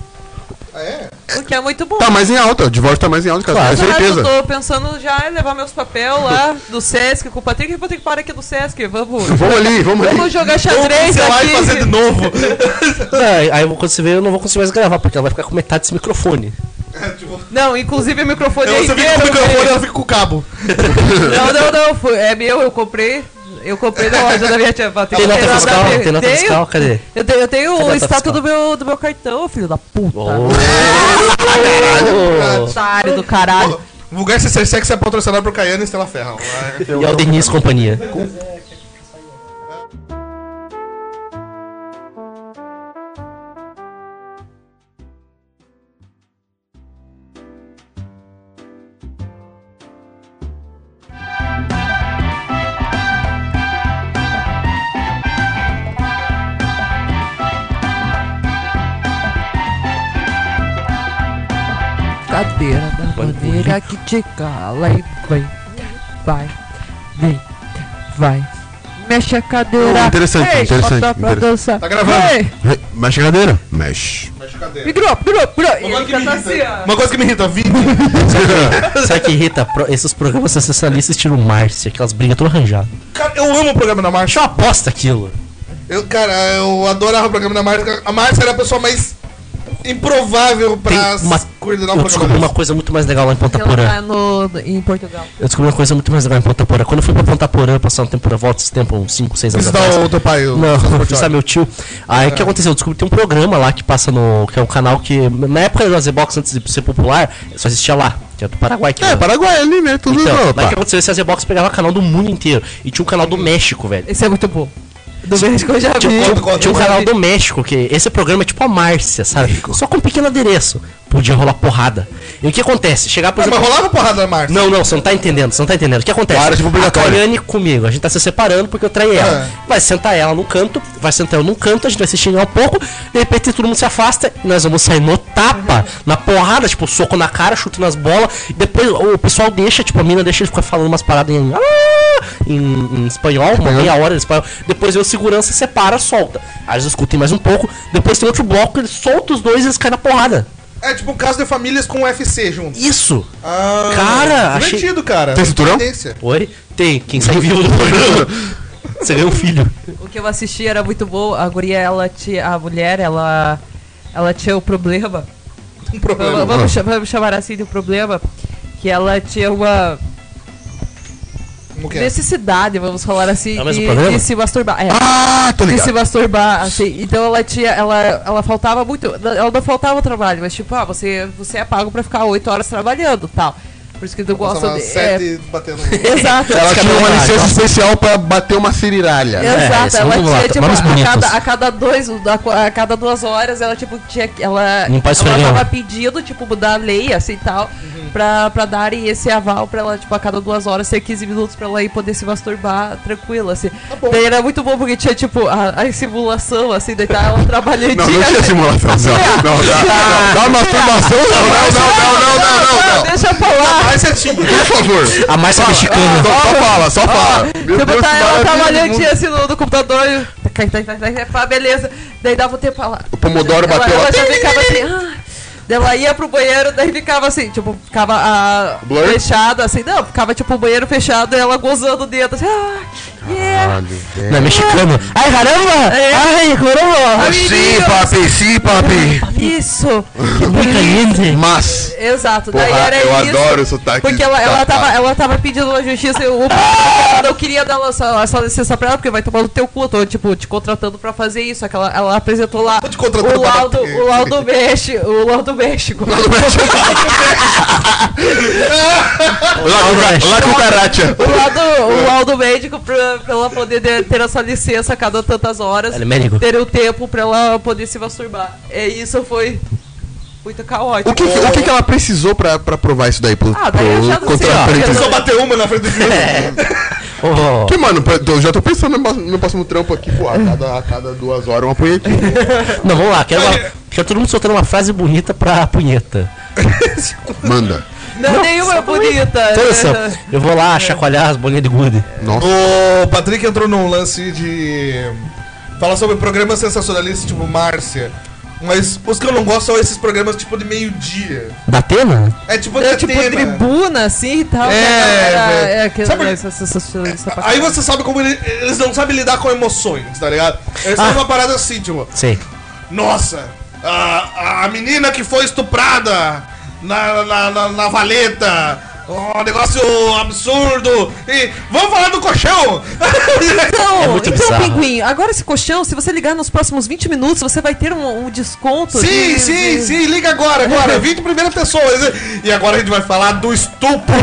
Speaker 1: Ah,
Speaker 4: É? O que é muito bom.
Speaker 2: Tá mais em alta, o divórcio tá mais em alta, cara.
Speaker 3: Claro.
Speaker 2: Com
Speaker 4: Mas
Speaker 2: certeza.
Speaker 4: Eu tô pensando já em levar meus papéis lá do Sesc com o Patrick. Patrick, para aqui do Sesc, vamos.
Speaker 2: Vamos ali, vamos ali.
Speaker 4: Vamos jogar
Speaker 1: Vamos
Speaker 4: xadrez
Speaker 1: cancelar
Speaker 4: aqui.
Speaker 1: e fazer de novo.
Speaker 3: Não, aí eu vou- quando você ver, eu não vou conseguir mais gravar, porque ela vai ficar com metade desse microfone.
Speaker 4: Não, inclusive o microfone é
Speaker 1: Eu, você fica
Speaker 4: inteiro.
Speaker 1: com o microfone,
Speaker 4: meu.
Speaker 1: ela fica com o cabo.
Speaker 4: Não, não, não. foi- é meu, eu comprei. Eu comprei na loja da minha tia Patrick.
Speaker 3: Tem nota
Speaker 4: na-
Speaker 3: fiscal?
Speaker 4: na-
Speaker 3: Tem nota
Speaker 4: tenho.
Speaker 3: fiscal? Cadê?
Speaker 4: Eu tenho, eu tenho
Speaker 3: Cadê a
Speaker 4: o
Speaker 3: nota
Speaker 4: status
Speaker 3: fiscal?
Speaker 4: do meu, do meu cartão, filho da puta.
Speaker 3: Oh.
Speaker 4: Otário do caralho.
Speaker 1: Vulgar CC Sex é patrocinado por Caiana e Estela Ferro. Vai.
Speaker 3: E é o Denise Companhia.
Speaker 4: Cadeira da bandeira que te cala e vem, vai, vem, vai. Mexe a cadeira.
Speaker 2: Oh, interessante,
Speaker 4: Ei,
Speaker 2: interessante,
Speaker 4: bota pra
Speaker 2: interessante.
Speaker 4: dançar.
Speaker 1: Tá gravando.
Speaker 4: Ei,
Speaker 2: Mexe a cadeira. Mexe.
Speaker 4: migrou, migrou, migrou. E
Speaker 1: Uma
Speaker 4: ele
Speaker 1: coisa, que me
Speaker 4: canta assim,
Speaker 1: irrita,
Speaker 4: ó.
Speaker 1: uma coisa que me irrita, vídeo.
Speaker 3: Sabe que irrita? Pro- Esses programas sensacionalistas estilo Márcia, aquelas brigas tudo arranjado.
Speaker 1: Cara, eu amo o programa da Marcha.
Speaker 3: Eu aposto aquilo.
Speaker 1: Eu, cara, eu adorava o programa da Márcia. A Márcia era a pessoa mais improvável
Speaker 3: Tem
Speaker 1: pra
Speaker 3: uma...
Speaker 1: coordenar
Speaker 3: Eu
Speaker 1: o
Speaker 3: descobri
Speaker 1: programa.
Speaker 3: uma coisa muito mais legal lá em Ponta
Speaker 4: Ela
Speaker 3: Porã.
Speaker 4: tá no, em Portugal.
Speaker 3: Eu descobri uma coisa muito mais legal em Ponta Porã. Quando eu fui pra Ponta Porã, passar um tempo por volta, esse tempo, uns 5, 6 anos
Speaker 1: Isso dá
Speaker 3: atrás.
Speaker 1: o teu pai. o-
Speaker 3: Não, é eu sabe meu tio. Aí o que aconteceu? Eu descobri que tem um programa lá que passa no. que é um canal que. Na época do Azebox, antes de ser popular, só existia lá, que é do Paraguai. Que
Speaker 2: É, Paraguai ali, né? Tudo
Speaker 3: Então,
Speaker 2: igual,
Speaker 3: mas o
Speaker 2: pá.
Speaker 3: que aconteceu? Esse Azebox pegava canal do mundo inteiro. E tinha um canal do México, velho.
Speaker 4: Esse é muito bom. Do México eu já vi.
Speaker 3: Tinha,
Speaker 1: conta,
Speaker 3: tinha um canal do México, que esse programa é tipo a Márcia, sabe? Só com um pequeno adereço. Podia rolar porrada. E o que acontece? Chegar, por
Speaker 1: Ah, É, Mas
Speaker 3: exemplo.
Speaker 1: rolava porrada da Márcia.
Speaker 3: um Não, não, você não tá entendendo, você não tá entendendo. O que acontece?
Speaker 2: Para de obrigatório.
Speaker 3: A Kayane comigo, a gente tá se separando porque eu traí ela.
Speaker 2: Ah.
Speaker 3: Vai sentar ela num canto, vai sentar eu num canto, a gente vai se xingar um pouco, de repente todo mundo se afasta e nós vamos sair no tapa, na porrada, tipo, soco na cara, chute nas bolas, e depois o pessoal deixa, tipo, a mina deixa ele ficar falando umas paradas em. Ah! Em, em espanhol, uma meia hora em espanhol. Depois eu segurança separa, solta. Aí eles escutem mais um pouco, depois tem outro bloco, ele solta os dois e eles caem na porrada.
Speaker 1: É tipo um caso de famílias com UFC junto.
Speaker 3: Isso!
Speaker 1: Ah,
Speaker 3: Cara, achei-
Speaker 1: divertido, cara.
Speaker 2: Tem cinturão?
Speaker 1: É Tendência.
Speaker 3: Oi? Tem, quem sai vivo do programa. Você ganha um filho.
Speaker 4: O que eu assisti era muito bom. A guria, ela tinha. A mulher, ela. Ela tinha o problema
Speaker 1: um problema.
Speaker 4: Vamos, vamos cha- vamos chamar assim de um problema que ela tinha uma
Speaker 1: Como que é?
Speaker 4: necessidade, vamos falar assim,
Speaker 3: É o mesmo
Speaker 4: de,
Speaker 3: problema?
Speaker 4: de se masturbar. É.
Speaker 1: Ah, tô
Speaker 4: de se
Speaker 1: ligado.
Speaker 4: masturbar, assim. Então ela tinha. Ela, ela faltava muito. Ela não faltava trabalho, mas tipo, ah, você, você é pago pra ficar 8 horas trabalhando tal. Por isso que tu gosta
Speaker 1: Passava
Speaker 4: de.
Speaker 1: sete batendo. um.
Speaker 4: É, exato.
Speaker 2: Ela tinha uma
Speaker 3: Escapamento.
Speaker 4: Ah, tá.
Speaker 2: licença especial pra bater uma ciriralha.
Speaker 4: Exato,
Speaker 3: esse,
Speaker 2: é
Speaker 4: ela
Speaker 3: vamos lá,
Speaker 4: tinha, tipo,
Speaker 3: vamos
Speaker 4: a
Speaker 3: bonitos.
Speaker 4: cada, a cada dois, a cada duas horas, ela, tipo, tinha, que- ela,
Speaker 3: Limpar esse
Speaker 4: ela
Speaker 3: esfregão.
Speaker 2: um.
Speaker 4: tava pedindo, tipo, da lei, assim, tal, pra, pra darem esse aval pra ela, tipo, a cada duas horas, ter 15 minutos pra ela ir poder se masturbar tranquila, assim. Daí era muito bom, porque tinha, tipo, a, a simulação, assim, daí tá ela trabalhando
Speaker 2: Não, não tinha simulação. Não, não, dá, dá masturbação. Não, não, não, não, não, não, não.
Speaker 4: Deixa eu falar.
Speaker 1: Mas é tipo,
Speaker 2: Por favor.
Speaker 3: A Márcia é mexicana.
Speaker 2: Só, só fala, só fala. Meu
Speaker 4: Você
Speaker 2: Deus, que
Speaker 4: botar Tipo, tá ela
Speaker 2: maravilha
Speaker 4: trabalhando
Speaker 2: do
Speaker 4: tinha
Speaker 2: mundo.
Speaker 4: assim no, no computador e. tá, tá, tá, tá, tá, pá, beleza. Daí dava o tempo pra lá.
Speaker 2: O Pomodoro
Speaker 4: ela,
Speaker 2: bateu
Speaker 4: ela
Speaker 2: lá.
Speaker 4: já ficava assim. Ah. Daí Ela ia pro banheiro, daí ficava assim, tipo, ficava ah,
Speaker 2: Blur?
Speaker 4: fechado, assim, não, ficava tipo o banheiro fechado e ela gozando dentro, assim, ah, yeah,
Speaker 3: Não, é mexicana. É. Ai, caramba! Ai,
Speaker 2: Ah,
Speaker 3: caramba!
Speaker 2: Sim, papi, sim, papi.
Speaker 4: isso!
Speaker 3: Muito caliente.
Speaker 2: Mas,
Speaker 4: Exato, daí
Speaker 2: porra,
Speaker 4: era
Speaker 2: eu
Speaker 4: isso.
Speaker 2: adoro Tá, o sotaque.
Speaker 4: Porque ela, ela,
Speaker 2: tatá.
Speaker 4: tava, ela tava pedindo na justiça e o ela não queria dar essa, essa licença pra ela, porque vai tomar no teu cu, eu tô, tipo, te contratando pra fazer isso. Só que ela, ela apresentou lá
Speaker 1: te contratando
Speaker 4: o
Speaker 1: pra-
Speaker 4: laudo, o laudo México, o laudo México.
Speaker 2: Lá, lá com o Caracha.
Speaker 4: O laudo, o laudo médico pra, pra ela poder de- ter essa licença a cada tantas horas.
Speaker 3: Ela é médico?
Speaker 4: Ter o tempo pra ela poder se masturbar. É isso foi muito caótico.
Speaker 2: O que, que- o que, que ela precisou pra, pra provar isso daí pro,
Speaker 4: Ah,
Speaker 2: pro
Speaker 4: daí eu já não sei,
Speaker 2: contratante?
Speaker 4: ó.
Speaker 1: só bater uma na frente do juiz.
Speaker 3: É. Ô,
Speaker 2: Que, mano, pra- eu já tô pensando no meu próximo trampo aqui, pô, a cada, a cada duas horas uma punhetinha.
Speaker 3: Não, vamos lá. Quero, uma- quero todo mundo soltando uma frase bonita pra punheta.
Speaker 2: Manda.
Speaker 4: Não, nenhuma é bonita.
Speaker 3: Toda essa. Então, Eu vou lá chacoalhar as bolinhas de gude.
Speaker 2: Nossa.
Speaker 1: O Patrick entrou num lance de. Falar sobre programas sensacionalistas tipo Márcia. Mas os que eu não gosto são esses programas tipo de meio-dia.
Speaker 3: Da Atena?
Speaker 1: É tipo
Speaker 4: É,
Speaker 1: de
Speaker 4: tipo
Speaker 1: tema.
Speaker 4: tribuna, assim e
Speaker 1: É,
Speaker 4: tal.
Speaker 1: velho.
Speaker 4: né? aquele
Speaker 1: Sabe-
Speaker 4: né, essa- essa- essa- essa-
Speaker 1: Aí você sabe como ele- eles não sabem lidar com emoções, tá ligado? Eles
Speaker 3: Ah.
Speaker 1: têm uma parada assim, tipo,
Speaker 3: Sei.
Speaker 1: nossa, a, a menina que foi estuprada na, na, na, na valeta. Um negócio absurdo! E vamos falar do colchão!
Speaker 4: Então,
Speaker 3: É muito
Speaker 4: então
Speaker 3: bizarro.
Speaker 4: pinguim, agora esse colchão, se você ligar nos próximos 20 minutos, você vai ter um, um desconto.
Speaker 1: Sim,
Speaker 4: de-
Speaker 1: sim,
Speaker 4: de-
Speaker 1: sim, liga agora, agora, 20 primeiras pessoas. E agora a gente vai falar do estupro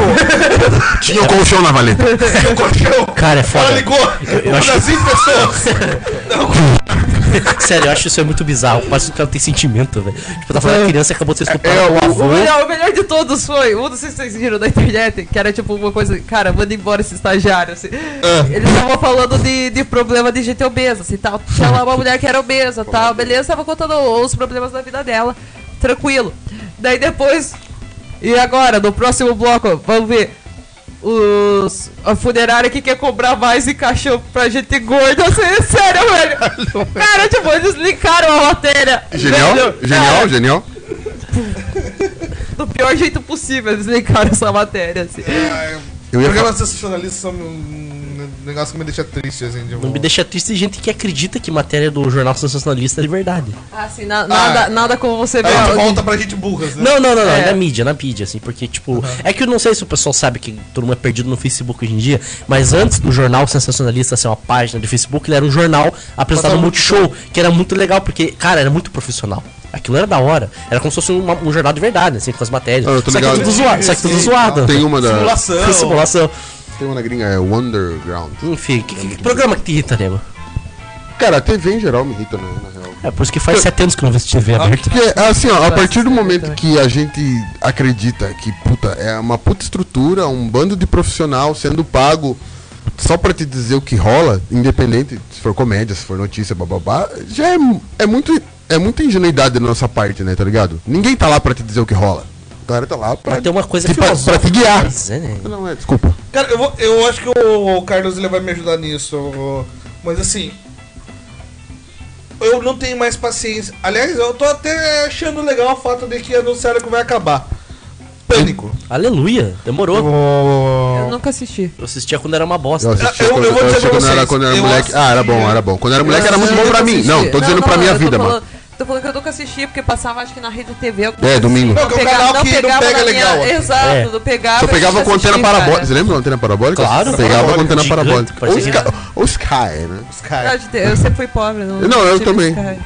Speaker 2: Tinha o colchão na valeta.
Speaker 1: do colchão.
Speaker 3: Cara, é
Speaker 1: Ela
Speaker 3: foda.
Speaker 1: ligou uma
Speaker 3: acho-
Speaker 1: das 20 pessoas.
Speaker 3: Sério, eu acho isso é muito bizarro. Parece que o cara não tem sentimento, velho. Tipo, tá falando que a criança acabou de ser estuprada
Speaker 2: É,
Speaker 3: pelo
Speaker 2: o-
Speaker 4: O
Speaker 3: avô.
Speaker 4: melhor, o melhor de todos foi, um, não sei se vocês viram na internet, que era tipo uma coisa, cara, manda embora esse estagiário, assim.
Speaker 2: Ah.
Speaker 4: Eles estavam falando de, de problema de gente obesa, assim, tal. Tinha lá uma mulher que era obesa, tal, beleza, tava contando os problemas da vida dela, tranquilo. Daí depois, e agora, no próximo bloco, vamos ver. Os, a funerária que quer cobrar mais em caixão pra gente gorda, assim, sério, velho. Cara, tipo, eles linkaram a matéria.
Speaker 2: Genial,
Speaker 4: velho.
Speaker 2: genial,
Speaker 4: Cara,
Speaker 2: genial.
Speaker 4: do pior jeito possível eles linkaram essa matéria, assim.
Speaker 2: Eu ia falar.
Speaker 1: Programas sensacionalistas são um negócio que me deixa triste, assim. Tipo,
Speaker 3: Não me deixa triste gente que acredita que matéria do jornal sensacionalista é de verdade.
Speaker 4: Assim, na- nada,
Speaker 2: Ah.
Speaker 4: nada como você
Speaker 2: Tá
Speaker 1: Aí
Speaker 4: vê.
Speaker 1: a gente
Speaker 4: alguém-
Speaker 1: volta pra gente burras, né?
Speaker 3: Não, não, não, não.
Speaker 4: É.
Speaker 3: Na mídia, na mídia, assim, porque, tipo, é que eu não sei se o pessoal sabe que todo mundo é perdido no Facebook hoje em dia, mas antes do jornal sensacionalista ser uma página de Facebook, ele era um jornal apresentado no Multishow, que era muito legal, porque, cara, era muito profissional. Aquilo era da hora. Era como se fosse uma- um jornal de verdade, assim, com as matérias.
Speaker 2: Ah, eu tô
Speaker 3: só que
Speaker 2: ligado.
Speaker 3: tudo zoado, só que tudo
Speaker 1: Sim,
Speaker 3: zoado.
Speaker 2: Tem uma da.
Speaker 1: Simulação.
Speaker 3: Simulação.
Speaker 2: Tem uma na gringa, é Wonderground.
Speaker 3: Enfim, que, que- que programa que te irrita, né, nego?
Speaker 2: Cara, a TV em geral me irrita, né? Na real.
Speaker 3: É por isso que faz sete anos que eu não vejo TV aberta.
Speaker 2: Porque, assim, ó, a partir do momento que a gente acredita que, puta, é uma puta estrutura, um bando de profissional sendo pago só pra te dizer o que rola, independente se for comédia, se for notícia, bababá, já é, mu- é muito é muita ingenuidade da nossa parte, né, tá ligado? Ninguém tá lá pra te dizer o que rola. O cara tá lá pra,
Speaker 3: Mas tem uma coisa
Speaker 2: te, pra, pra te guiar.
Speaker 3: Mas é, né?
Speaker 2: Não, é, desculpa.
Speaker 1: Cara, eu, vou- eu acho que o Carlos ele vai me ajudar nisso. o- Mas assim. Eu não tenho mais paciência. Aliás, eu tô até achando legal o fato de que anunciaram que vai acabar. Pânico.
Speaker 3: Aleluia, demorou.
Speaker 4: Eu nunca assisti.
Speaker 3: Eu assistia quando era uma bosta.
Speaker 2: Eu assisti
Speaker 1: eu-
Speaker 2: quando,
Speaker 1: eu vou dizer
Speaker 2: assisti
Speaker 1: pra
Speaker 2: quando era,
Speaker 1: vocês,
Speaker 2: quando era
Speaker 1: eu
Speaker 2: moleque. Ah, era bom,
Speaker 1: assisti-
Speaker 2: era bom. Quando era moleque era
Speaker 4: Eu
Speaker 2: muito
Speaker 4: não
Speaker 2: bom pra mim.
Speaker 4: assisti.
Speaker 2: Não, tô dizendo pra minha
Speaker 4: eu tô
Speaker 2: vida,
Speaker 4: falando-
Speaker 2: mano.
Speaker 4: Tô falando que eu nunca assisti, porque passava acho que na rede TV.
Speaker 2: É, domingo.
Speaker 4: assim.
Speaker 1: Não, que é um canal que não pega legal, assim.
Speaker 4: Exato,
Speaker 3: É.
Speaker 4: não pegava.
Speaker 2: Só
Speaker 4: eu
Speaker 2: pegava
Speaker 4: tinha
Speaker 2: com antena
Speaker 4: assistido, cara.
Speaker 2: parabólica. Você lembra da antena parabólica?
Speaker 3: Claro.
Speaker 2: Pegava com antena
Speaker 3: Gigante,
Speaker 2: parabólica. Ou
Speaker 3: parecia
Speaker 2: Sky, ou Sky, né?
Speaker 4: Eu,
Speaker 1: Sky.
Speaker 4: de- eu sempre fui pobre. Não,
Speaker 2: Não, eu
Speaker 4: tive
Speaker 2: também.
Speaker 4: Sky.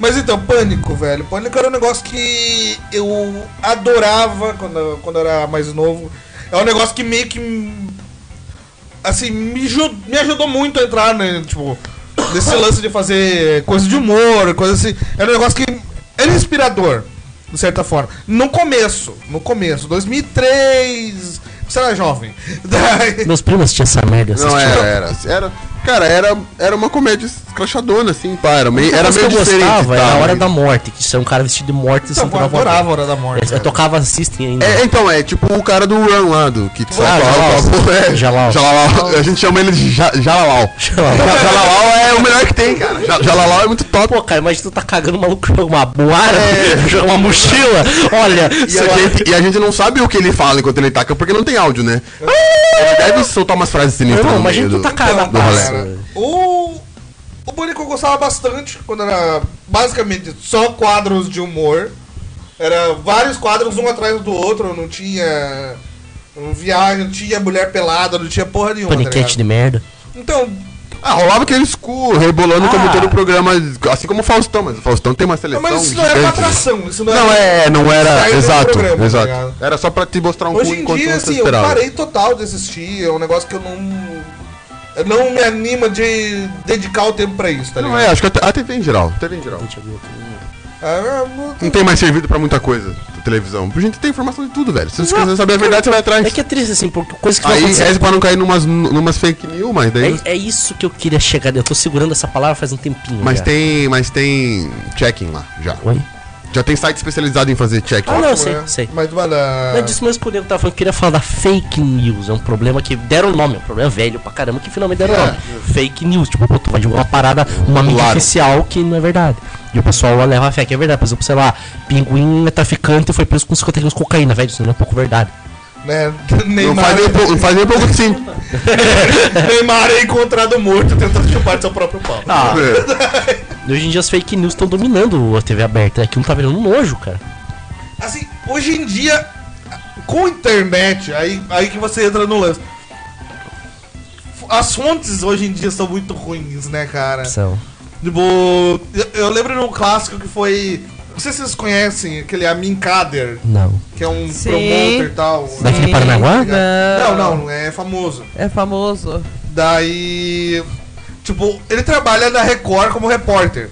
Speaker 1: Mas então, Pânico, velho. Pânico era um negócio que eu adorava quando, eu- quando eu era mais novo. É um negócio que meio que. Assim, me, ju- me ajudou muito a entrar, né? Tipo, nesse lance de fazer coisa de humor, coisa assim. Era um negócio que era inspirador, de certa forma. No começo, no começo, 2003. Você era jovem. Daí-
Speaker 3: Meus primos tinham essa merda.
Speaker 2: Não, é.
Speaker 3: assistiam.
Speaker 2: era, era. era cara, era, era uma comédia escrachadona, assim, pá. Era meio,
Speaker 3: Outra
Speaker 2: era
Speaker 3: coisa
Speaker 2: meio
Speaker 3: que eu
Speaker 2: diferente.
Speaker 3: gostava era
Speaker 2: tá,
Speaker 3: a Hora
Speaker 2: mas-
Speaker 3: da Morte, que isso é um cara vestido de morte
Speaker 1: Então, eu adorava a Hora da Morte.
Speaker 3: Eu, eu tocava assistem ainda.
Speaker 2: É, então, é tipo o cara do Run lá, do que
Speaker 3: Ah, Jalalau.
Speaker 2: é,
Speaker 3: Jalalau.
Speaker 2: Jalalau. A gente chama ele de Ja- Jalalau.
Speaker 3: Jalalau.
Speaker 2: Jalalau é o melhor que tem, cara. Ja- Jalalau é muito top.
Speaker 3: Pô, cara, imagina tu tá cagando o maluco joga uma boara, joga uma mochila. Olha,
Speaker 2: É. E
Speaker 3: sei lá.
Speaker 2: a, gente, e a gente não sabe o que ele fala enquanto ele taca, porque não tem áudio, né? Ele deve soltar umas frases
Speaker 3: Meu
Speaker 2: sinistras.
Speaker 3: irmão,
Speaker 2: no
Speaker 3: imagina
Speaker 2: meio
Speaker 3: tu
Speaker 2: do-
Speaker 3: tá cagando a
Speaker 2: do rolê.
Speaker 3: passa.
Speaker 1: O, o Pânico eu gostava bastante, quando era basicamente só quadros de humor. Era vários quadros, um atrás do outro, não tinha não viagem, não tinha mulher pelada, não tinha porra nenhuma. tá
Speaker 3: Paniquete de
Speaker 1: ligado?
Speaker 3: merda.
Speaker 1: Então,
Speaker 2: Ah, rolava aquele escuro, rebolando como
Speaker 3: Ah.
Speaker 2: todo programa, assim como o Faustão, mas o Faustão tem uma
Speaker 1: não,
Speaker 2: seleção.
Speaker 1: mas isso não era uma
Speaker 2: gigante, né?
Speaker 1: atração, isso não,
Speaker 2: Não,
Speaker 1: era...
Speaker 2: é, não era.
Speaker 1: Saiu do
Speaker 2: Exato,
Speaker 1: programa, tá
Speaker 2: exato.
Speaker 1: ligado?
Speaker 2: Era só pra te mostrar um cu
Speaker 1: Hoje em
Speaker 2: enquanto
Speaker 1: dia,
Speaker 2: você
Speaker 1: assim, eu
Speaker 2: esperava.
Speaker 1: parei total de assistir, é um negócio que eu não... eu Não me anima de dedicar o tempo pra isso, tá
Speaker 2: Não
Speaker 1: ligado?
Speaker 2: é, acho que a, te- a TV em geral. TV em geral.
Speaker 1: Ah, não-
Speaker 2: Não tem mais servido pra muita coisa a televisão. A gente tem informação de tudo, velho. Se você
Speaker 3: Exato.
Speaker 2: quiser saber a verdade, você vai atrás.
Speaker 3: É que é triste assim, porque coisa que vai
Speaker 2: Aí
Speaker 3: acontecer.
Speaker 2: reze pra não cair numas, numas fake news, mas daí.
Speaker 3: É, é isso que eu queria chegar. né? Eu tô segurando essa palavra faz um tempinho.
Speaker 2: mas
Speaker 3: já.
Speaker 2: tem. Mas tem check-in lá, já.
Speaker 3: Oi?
Speaker 2: Já tem site especializado em fazer check-in.
Speaker 3: Ah, não, eu sei,
Speaker 1: né?
Speaker 3: sei.
Speaker 1: Mas, mano, ah,
Speaker 3: Não é disso mesmo que o Diego tava falando, eu queria falar da fake news. É um problema que deram nome, é um problema velho pra caramba que finalmente deram nome. Fake news, tipo, pô, tu vai divulgar uma parada, uma mídia
Speaker 2: Claro.
Speaker 3: oficial que não é verdade. E o pessoal leva a fé que é verdade. Por exemplo, sei lá, pinguim é traficante e foi preso com 50 quilos de cocaína, velho. Isso não é um pouco verdade.
Speaker 1: né?
Speaker 2: não,
Speaker 1: Neymar-
Speaker 2: faz nem um pouco, não faz nem um pouco de sim.
Speaker 1: Neymar é encontrado morto tentando chupar de seu próprio pau.
Speaker 3: Ah,
Speaker 2: É.
Speaker 3: hoje em dia as fake news estão dominando a TV aberta. Aquilo tá virando um nojo, cara.
Speaker 1: Assim, hoje em dia, com a internet, aí, aí que você entra no lance. As fontes hoje em dia são muito ruins, né, cara?
Speaker 3: São.
Speaker 1: Tipo, eu, eu lembro de um clássico que foi. Não sei se vocês conhecem aquele Amin Kader,
Speaker 3: Não.
Speaker 1: que é um
Speaker 4: Sim.
Speaker 1: promoter e tal.
Speaker 3: Daqui de Paranaguá?
Speaker 1: Não,
Speaker 4: Não.
Speaker 1: não, é famoso.
Speaker 4: É famoso.
Speaker 1: Daí. Tipo, ele trabalha na Record como repórter.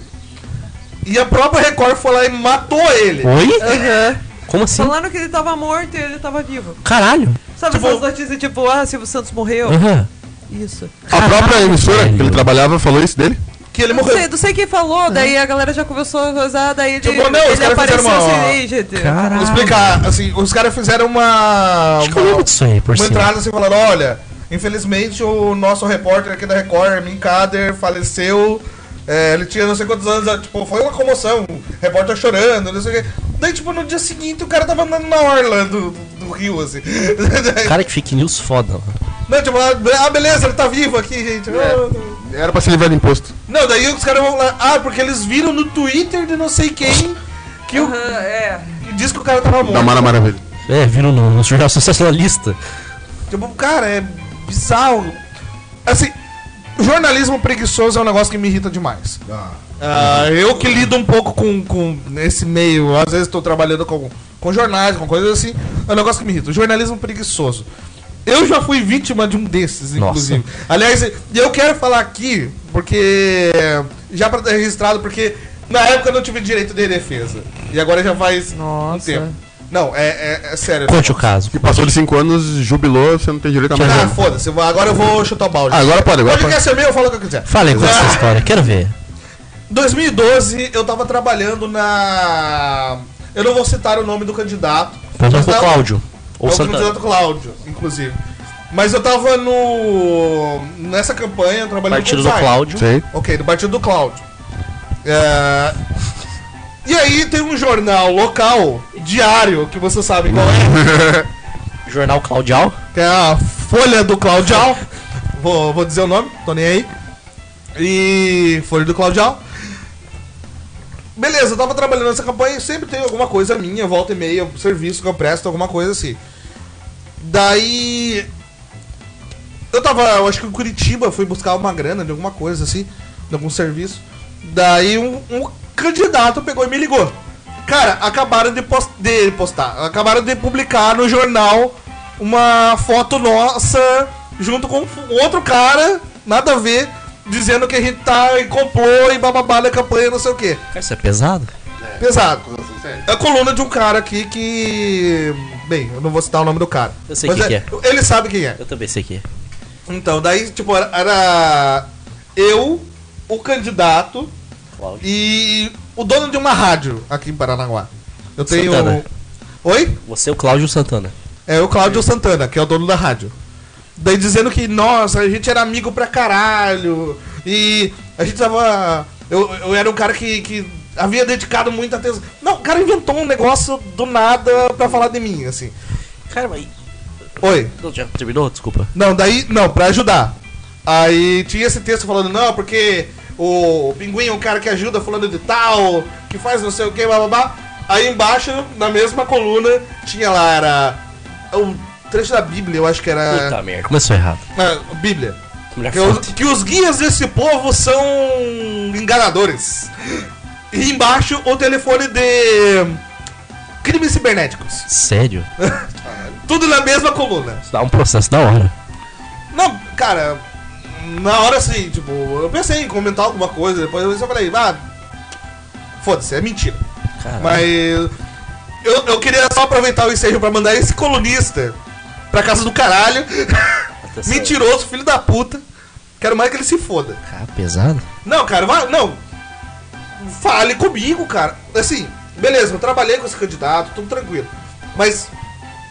Speaker 1: E a própria Record foi lá e matou ele.
Speaker 3: Oi?
Speaker 4: Aham.
Speaker 3: Como assim?
Speaker 4: Falando que ele tava morto e ele tava vivo.
Speaker 3: Caralho.
Speaker 4: Sabe
Speaker 1: Tipo-
Speaker 4: essas notícias tipo, ah, Silvio Santos morreu?
Speaker 3: Aham.
Speaker 4: Isso.
Speaker 2: A própria emissora que ele
Speaker 3: velho.
Speaker 2: trabalhava falou isso dele.
Speaker 1: Que ele
Speaker 4: Não
Speaker 1: morreu.
Speaker 4: sei, não sei quem
Speaker 3: É.
Speaker 4: falou, daí a galera já começou a gozar, daí ele,
Speaker 1: Tipo, não, os
Speaker 4: ele
Speaker 1: caras
Speaker 4: apareceu
Speaker 1: fizeram uma-
Speaker 4: assim, "Ei, gente.
Speaker 3: Caralho.
Speaker 1: Vou explicar, assim, os caras fizeram uma.
Speaker 3: Acho que eu
Speaker 1: uma-
Speaker 3: lembro disso aí, por
Speaker 1: uma
Speaker 3: cima.
Speaker 1: entrada assim falando, olha, infelizmente o nosso repórter aqui da Record, Min Kader, faleceu. é, ele tinha não sei quantos anos, tipo, foi uma comoção, o repórter chorando, não sei o quê. Daí, tipo, no dia seguinte o cara tava andando na orla do, do rio, assim.
Speaker 3: Cara, que fake news foda. mano.
Speaker 1: Não, tipo, ah, beleza, ele tá vivo aqui, gente. Ah,
Speaker 2: Era pra se livrar do imposto.
Speaker 1: Não, daí os caras vão lá, ah, porque eles viram no Twitter de não sei quem que, o,
Speaker 4: Ah, é.
Speaker 1: que diz que o cara tava
Speaker 2: Da
Speaker 1: morto.
Speaker 2: Mara Maravilha.
Speaker 3: É, viram no, no jornal sensacionalista.
Speaker 1: Tipo, cara, é bizarro. Assim, jornalismo preguiçoso é um negócio que me irrita demais. Ah, eu que lido um pouco com, com esse meio, às vezes estou trabalhando com, com jornais, com coisas assim, é um negócio que me irrita. Jornalismo preguiçoso. Eu já fui vítima de um desses,
Speaker 3: Nossa.
Speaker 1: inclusive. Aliás, e eu quero falar aqui, porque. Já pra ter registrado, porque na época eu não tive direito de defesa. E agora já faz um
Speaker 4: Nossa.
Speaker 1: tempo. Não, é, é- é sério.
Speaker 3: Conte o caso.
Speaker 2: Que passou de 5 anos, jubilou, você não tem
Speaker 3: é.
Speaker 2: direito a mais
Speaker 1: Ah,
Speaker 2: nada.
Speaker 1: foda-se, eu vou- agora eu vou chutar o balde.
Speaker 2: Ah, agora pode, agora
Speaker 1: Pode
Speaker 2: pode.
Speaker 1: quer ser meu, eu falo o que eu quiser.
Speaker 3: Falei com essa
Speaker 1: Ah.
Speaker 3: história, quero ver.
Speaker 1: 2012, eu tava trabalhando na. Eu não vou citar o nome do candidato.
Speaker 3: Pergunta
Speaker 1: mas
Speaker 3: Então pro
Speaker 1: tava-
Speaker 3: Cláudio.
Speaker 1: É
Speaker 3: Ou
Speaker 1: o
Speaker 3: Santana.
Speaker 1: candidato Cláudio, inclusive. Mas eu tava no. nessa campanha, trabalhando
Speaker 3: Partido do
Speaker 1: design.
Speaker 3: Cláudio.
Speaker 2: Sei.
Speaker 1: Ok, do partido do Cláudio. É, E aí tem um jornal local, diário, que você sabe qual é.
Speaker 3: Jornal Claudial.
Speaker 1: que é a Folha do Claudial. Vou, vou dizer o nome, tô nem aí. E Folha do Claudial. Beleza, eu tava trabalhando nessa campanha e sempre tem alguma coisa minha, volta e meia, serviço que eu presto, alguma coisa assim. Daí. Eu tava, eu acho que em Curitiba, fui buscar uma grana de alguma coisa assim, de algum serviço. Daí um, um candidato pegou e me ligou. Cara, acabaram de, pos- de postar, acabaram de publicar no jornal uma foto nossa junto com um outro cara, nada a ver, dizendo que a gente tá em complô e bababá na campanha, não sei o quê.
Speaker 3: Cara, isso é pesado?
Speaker 1: Pesado.
Speaker 2: Acusação séria.
Speaker 1: É a coluna de um cara aqui que. Bem, eu não vou citar o nome do cara.
Speaker 3: Eu sei quem
Speaker 1: é. Ele sabe quem é.
Speaker 3: Eu também sei que é.
Speaker 1: Então, daí, tipo, era- era eu, o candidato
Speaker 3: Cláudio.
Speaker 1: e o dono de uma rádio aqui em Paranaguá. Eu tenho.
Speaker 3: Santana.
Speaker 1: Oi?
Speaker 3: Você é o Cláudio Santana.
Speaker 1: É o Cláudio Santana, que é o dono da rádio. Daí dizendo que, nossa, a gente era amigo pra caralho. E a gente tava. Eu, eu era um cara que, que havia dedicado muita atenção. Não, o cara inventou um negócio do nada pra falar de mim, assim.
Speaker 3: Cara, mas.
Speaker 1: Oi.
Speaker 3: Não, já terminou? Desculpa.
Speaker 1: Não, daí, não, pra ajudar. Aí tinha esse texto falando, não, porque o pinguim é um cara que ajuda fulano de tal, que faz não sei o que, bababá. Aí embaixo, na mesma coluna, tinha lá, era o trecho da Bíblia, eu acho que era...
Speaker 3: Puta É merda. É. Começou errado.
Speaker 1: Ah, Bíblia.
Speaker 3: Mulher
Speaker 1: Que os,
Speaker 3: forte.
Speaker 1: que os guias desse povo são enganadores. E embaixo, o telefone de crimes cibernéticos.
Speaker 3: Sério?
Speaker 1: Tudo na mesma coluna.
Speaker 3: Isso dá um processo da hora.
Speaker 1: Não, cara, na hora assim, tipo, eu pensei em comentar alguma coisa, depois eu só falei, ah, foda-se, é mentira.
Speaker 3: Caralho.
Speaker 1: Mas eu, eu queria só aproveitar o ensejo pra mandar esse colunista pra casa do caralho.
Speaker 3: Atenção.
Speaker 1: Mentiroso, filho da puta. Quero mais que ele se foda.
Speaker 3: Cara, pesado.
Speaker 1: Não, cara, vai, não. Fale comigo, cara. Assim, beleza, eu trabalhei com esse candidato, tudo tranquilo. Mas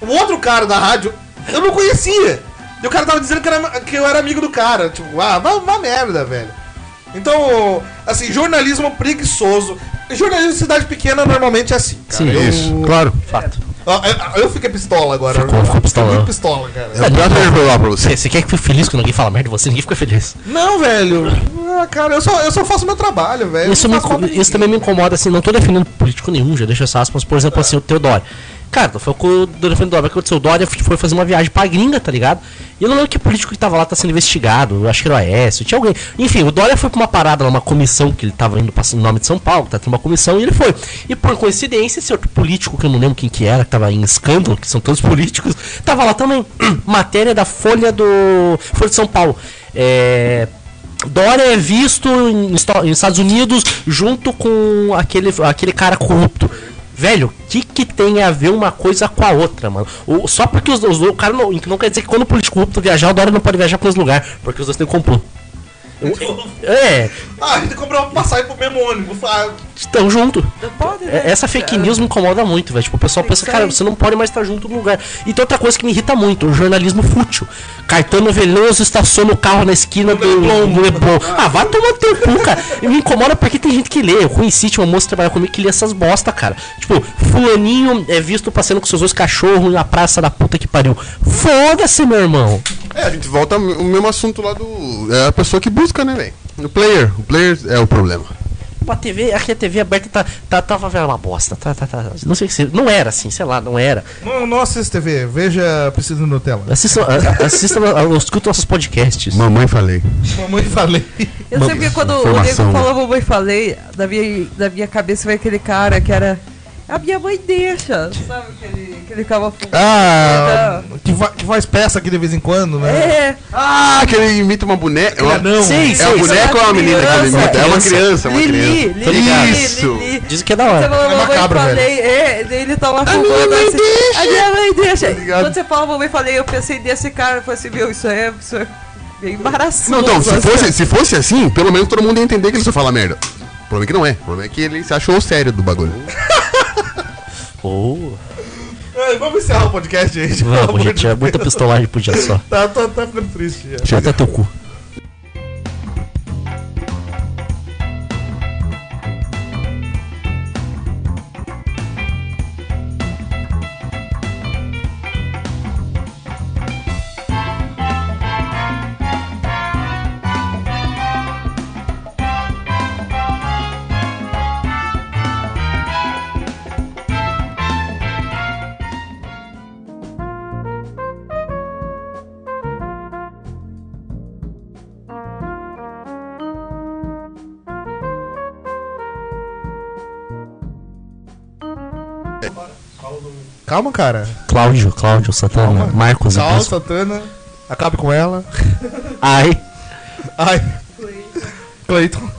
Speaker 1: o outro cara da rádio, eu não conhecia. E o cara tava dizendo que, era- que eu era amigo do cara. Tipo, ah, vá, vá merda, velho. Então, assim, jornalismo preguiçoso. Jornalismo de cidade pequena normalmente é assim. Cara.
Speaker 3: Sim,
Speaker 1: eu,
Speaker 2: Isso, claro.
Speaker 3: Fato.
Speaker 1: Ó, eu, eu fiquei pistola agora.
Speaker 3: Ficou, ficou pistola.
Speaker 1: Fiquei muito pistola, cara.
Speaker 2: É o pior que eu vou falar pra você.
Speaker 3: Você, você quer que fique feliz quando alguém fala merda de você? Ninguém fica feliz.
Speaker 1: Não, velho. Ah, cara, eu só, eu só faço meu trabalho, velho. Tá
Speaker 3: Isso,
Speaker 1: Eu
Speaker 3: me
Speaker 1: não faço
Speaker 3: incomoda-
Speaker 1: mal pra
Speaker 3: isso também me incomoda, assim, não tô defendendo político nenhum, já deixa essas aspas, por exemplo, assim, o Teodoro. Cara, não foi o defendendo o Dória, o que aconteceu? O Dória foi fazer uma viagem pra gringa, tá ligado? E eu não lembro que político que tava lá tá sendo investigado, eu acho que era o Aécio, tinha alguém. Enfim, o Dória foi pra uma parada lá, uma comissão que ele tava indo passando o nome de São Paulo, tá tendo uma comissão, e ele foi. E por coincidência, esse outro político, que eu não lembro quem que era, que tava em escândalo, que são todos políticos, tava lá também. Matéria da Folha do. Folha de São Paulo. É. Dória é visto em Esto- nos Estados Unidos junto com aquele, aquele cara corrupto. Velho, o que, que tem a ver uma coisa com a outra, mano? O- só porque os dois. O cara não, então não quer dizer que quando o político corrupto viajar, o Dória não pode viajar para os lugares, porque os dois têm complô. É,
Speaker 1: Ah, a gente comprou uma passagem pro mesmo ônibus. Ah,
Speaker 3: estão junto.
Speaker 4: Pode, né?
Speaker 3: É, Essa fake news me incomoda muito, velho. Tipo, o pessoal pensa, cara, você não pode mais estar junto no lugar. E tem outra coisa que me irrita muito, o jornalismo fútil. Caetano Veloso estaciona o carro na esquina do
Speaker 1: Leblon.
Speaker 3: do Leblon. Ah, vai tomar no teu cu, cara. E me incomoda porque tem gente que lê. Eu conheci, tinha uma moça que trabalhava comigo que lê essas bosta, cara. Tipo, fulaninho é visto passeando com seus dois cachorros na praça da puta que pariu. Foda-se, meu irmão.
Speaker 2: É, a gente volta ao mesmo assunto lá do. É a pessoa que busca, né, velho? O player. O player é o problema.
Speaker 3: Pô, A TV, aqui a TV aberta tá, tá, tava velho, uma bosta. Tá, tá, tá. Não sei se. Não era assim, sei lá, não era.
Speaker 1: Não, não assista TV, veja Preciso de Nutella.
Speaker 3: Assistam, a- assistam, a- escutam nossos podcasts.
Speaker 2: Mamãe falei.
Speaker 1: Mamãe falei.
Speaker 4: Eu sei porque quando o Diego
Speaker 3: né?
Speaker 2: Informação.
Speaker 4: falou mamãe falei, da minha, da minha cabeça veio aquele cara que era. A minha mãe deixa, sabe? Aquele, aquele cava fumando.
Speaker 1: Ah, que, fa- que faz peça aqui de vez em quando, né?
Speaker 4: É,
Speaker 2: Ah, que ele imita uma boneca. É, uma...
Speaker 1: não.
Speaker 3: Sim,
Speaker 2: é um
Speaker 3: sim, sim.
Speaker 2: boneco ou é uma menina que ele imita? É uma criança, é uma
Speaker 4: Lili,
Speaker 2: criança.
Speaker 4: Lili,
Speaker 2: Isso.
Speaker 4: Lili.
Speaker 3: Dizem que é da
Speaker 4: Você
Speaker 3: hora.
Speaker 4: falou,
Speaker 1: É
Speaker 4: mamãe,
Speaker 1: macabro,
Speaker 4: falei, é, daí ele tá lá a
Speaker 2: minha mãe
Speaker 4: A minha mãe deixa. Quando você fala, mamãe, falei, eu pensei nesse cara, eu falei assim, meu, isso é, isso é bem embaraçoso.
Speaker 2: Não, então, se fosse, se fosse assim, pelo menos todo mundo ia entender que ele só fala merda. O problema é que não é. O problema é que ele se achou sério do bagulho.
Speaker 3: Ou.
Speaker 1: Ai, vamos encerrar o podcast, gente. pelo amor
Speaker 3: Vamos,
Speaker 1: de
Speaker 3: gente, é
Speaker 1: Deus.
Speaker 3: muita pistolagem pro dia só.
Speaker 1: Tá, tá, tá ficando triste já.
Speaker 3: Até teu cu.
Speaker 1: Calma, cara.
Speaker 3: Cláudio, Cláudio, Santana, Marcos,
Speaker 1: Sal,
Speaker 3: Augusto.
Speaker 1: Santana. Acabe com ela.
Speaker 3: Ai,
Speaker 1: Ai. Cleiton.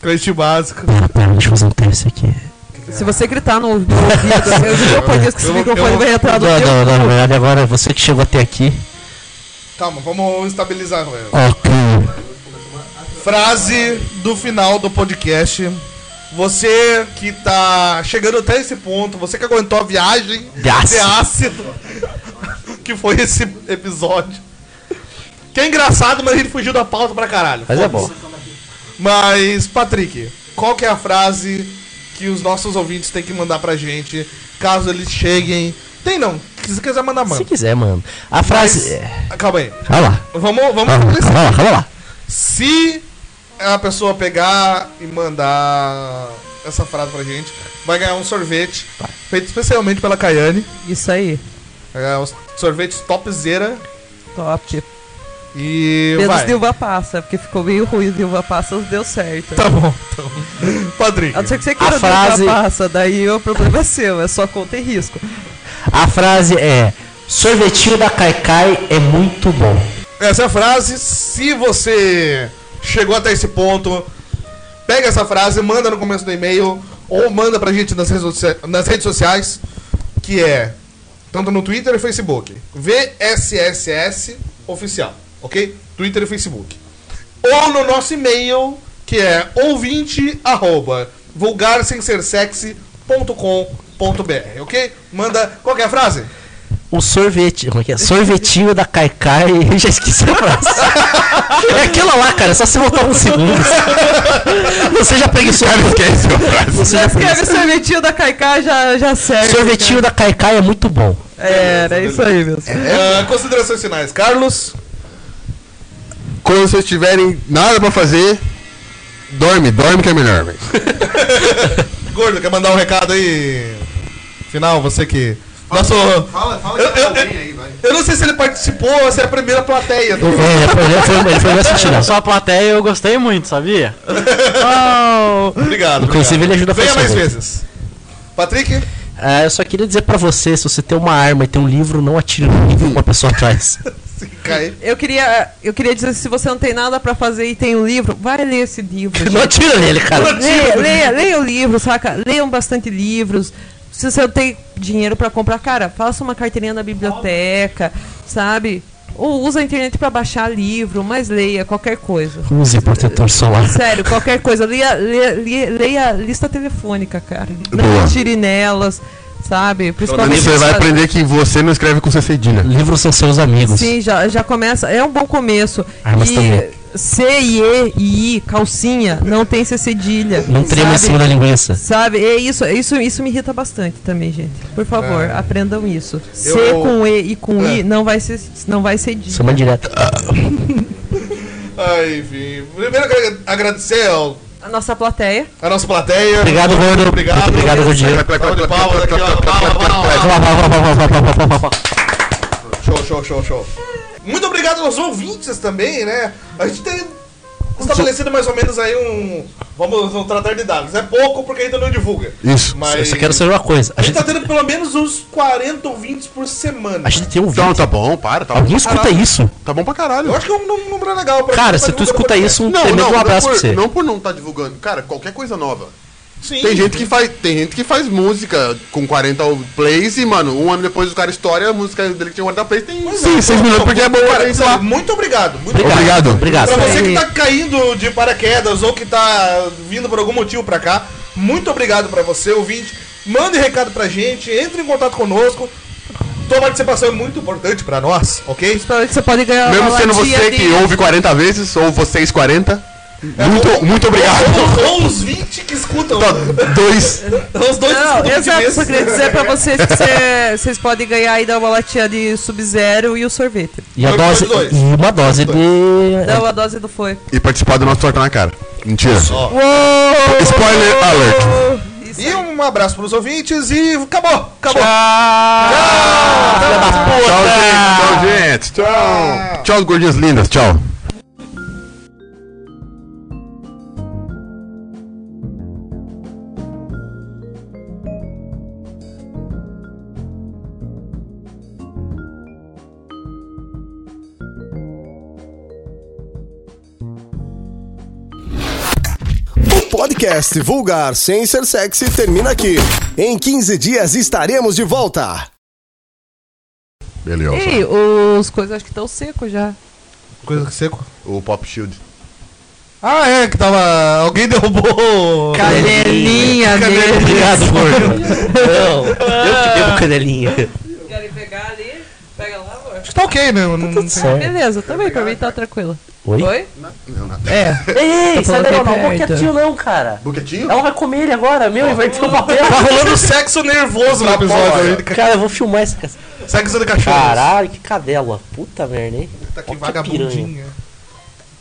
Speaker 1: Cleitinho básico.
Speaker 3: pera, pera, deixa eu fazer um teste aqui.
Speaker 4: Se você gritar no no ouvido, eu não acredito que esse
Speaker 1: Eu vou-
Speaker 4: microfone
Speaker 1: eu vou-
Speaker 4: vai entrar no
Speaker 3: Não,
Speaker 4: Tá teu.
Speaker 3: não, não, na verdade agora é você que chegou até aqui.
Speaker 1: Calma, vamos estabilizar, velho.
Speaker 3: Ok.
Speaker 1: Frase do final do podcast. Você que tá chegando até esse ponto, você que aguentou a viagem
Speaker 3: De ácido.
Speaker 1: de ácido, que foi esse episódio. Que é engraçado, mas a gente fugiu da pauta pra caralho.
Speaker 3: Mas é bom.
Speaker 1: Mas, Patrick, qual que é a frase que os nossos ouvintes têm que mandar pra gente, caso eles cheguem? Tem não, se quiser mandar, manda.
Speaker 3: Se quiser, mano. A frase. Ah. é,
Speaker 1: Mas- Calma aí.
Speaker 3: Vai lá.
Speaker 1: Vamos, vamos
Speaker 3: Calma lá,
Speaker 1: começar.
Speaker 3: calma lá, calma lá.
Speaker 1: Se a pessoa pegar e mandar essa frase pra gente, vai ganhar um sorvete feito especialmente pela Caiane.
Speaker 4: Isso aí.
Speaker 1: É, os sorvetes topzera
Speaker 4: Top.
Speaker 1: e
Speaker 4: Menos
Speaker 1: vai.
Speaker 4: de uva passa, porque ficou meio ruim de uva passa, não deu certo.
Speaker 1: Tá bom, tá bom. Patrick,
Speaker 4: A não ser que você queira
Speaker 3: A
Speaker 4: de uva
Speaker 3: frase-
Speaker 4: passa, daí o problema é seu, é só conta e risco.
Speaker 3: A frase é: sorvetinho da Kaikai é muito bom.
Speaker 1: essa é a frase. Se você chegou até esse ponto, pega essa frase, manda no começo do e-mail ou manda pra gente nas redes, socia- nas redes sociais, que é tanto no Twitter e Facebook. VSSS oficial, ok? Twitter e Facebook. Ou no nosso e-mail, que é ouvinte arroba vulgar sem ser sexy ponto com ponto BR, ok? Manda qual que é a frase?
Speaker 3: O sorvete. Como é que é? Sorvetinho da Kaikai. Eu já esqueci a frase. É aquela lá, cara. É só se voltar uns segundos. Você já preguiçou.
Speaker 2: Esquece a frase.
Speaker 3: Você já
Speaker 4: Escreve
Speaker 3: preguiçou.
Speaker 4: sorvetinho da Caiká, já, já serve.
Speaker 3: Sorvetinho da Kaikai é muito bom.
Speaker 4: É, era isso aí mesmo.
Speaker 1: Ah, considerações finais, Carlos.
Speaker 2: Quando vocês tiverem nada pra fazer, dorme, dorme que é melhor, velho.
Speaker 1: Gordo, quer mandar um recado aí? Final, você que. Nosso.
Speaker 2: Fala, fala
Speaker 1: Eu, eu- eu não sei se ele participou ou se é a primeira plateia.
Speaker 3: É, ele foi, ele foi, ele foi me assistir, não.
Speaker 8: Só a plateia eu gostei muito, sabia?
Speaker 1: Obrigado.
Speaker 3: Inclusive,
Speaker 1: obrigado.
Speaker 3: ele ajuda a
Speaker 1: Venha
Speaker 3: pessoa.
Speaker 1: mais vezes. Patrick,
Speaker 3: Ah, eu só queria dizer pra você, se você tem uma arma e tem um livro, não atire no livro com a pessoa atrás.
Speaker 1: se cai.
Speaker 4: Eu queria, eu queria dizer, se você não tem nada pra fazer e tem um livro, vai ler esse livro.
Speaker 3: Não atira nele, cara.
Speaker 4: leia, leia, leia o livro, saca? Leiam bastante livros. Se você não tem dinheiro pra comprar, cara, faça uma carteirinha na biblioteca, sabe? Ou usa a internet pra baixar livro, mas leia qualquer coisa.
Speaker 3: Use protetor solar.
Speaker 4: Sério, qualquer coisa. Leia, leia, leia, leia a lista telefônica, cara.
Speaker 2: Boa.
Speaker 4: Não tire nelas, sabe? Principalmente.
Speaker 2: Você vai
Speaker 4: sabe?
Speaker 2: aprender que você não escreve com C né? cedilha.
Speaker 3: Livros são seus amigos.
Speaker 4: Sim, já, já começa. É um bom começo.
Speaker 3: Armas
Speaker 4: e
Speaker 3: Ah, também.
Speaker 4: C, I, E e I, calcinha, não tem C cedilha.
Speaker 3: Não trema em
Speaker 4: sabe?
Speaker 3: cima da linguiça.
Speaker 4: Sabe, é isso, é isso, isso me irrita bastante também, gente. Por favor,
Speaker 2: É.
Speaker 4: aprendam isso. C
Speaker 1: Eu-
Speaker 4: com E e com
Speaker 1: É.
Speaker 4: I não vai ser, não vai ser dito.
Speaker 3: Chama direto.
Speaker 1: Ai, enfim. Primeiro eu quero agradecer ao,
Speaker 4: A nossa plateia.
Speaker 1: a nossa plateia.
Speaker 3: Obrigado, Gordo.
Speaker 1: Obrigado.
Speaker 3: Muito obrigado, Gordinho.
Speaker 1: Salva de palmas aqui, ó. Palma, palma, palma. Show, show, show, show. Muito obrigado aos ouvintes também, né? A gente tem estabelecido mais ou menos aí um. Vamos, vamos tratar de dados. É pouco porque ainda não divulga.
Speaker 2: Isso.
Speaker 1: Mas.
Speaker 3: Eu só quero saber uma coisa. A
Speaker 1: A gente
Speaker 3: gente,
Speaker 1: tá tendo pelo menos uns 40 ouvintes por semana.
Speaker 3: a gente tem um
Speaker 2: Então,
Speaker 3: vídeo.
Speaker 2: tá bom, para, tá
Speaker 3: Alguém
Speaker 2: bom.
Speaker 3: escuta isso?
Speaker 2: Tá bom pra caralho.
Speaker 1: Eu acho que é um num- número legal pra
Speaker 3: Cara,
Speaker 1: pra
Speaker 3: se tu
Speaker 1: divulgar
Speaker 3: escuta
Speaker 1: no
Speaker 3: isso, um
Speaker 2: Não,
Speaker 3: tremendo
Speaker 2: não, não
Speaker 3: abraço
Speaker 2: por,
Speaker 3: pra você.
Speaker 2: não por não tá divulgando. Cara, qualquer coisa nova.
Speaker 1: podcast. Sim.
Speaker 2: Tem gente que faz, tem gente que faz música com 40 plays e, mano, um ano depois o cara estoura a música dele que tinha 40 plays tem um
Speaker 1: Pois
Speaker 2: Sim,
Speaker 1: é,
Speaker 2: seis
Speaker 1: pô,
Speaker 2: minutos
Speaker 1: pô,
Speaker 2: porque é bom
Speaker 1: cara,
Speaker 2: pra isso
Speaker 1: sabe,
Speaker 2: lá.
Speaker 1: Muito obrigado. Muito obrigado.
Speaker 2: Obrigado.
Speaker 3: Obrigado.
Speaker 1: Pra você que
Speaker 4: Sim.
Speaker 1: tá caindo de paraquedas ou que tá vindo por algum motivo pra cá, muito obrigado pra você, ouvinte. Mande recado pra gente, entre em contato conosco. Tua participação é muito importante pra nós, ok?
Speaker 4: Principalmente Então, você pode ganhar
Speaker 2: Mesmo
Speaker 4: uma
Speaker 2: sendo
Speaker 4: latinha
Speaker 2: você
Speaker 4: de-
Speaker 2: que ouve 40 vezes, ou vocês 40. Muito, muito obrigado.
Speaker 1: Ou- Ou os 20 que escutam.
Speaker 2: Tá, Dois.
Speaker 1: Os dois que
Speaker 4: Não,
Speaker 1: escutam
Speaker 4: é
Speaker 2: tipo
Speaker 1: 20
Speaker 4: exato, só
Speaker 1: vezes.
Speaker 4: queria dizer pra vocês que cê- vocês podem ganhar ainda uma latinha de Sub-Zero e o sorvete.
Speaker 3: E, a
Speaker 2: é
Speaker 1: Foi
Speaker 3: dose,
Speaker 1: dois.
Speaker 3: e uma dose de.
Speaker 4: Não, a dose do foi.
Speaker 2: E participar do nosso Torta na Cara. Mentira.
Speaker 1: Ó.
Speaker 2: Spoiler alert.
Speaker 4: Isso
Speaker 1: E um abraço pros ouvintes e acabou, acabou.
Speaker 2: Tchau, gente. Ah! Tchau, gente. Tchau. Tchau, gordinhas lindas. Tchau.
Speaker 5: podcast Vulgar Sem Ser Sexy termina aqui. Em 15 dias estaremos de volta.
Speaker 2: Beleza.
Speaker 4: Ei, os coisas acho que estão secos já.
Speaker 1: Coisa que seco.
Speaker 2: O Pop Shield.
Speaker 1: Ah, é, que tava. Alguém derrubou.
Speaker 4: Canelinha dele.
Speaker 3: Obrigado, gordo. Não, eu que devo canelinha.
Speaker 4: Querem pegar ali? Pega lá, amor.
Speaker 1: Acho que tá ok, né? Não, não
Speaker 3: Tudo
Speaker 1: sei.
Speaker 3: certo.
Speaker 4: Beleza, também, pra mim tá tranquilo.
Speaker 3: Oi?
Speaker 4: Oi?
Speaker 3: Ei,
Speaker 2: tá
Speaker 3: ei, sai daí, não,
Speaker 4: falando
Speaker 3: não vou
Speaker 4: perto.
Speaker 3: quietinho não, cara.
Speaker 2: Buquetinho?
Speaker 3: Ela vai comer ele agora, meu, e vai descer o papel.
Speaker 1: Tá rolando sexo nervoso
Speaker 2: Tá
Speaker 1: no episódio
Speaker 2: é.
Speaker 1: aí.
Speaker 3: Cara, eu vou filmar essa
Speaker 1: Sexo de cachorro.
Speaker 3: Caralho, que cadela. Puta merda, hein?
Speaker 1: Tá
Speaker 3: Ó
Speaker 1: que
Speaker 3: que
Speaker 1: vagabundinha.